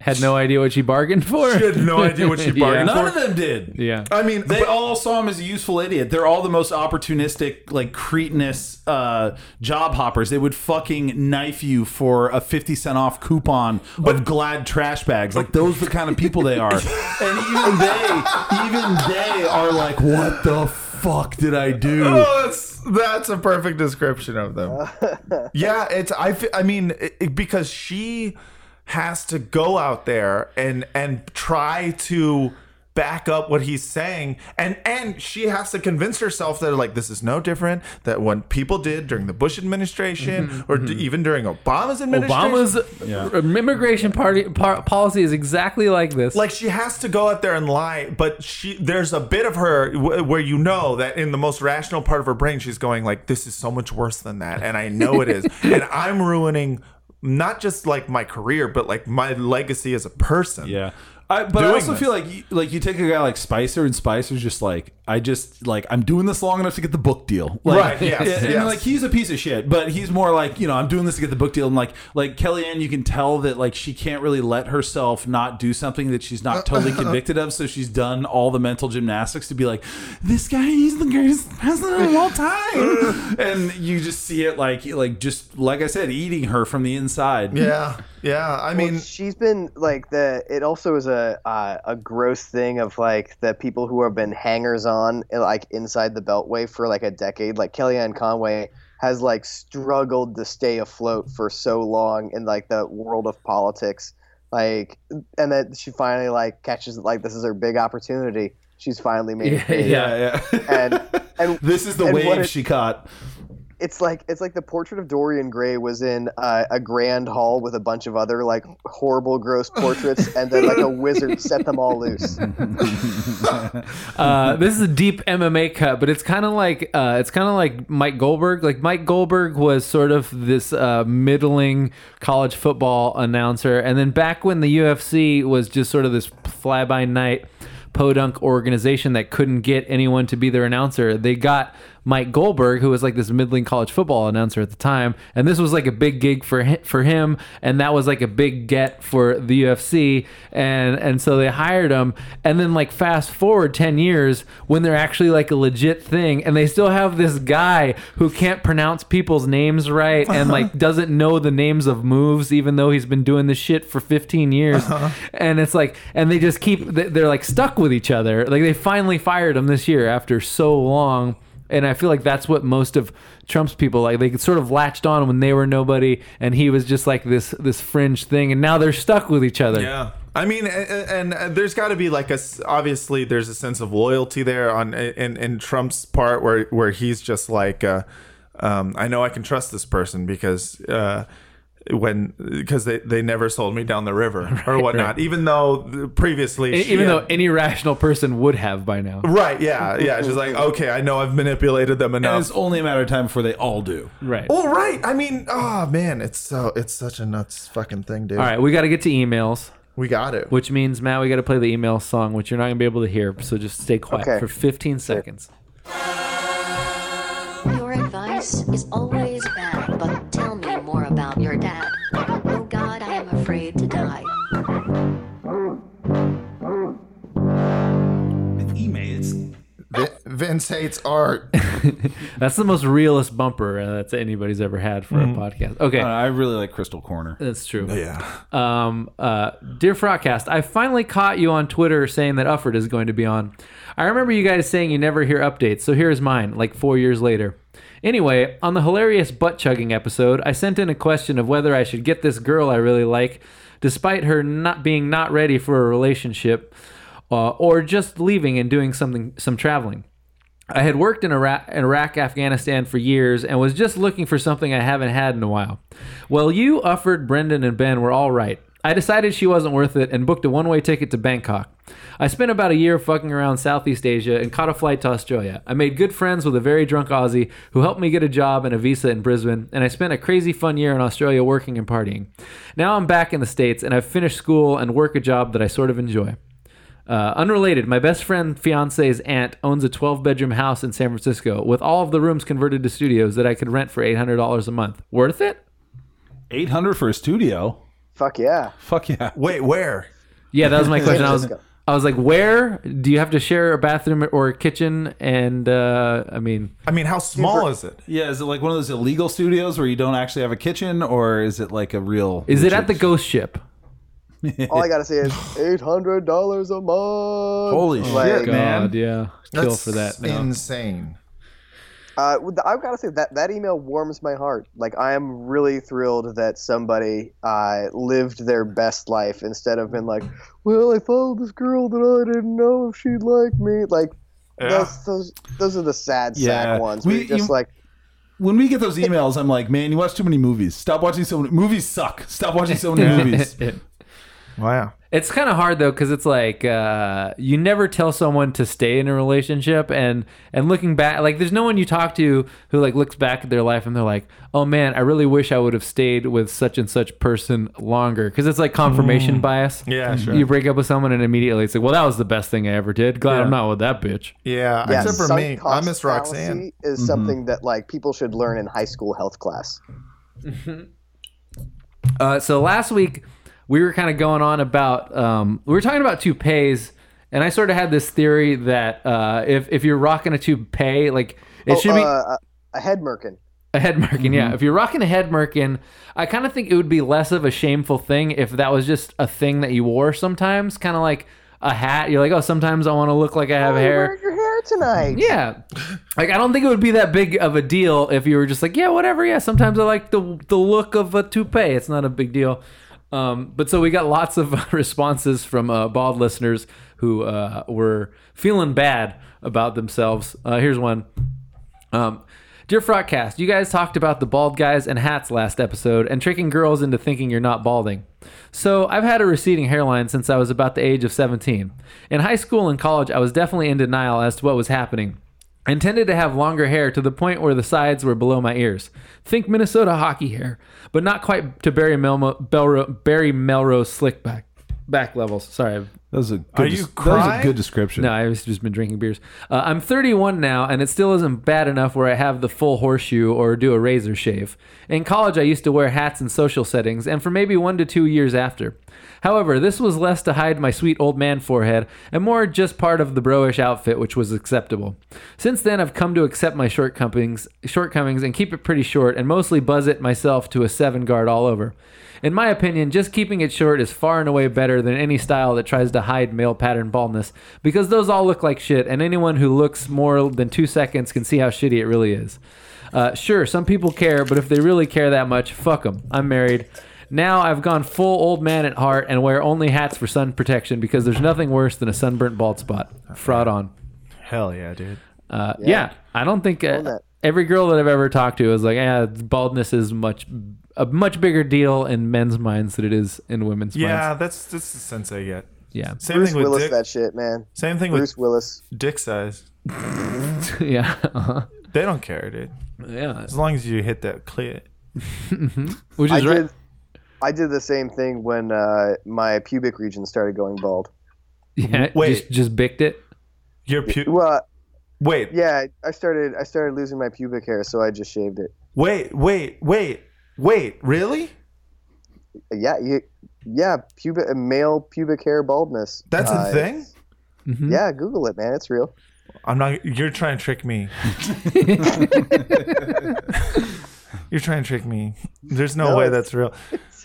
Had no idea what she bargained for.
she had no
[LAUGHS]
idea what she bargained
None
for.
of them did.
Yeah.
I mean,
They
but-
all saw him as a useful idiot. They're all the most opportunistic, like cretinous uh, job hoppers. They would fucking knife you for a fifty cent off coupon of Glad trash bags. Like those are the kind of people
[LAUGHS]
they are. and even they, even they are like, what the fuck did I do?
Oh, that's that's a perfect description of them. yeah, it's I fe- I mean it, it- because she has to go out there and and try to back up what he's saying and and she has to convince herself that like this is no different that what people did during the Bush administration or d- even during Obama's administration
Obama's immigration party par- policy is exactly like this.
like she has to go out there and lie but she there's a bit of her w- where you know that in the most rational part of her brain she's going like this is so much worse than that and i know it is and i'm ruining not just like my career but like my legacy as a person
Yeah. I, but I
Doing
also
this.
feel like you, like you take a guy like Spicer and Spicer's just like I just like I'm doing this long enough to get the book deal. Like,
Right,
[LAUGHS]
yes,
and- and,
yes.
like he's a piece of shit, but he's more like you know I'm doing this to get the book deal. And like like Kellyanne, you can tell that like she can't really let herself not do something that she's not
[LAUGHS]
totally convicted of. So she's done all the mental gymnastics to be like this guy. He's the greatest president of all time.
[LAUGHS]
and you just see it like like just like I said, eating her from the inside.
yeah yeah i mean
Well, she's been like the. It also is a uh, a gross thing of like the people who have been hangers on eh, like inside the Beltway for like a decade. Like Kellyanne Conway has like struggled to stay afloat for so long in like the world of politics. Like, and that she finally like catches like this is her big opportunity. she's finally made it big.
[LAUGHS] yeah, yeah.
And and
[LAUGHS] this is the
and
wave
what it-
she caught.
it's like it's like the portrait of Dorian Gray was in uh, a grand hall with a bunch of other like horrible, gross portraits, and then like a wizard set them all loose.
Uh, this is a deep MMA cut, but it's kind of like uh, it's kind of like Mike Goldberg. Like Mike Goldberg was sort of this uh, middling college football announcer, and then back when the UFC was just sort of this fly by night podunk organization that couldn't get anyone to be their announcer, they got Mike Goldberg, who was like this middling college football announcer at the time, and this was like a big gig for hi- for him, and that was like a big get for the UFC, and and so they hired him, and then like fast forward ten years when they're actually like a legit thing, and they still have this guy who can't pronounce people's names right and like doesn't know the names of moves, even though he's been doing this shit for fifteen years, and it's like, and they just keep they- they're like stuck with each other, like they finally fired him this year after so long. And I feel like that's what most of Trump's people like. They sort of latched on when they were nobody, and he was just like this this fringe thing, and now they're stuck with each other.
Yeah. I mean, a- a- and, and there's got to be like a s- obviously there's a sense of loyalty there on uh, in in Trump's part where where he's just like, uh, um, I know I can trust this person because uh, when because they they never sold me down the
[LAUGHS]
river or whatnot, even though previously
E-
she
Even
had-
though any rational person would have by now.
right, yeah, yeah, she's
[LAUGHS]
like, okay, I know I've manipulated them
And
enough.
it's only a matter of time before they all do.
Right. All
Well, right. I mean, oh man, it's so it's such a nuts fucking thing, dude.
right, we got to get to emails,
we got it.
which means Matt, we got to play the email song, which you're not gonna be able to hear. So just stay quiet
Okay.
for 15 seconds.
Your advice is always bad, but tell me more about your dad. Oh god, I am afraid to die.
Emails.
Vin- Vince hates
[LAUGHS]
art.
That's the most realist bumper uh, that's anybody's ever had for a podcast. Okay,
Uh, I really like Crystal Corner.
that's true.
yeah.
um, uh, dear Frogcast, I finally caught you on Twitter saying that Ufford is going to be on. I remember you guys saying you never hear updates, so here's mine, like four years later. Anyway, on the hilarious butt chugging episode, I sent in a question of whether I should get this girl I really like, despite her not being not ready for a relationship, uh, or just leaving and doing something some traveling. I had worked in Iraq, Iraq, Afghanistan for years and was just looking for something I haven't had in a while. Well, you, Ufford, Brendan, and Ben were all right. I decided she wasn't worth it and booked a one way ticket to Bangkok. I spent about a year fucking around Southeast Asia and caught a flight to Australia. I made good friends with a very drunk Aussie who helped me get a job and a visa in Brisbane, and I spent a crazy fun year in Australia working and partying. Now I'm back in the States and I've finished school and work a job that I sort of enjoy. Uh, unrelated, my best friend fiance's aunt owns a 12 bedroom house in San Francisco with all of the rooms converted to studios that I could rent for $800 a month. Worth it?
Eight hundred for a studio.
Fuck yeah!
Fuck yeah.
Wait, where?
Yeah, that was
[LAUGHS]
my question. I was,
Francisco.
I was like, where do you have to share a bathroom or a kitchen? And uh, I mean,
I mean, how small is it?
Yeah, is it like one of those illegal studios where you don't actually have a kitchen, or is it like a real?
is it at the ghost ship?
All I gotta say is eight hundred dollars a month.
Holy
Like,
shit, man!
God, yeah. Kill for that. now.
Insane.
Uh, with the- I've got to say that that email warms my heart. Like I am really thrilled that somebody uh, lived their best life instead of been like, "Well, I followed this girl that I didn't know if she'd like me." Like those, those those are the sad,
Yeah.
sad ones.
We-
We, just
you-
like
When we get those emails, I'm like, man, you watch too many movies. Stop watching so many movies. Suck. Stop watching so
[LAUGHS]
many movies.
Wow.
It's kind of hard though, because it's like uh, you never tell someone to stay in a relationship, and and looking back, like there's no one you talk to who like looks back at their life and they're like, oh man, I really wish I would have stayed with such and such person longer, because it's like
Mm.
confirmation bias.
Yeah, sure.
You break up with someone and immediately it's like, well, that was the best thing I ever did. Glad I'm not with that bitch.
Yeah,
yeah,
except for
sunk
me. I
cost
miss Roxanne.
fallacy
Mm-hmm.
Is something that like people should learn in high school health class.
Uh, so last week we were kind of going on about um, we were talking about toupees, and I sort of had this theory that uh, if if you're rocking a toupee, like it should
oh,
be.
uh, a head merkin.
A head merkin, yeah. If you're rocking a head merkin, I kind of think it would be less of a shameful thing if that was just a thing that you wore sometimes, kind of like a hat. You're like, oh, sometimes I want to look like I
Oh,
have hair.
Wearing your hair tonight.
Yeah, like I don't think it would be that big of a deal if you were just like, yeah, whatever. Yeah, sometimes I like the the look of a toupee. [LAUGHS] It's not a big deal. Um, but so we got lots of responses from uh, bald listeners who uh, were feeling bad about themselves. Uh, here's one. Um, Dear Frogcast, you guys talked about the bald guys and hats last episode and tricking girls into thinking you're not balding. So, I've had a receding hairline since I was about the age of 17. In high school and college, I was definitely in denial as to what was happening. I intended to have longer hair to the point where the sides were below my ears. Think Minnesota hockey hair, but not quite to Barry, Melmo, Belro, Barry Melrose slick back, back levels. Sorry, I've
That was a good,
you
des- that was a
crying?
good description.
no, I've just been drinking beers. Uh, I'm 31 now, and it still isn't bad enough where I have the full horseshoe or do a razor shave. In college, I used to wear hats in social settings, and for maybe one to two years after. However, this was less to hide my sweet old man forehead and more just part of the broish outfit, which was acceptable. Since then, I've come to accept my shortcomings, shortcomings and keep it pretty short, and mostly buzz it myself to a seven guard all over. In my opinion, just keeping it short is far and away better than any style that tries to hide male pattern baldness because those all look like shit, and anyone who looks more than two seconds can see how shitty it really is. Uh, sure, some people care, but if they really care that much, fuck them. I'm married. Now I've gone full old man at heart and wear only hats for sun protection because there's nothing worse than a sunburnt bald spot. Fraud on.
Hell yeah, dude.
Uh, yeah. I don't think uh,
that.
every girl that I've ever talked to is like, yeah, baldness is much a much bigger deal in men's minds than it is in women's
Yeah,
minds.
that's that's the sense I get.
Yeah, [LAUGHS]
Same
Bruce
thing with
Willis,
dick.
that shit, man.
Same thing
Bruce
with
Willis.
dick size.
yeah, uh-huh.
They don't care, dude.
yeah.
As long as you hit that clit.
Which
I
is right.
did. I did the same thing when uh, my pubic region started going bald.
Yeah,
Wait.
just just bicked it.
Your pu-
Well,
wait,
yeah, I started. I started losing my pubic hair, so I just shaved it.
wait, wait, wait, wait. Really?
Yeah, you, yeah, pubic uh, male pubic hair baldness.
That's
Uh,
a thing.
Yeah, Google it, man. It's real. [LAUGHS]
I'm not. You're trying to trick me. [LAUGHS] you're trying to trick me. There's no,
No,
way
it's-
that's real.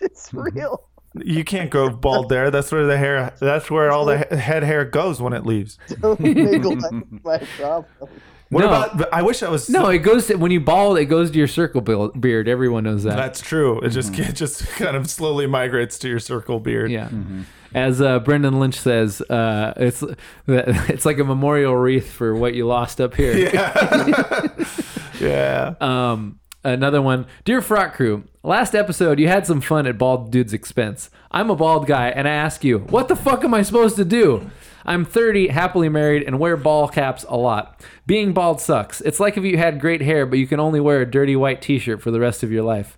It's
Mm-hmm.
real.
You can't grow bald there. That's where the hair. That's where all the he- head hair goes when it leaves.
Don't make
[LAUGHS]
light of my problem.
What
No.
about? but I wish I was.
No, it goes to, when you bald, it goes to your circle build, beard. Everyone knows that.
That's true. It just it just kind of slowly migrates to your circle beard.
yeah.
Mm-hmm.
As uh, Brendan Lynch says, uh, it's [LAUGHS] it's like a memorial wreath for what you lost up here.
Yeah.
Um, another one. Dear Frock Crew, last episode you had some fun at Bald Dude's expense. I'm a bald guy, and I ask you, what the fuck am I supposed to do? I'm 30, happily married, and wear ball caps a lot. Being bald sucks. It's like if you had great hair, but you can only wear a dirty white t shirt for the rest of your life.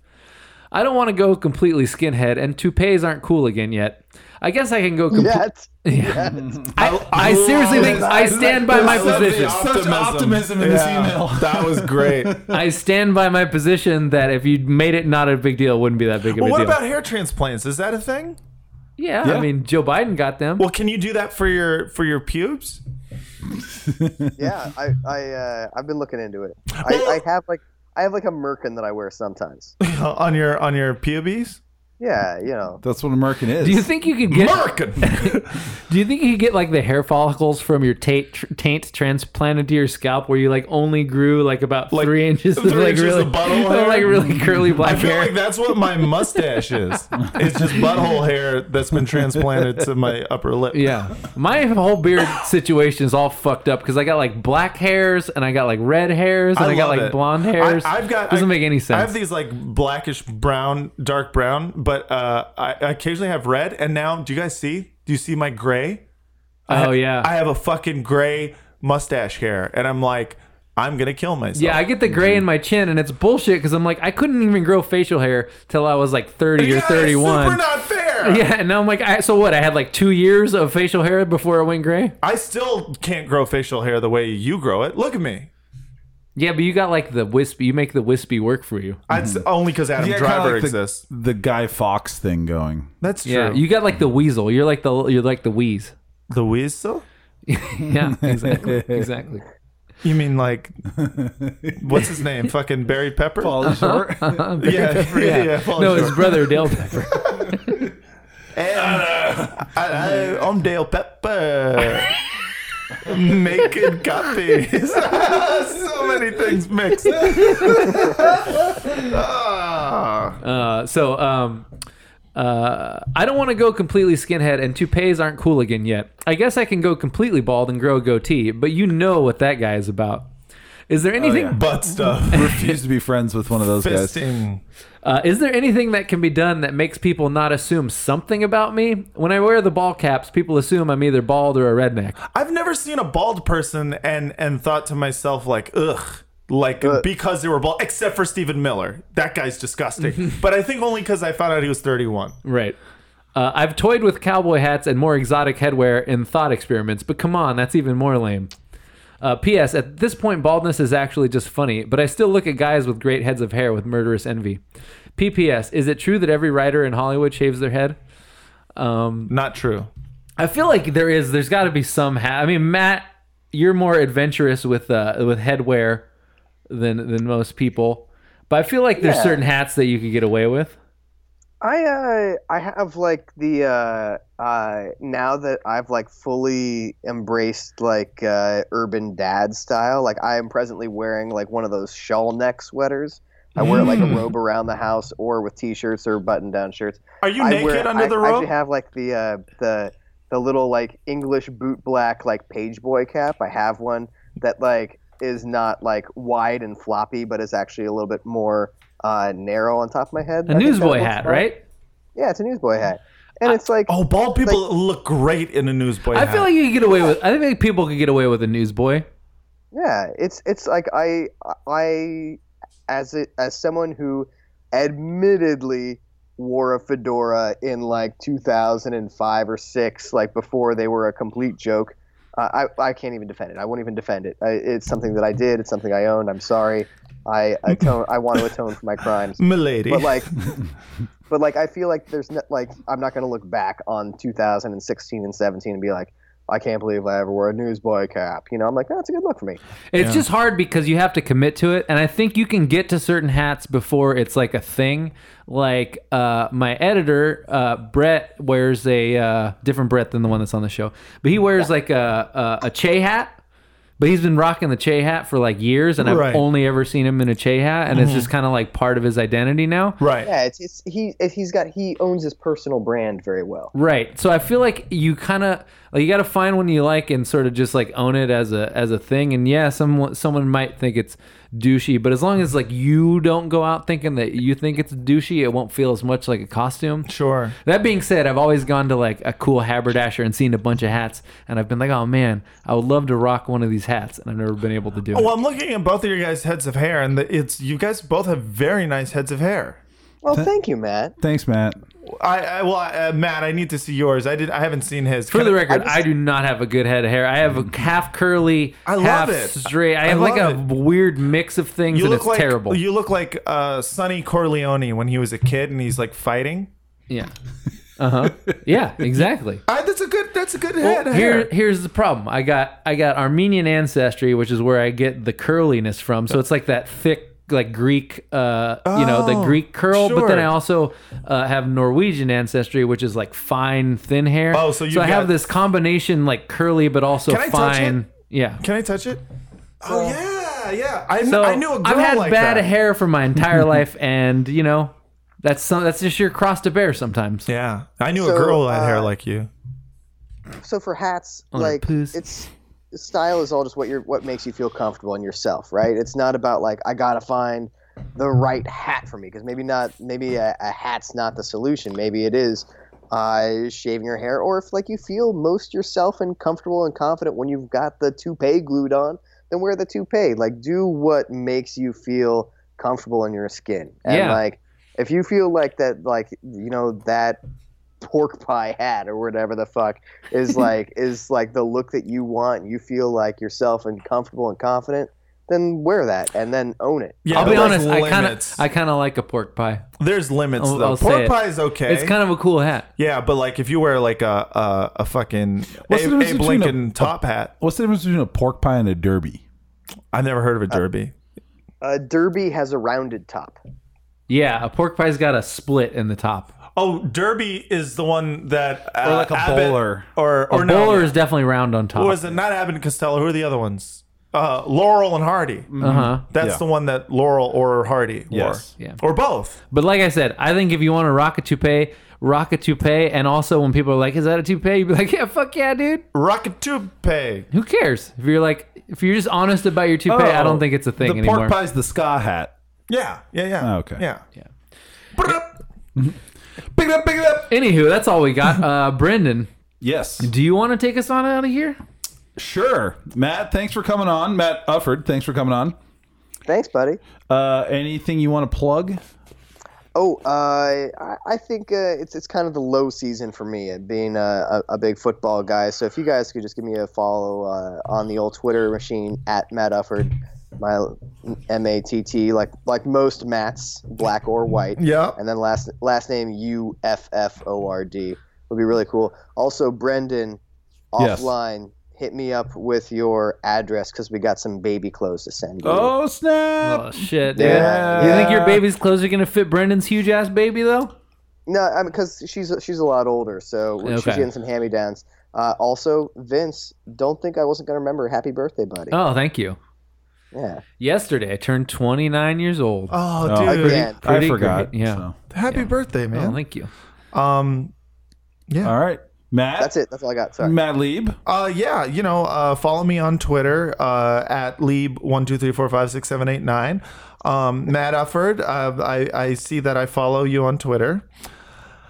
I don't want to go completely skinhead, and toupees aren't cool again yet. I guess I can go completely.
That's
I, I seriously think I stand by my position.
Such optimism in this email.
[LAUGHS] that was great.
I stand by my position that if you made it not a big deal, it wouldn't be that big of a
well, what
deal.
about hair transplants? Is that a thing?
Yeah, I mean Joe Biden got them.
Well, can you do that for your for your pubes? [LAUGHS]
yeah. I I uh, I've been looking into it. I, I have like I have like a merkin that I wear sometimes.
on your on your pubes?
Yeah, you know.
That's what American is.
do you think you could get? [LAUGHS]
American.
Do you think you could get like the hair follicles from your taint, taint transplanted to your scalp, where you like only grew like about
Like,
three inches of
three
like
inches
really
of
[LAUGHS]
butthole
of, like
hair?
really curly black
[LAUGHS] I feel
hair?
like that's what my mustache is. It's just butthole hair that's been transplanted to my upper lip.
yeah, my whole beard situation is all fucked up because I got like black hairs and I got like red hairs and I, got
love
like
it.
blonde hairs.
I, have got
doesn't
I-
make any
I have
sense.
these like blackish brown, dark brown, but uh, I, I occasionally have red. And now, do you guys see? Do you see my gray?
oh yeah,
I have a fucking gray mustache hair, and I'm like, I'm gonna kill myself.
yeah. I get the gray in my chin, and it's bullshit because I'm like I couldn't even grow facial hair till I was like 30
Yeah,
or
it's
31.
Super not
[LAUGHS]
fair.
Yeah, and now I'm like, I, so what? I had like two years of facial hair before it went gray.
I still can't grow facial hair the way you grow it. Look at me.
Yeah, but you got like the wispy. You make the wispy work for you.
It's only because Adam
Yeah, kinda
Driver
like the-
exists.
The Guy Fox thing going.
That's true.
Yeah, you got like the weasel. You're like the you're like the wheeze.
the weasel?
[LAUGHS] Yeah, exactly, exactly.
You mean like
[LAUGHS]
what's
[LAUGHS]
his name? Fucking Barry Pepper?
Paul Short.
[LAUGHS] yeah, yeah, yeah, Paul
No, his
Short.
brother
[LAUGHS]
Dale Pepper.
Uh, I, I, am Dale Pepper. Naked copies. [LAUGHS] so many things [LAUGHS] mixed. Ah.
Uh, so, um, Uh, I don't want to go completely skinhead, and toupees aren't cool again yet. I guess I can go completely bald and grow a goatee, but you know what that guy is about. Is
Oh,
there anything?
butt stuff.
Refuse to be friends with one of those guys.
Fisting.
Uh, is there anything that can be done that makes people not assume something about me? When I wear the ball caps, people assume I'm either bald or a redneck.
I've never seen a bald person and and thought to myself like, ugh, like
Uh.
because they were bald. Except for Stephen Miller, that guy's
[LAUGHS]
disgusting. but I think only because I found out he was 31.
Right. Uh, I've toyed with cowboy hats and more exotic headwear in thought experiments, but come on, that's even more lame. Uh, P.S. At this point, baldness is actually just funny, but I still look at guys with great heads of hair with murderous envy. P.P.S. Is it true that every writer in Hollywood shaves their head?
Not true.
I feel like there is. There's got to be some hat. I mean, Matt, you're more adventurous with uh, with headwear than than most people, but I feel like there's
Yeah.
certain hats that you could get away with.
I uh, I have like the uh, uh, now that I've like fully embraced like uh, urban dad style. Like I am presently wearing like one of those shawl neck sweaters. I wear like a robe around the house or with t-shirts or button-down shirts.
Are you
I
naked
wear,
under
I,
the
I
robe?
actually have like the uh, the the little like English boot black like page boy cap. I have one that like is not like wide and floppy, but is actually a little bit more uh, narrow on top of my head.
A
I think that
newsboy
looks
hat,
fine.
right?
Yeah, it's a newsboy hat, and it's like
oh, bald people look great in a newsboy.
I feel
hat.
like you could get away with. I think people could get away with a newsboy.
yeah, it's it's like I I as it as someone who admittedly wore a fedora in like 2005 or six, like before they were a complete joke. Uh, I I can't even defend it. I won't even defend it. I, it's something that I did. It's something I owned. I'm sorry. I atone. I want to atone for my crimes.
milady.
but like but like i feel like there's no, like i'm not going to look back on 2016 and 17 and be like i can't believe i ever wore a newsboy cap you know i'm like that's a good look for me
It's just hard because you have to commit to it, and I think you can get to certain hats before it's like a thing. Like uh, my editor, uh, Brett, wears a uh, different Brett than the one that's on the show, but he wears like a, a a che hat. But he's been rocking the che hat for like years, and I've
Right.
only ever seen him in a che hat, and it's just kind of like part of his identity now.
right.
yeah it's, it's he if he's got he owns his personal brand very well
Right. So I feel like you kind of like you got to find one you like and sort of just like own it as a as a thing. And yeah, someone someone might think it's douchey, but as long as like you don't go out thinking that you think it's douchey, it won't feel as much like a costume.
Sure.
That being said, I've always gone to like a cool haberdasher and seen a bunch of hats, and I've been like, oh man, I would love to rock one of these hats, and I've never been able to do it.
Oh, Well, I'm looking at both of your guys' heads of hair, and the, it's you guys both have very nice heads of hair.
well thank you matt
Thanks, Matt.
I, I well, I, uh, Matt, I need to see yours. I did. I haven't seen his.
For
Can
the
I-
record, I, do not have a good head of hair. I have a half curly,
I love
half
it.
straight. I
I
have like a
love
weird mix of things,
you
and
look
it's
like
terrible.
you look like uh, Sonny Corleone when he was a kid and he's like fighting.
Yeah. Uh huh.
[LAUGHS]
Yeah. Exactly.
Uh, that's a good. That's a good head.
Here,
hair.
here's the problem. I got I got Armenian ancestry, which is where I get the curliness from. So it's like that thick, like Greek, uh, you know, the
Oh,
Greek curl. But then
sure.
I also uh, have Norwegian ancestry, which is like fine, thin hair.
Oh, so you've
I have
got-
this combination, like curly but also
Can I touch
fine.
it?
Yeah.
Can I touch it? Oh yeah, yeah. I, kn-
So
I knew a girl
have had
like
bad
that.
hair for my
[LAUGHS]
entire life, and you know, that's some, that's just your cross to bear sometimes.
Yeah, I knew a
So,
girl that had hair
uh,
like you.
so for hats
a
like
puss.
it's style is all just what you're what makes you feel comfortable in yourself right it's not about like i gotta find the right hat for me because maybe not maybe a, a hat's not the solution maybe it is uh, shaving your hair or if like you feel most yourself and comfortable and confident when you've got the toupee glued on then wear the toupee like do what makes you feel comfortable in your skin and
Yeah.
like if you feel like that like you know that pork pie hat or whatever the fuck is like is like the look that you want and you feel like yourself and comfortable and confident then wear that and then own it
Yeah,
I'll be
but there's
honest. I kind of
limits.
I kind of like a pork pie.
There's limits
I'll-
though.
I'll say
Pork
it.
pie is okay.
It's kind of a cool hat.
yeah, but like if you wear like a a, a fucking
What's the
Abe,
difference
Abe
between a-
Lincoln top hat,
What's the difference between a pork pie and a derby?
I've never heard of a derby.
a Uh, derby has a rounded top
Yeah, a pork pie's got a split in the top.
oh, derby is the one that uh,
Or like a
Abbott-
bowler.
or or
a
no,
bowler is definitely round on top.
Or was it not Abbott and Costello? Who are the other ones? uh, Laurel and Hardy.
Uh huh.
That's
Yeah.
the one that Laurel or Hardy wore.
Yes.
Yeah.
Or both.
But like I said, I think if you want to rock a toupee, rock a toupee. And also, when people are like, "Is that a toupee?" You'd be like, "Yeah, fuck yeah, dude."
Rockatoupe.
Who cares? If you're like, if you're just honest about your toupee, I don't think it's a thing
Oh, the
anymore.
pork pie's the ska hat.
Yeah. Yeah. Yeah.
Oh, okay.
Yeah.
Yeah.
Brrrup.
Pick it up, pick it up.
Anywho, that's all we got. Uh, Brendan,
Yes.
do you want to take us on out of here?
Sure. Matt, thanks for coming on. Matt Ufford, thanks for coming on.
Thanks, buddy.
Uh, anything you want to plug?
Oh, uh, I, I think uh, it's it's kind of the low season for me at being a, a, a big football guy. So if you guys could just give me a follow uh, on the old Twitter machine at Matt Ufford, my M A T T, like like most Matts, black or white.
Yeah.
And then last last name U F F O R D would be really cool. Also, Brendan,
Yes.
offline, hit me up with your address because we got some baby clothes to send. You.
Oh, snap.
Oh shit! dude.
Yeah.
You think your baby's clothes are gonna fit Brendan's huge ass baby though?
No, I mean, because she's she's a lot older, so she's
Okay.
getting some hand-me-downs. Uh, also, Vince, don't think I wasn't gonna remember. Happy birthday, buddy.
Oh, thank you.
yeah,
Yesterday, I turned 29 years old.
Oh,
Oh,
dude.
yeah.
Pretty
I forgot.
great, yeah.
so.
Happy birthday,
Oh,
man.
thank you.
Um,
All right. Matt.
That's it. That's all I got. Sorry.
Matt Lieb.
Uh, yeah, you know, uh, follow me on Twitter uh, at lieb one two three four five six seven eight nine. Um, Matt Ufford, uh, I I see that I follow you on Twitter,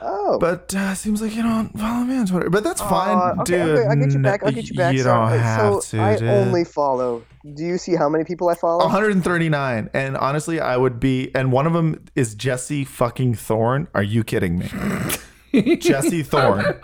oh,
but uh, seems like you don't follow me on Twitter. But that's fine,
uh, okay,
dude.
okay, I'll get you back. I'll get you back.
You
Sorry.
don't
Wait,
have
so
to.
I
dude.
only follow. Do you see how many people I follow?
139, and honestly, I would be. And one of them is Jesse fucking Thorne. Are you kidding me? Jesse Thorne.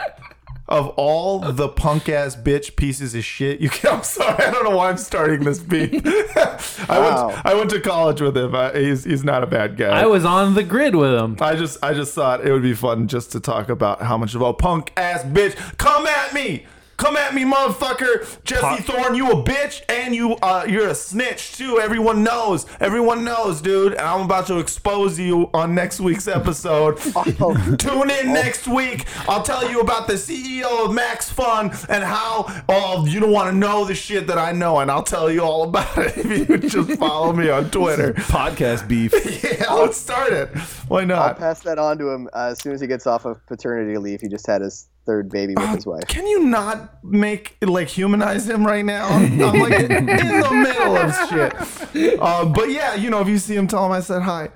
Of all the punk ass bitch pieces of shit, you can. [LAUGHS] I'm sorry, I don't know why I'm starting this beat. [LAUGHS] I
Wow.
went. I went to college with him. I, he's he's not a bad guy.
I was on the grid with him.
I just I just thought it would be fun just to talk about how much of a punk ass bitch. Come at me. Come at me, motherfucker. Jesse Thorne, you a bitch and you uh you're a snitch too. Everyone knows. Everyone knows, dude. And I'm about to expose you on next week's episode.
[LAUGHS]
[LAUGHS]
Oh,
Tune in next week. I'll tell you about the CEO of Max Fun and how oh you don't want to know the shit that I know, and I'll tell you all about it [LAUGHS] if you just follow me on
[LAUGHS]
Twitter.
Podcast beef.
[LAUGHS]
Yeah, let's start it. Why
I'll
not?
pass that on to him uh, as soon as he gets off of paternity leave. He just had his third baby with his wife.
Can you not make like humanize him right now? I'm like in the middle of shit. Uh, but yeah, you know, if you see him, tell him I said hi.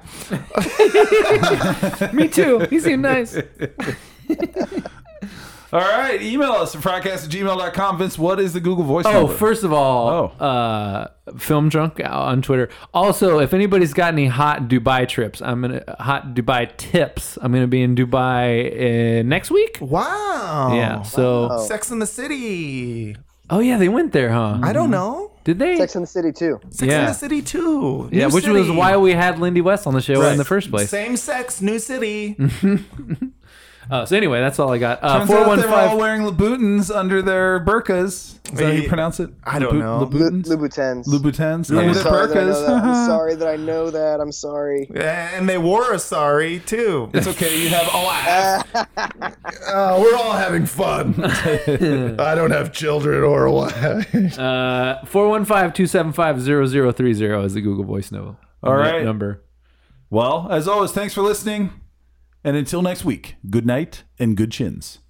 Me too. He seemed nice.
All right. Email us at frogcast at gmail.com. Vince, what is the Google voice
Oh,
number?
first of all,
Oh.
uh, film drunk on Twitter. Also, if anybody's got any hot Dubai trips, I'm gonna hot Dubai tips. I'm gonna be in Dubai uh, next week.
Wow.
Yeah. So,
Sex in the City.
oh yeah, they went there, huh?
I don't know.
Did they?
Sex in the City too.
Sex in
Mm-hmm. Yeah.
the City too.
yeah,
New
which was
city.
why we had Lindy West on the show in the first place. Mm.
Same sex, new city.
Uh, so anyway, that's all I got. Uh,
Turns out they were all
415
wearing Labutins under their burkas. Is that how you
Yeah.
pronounce it?
I don't know.
Lu-
Labutins?
Louboutins.
Louboutins
I'm
under their
sorry that I know
burkas.
that. I'm
[LAUGHS]
sorry that I know that. I'm sorry.
and they wore a sari too.
It's okay. You have
[LAUGHS]
all
Uh, we're all
[LAUGHS]
having fun. I don't have children or a wife.
uh, 415-275-0030 is the Google Voice no-
All
n-
right.
number.
Well, as always, thanks for listening. And until next week, good night and good chins.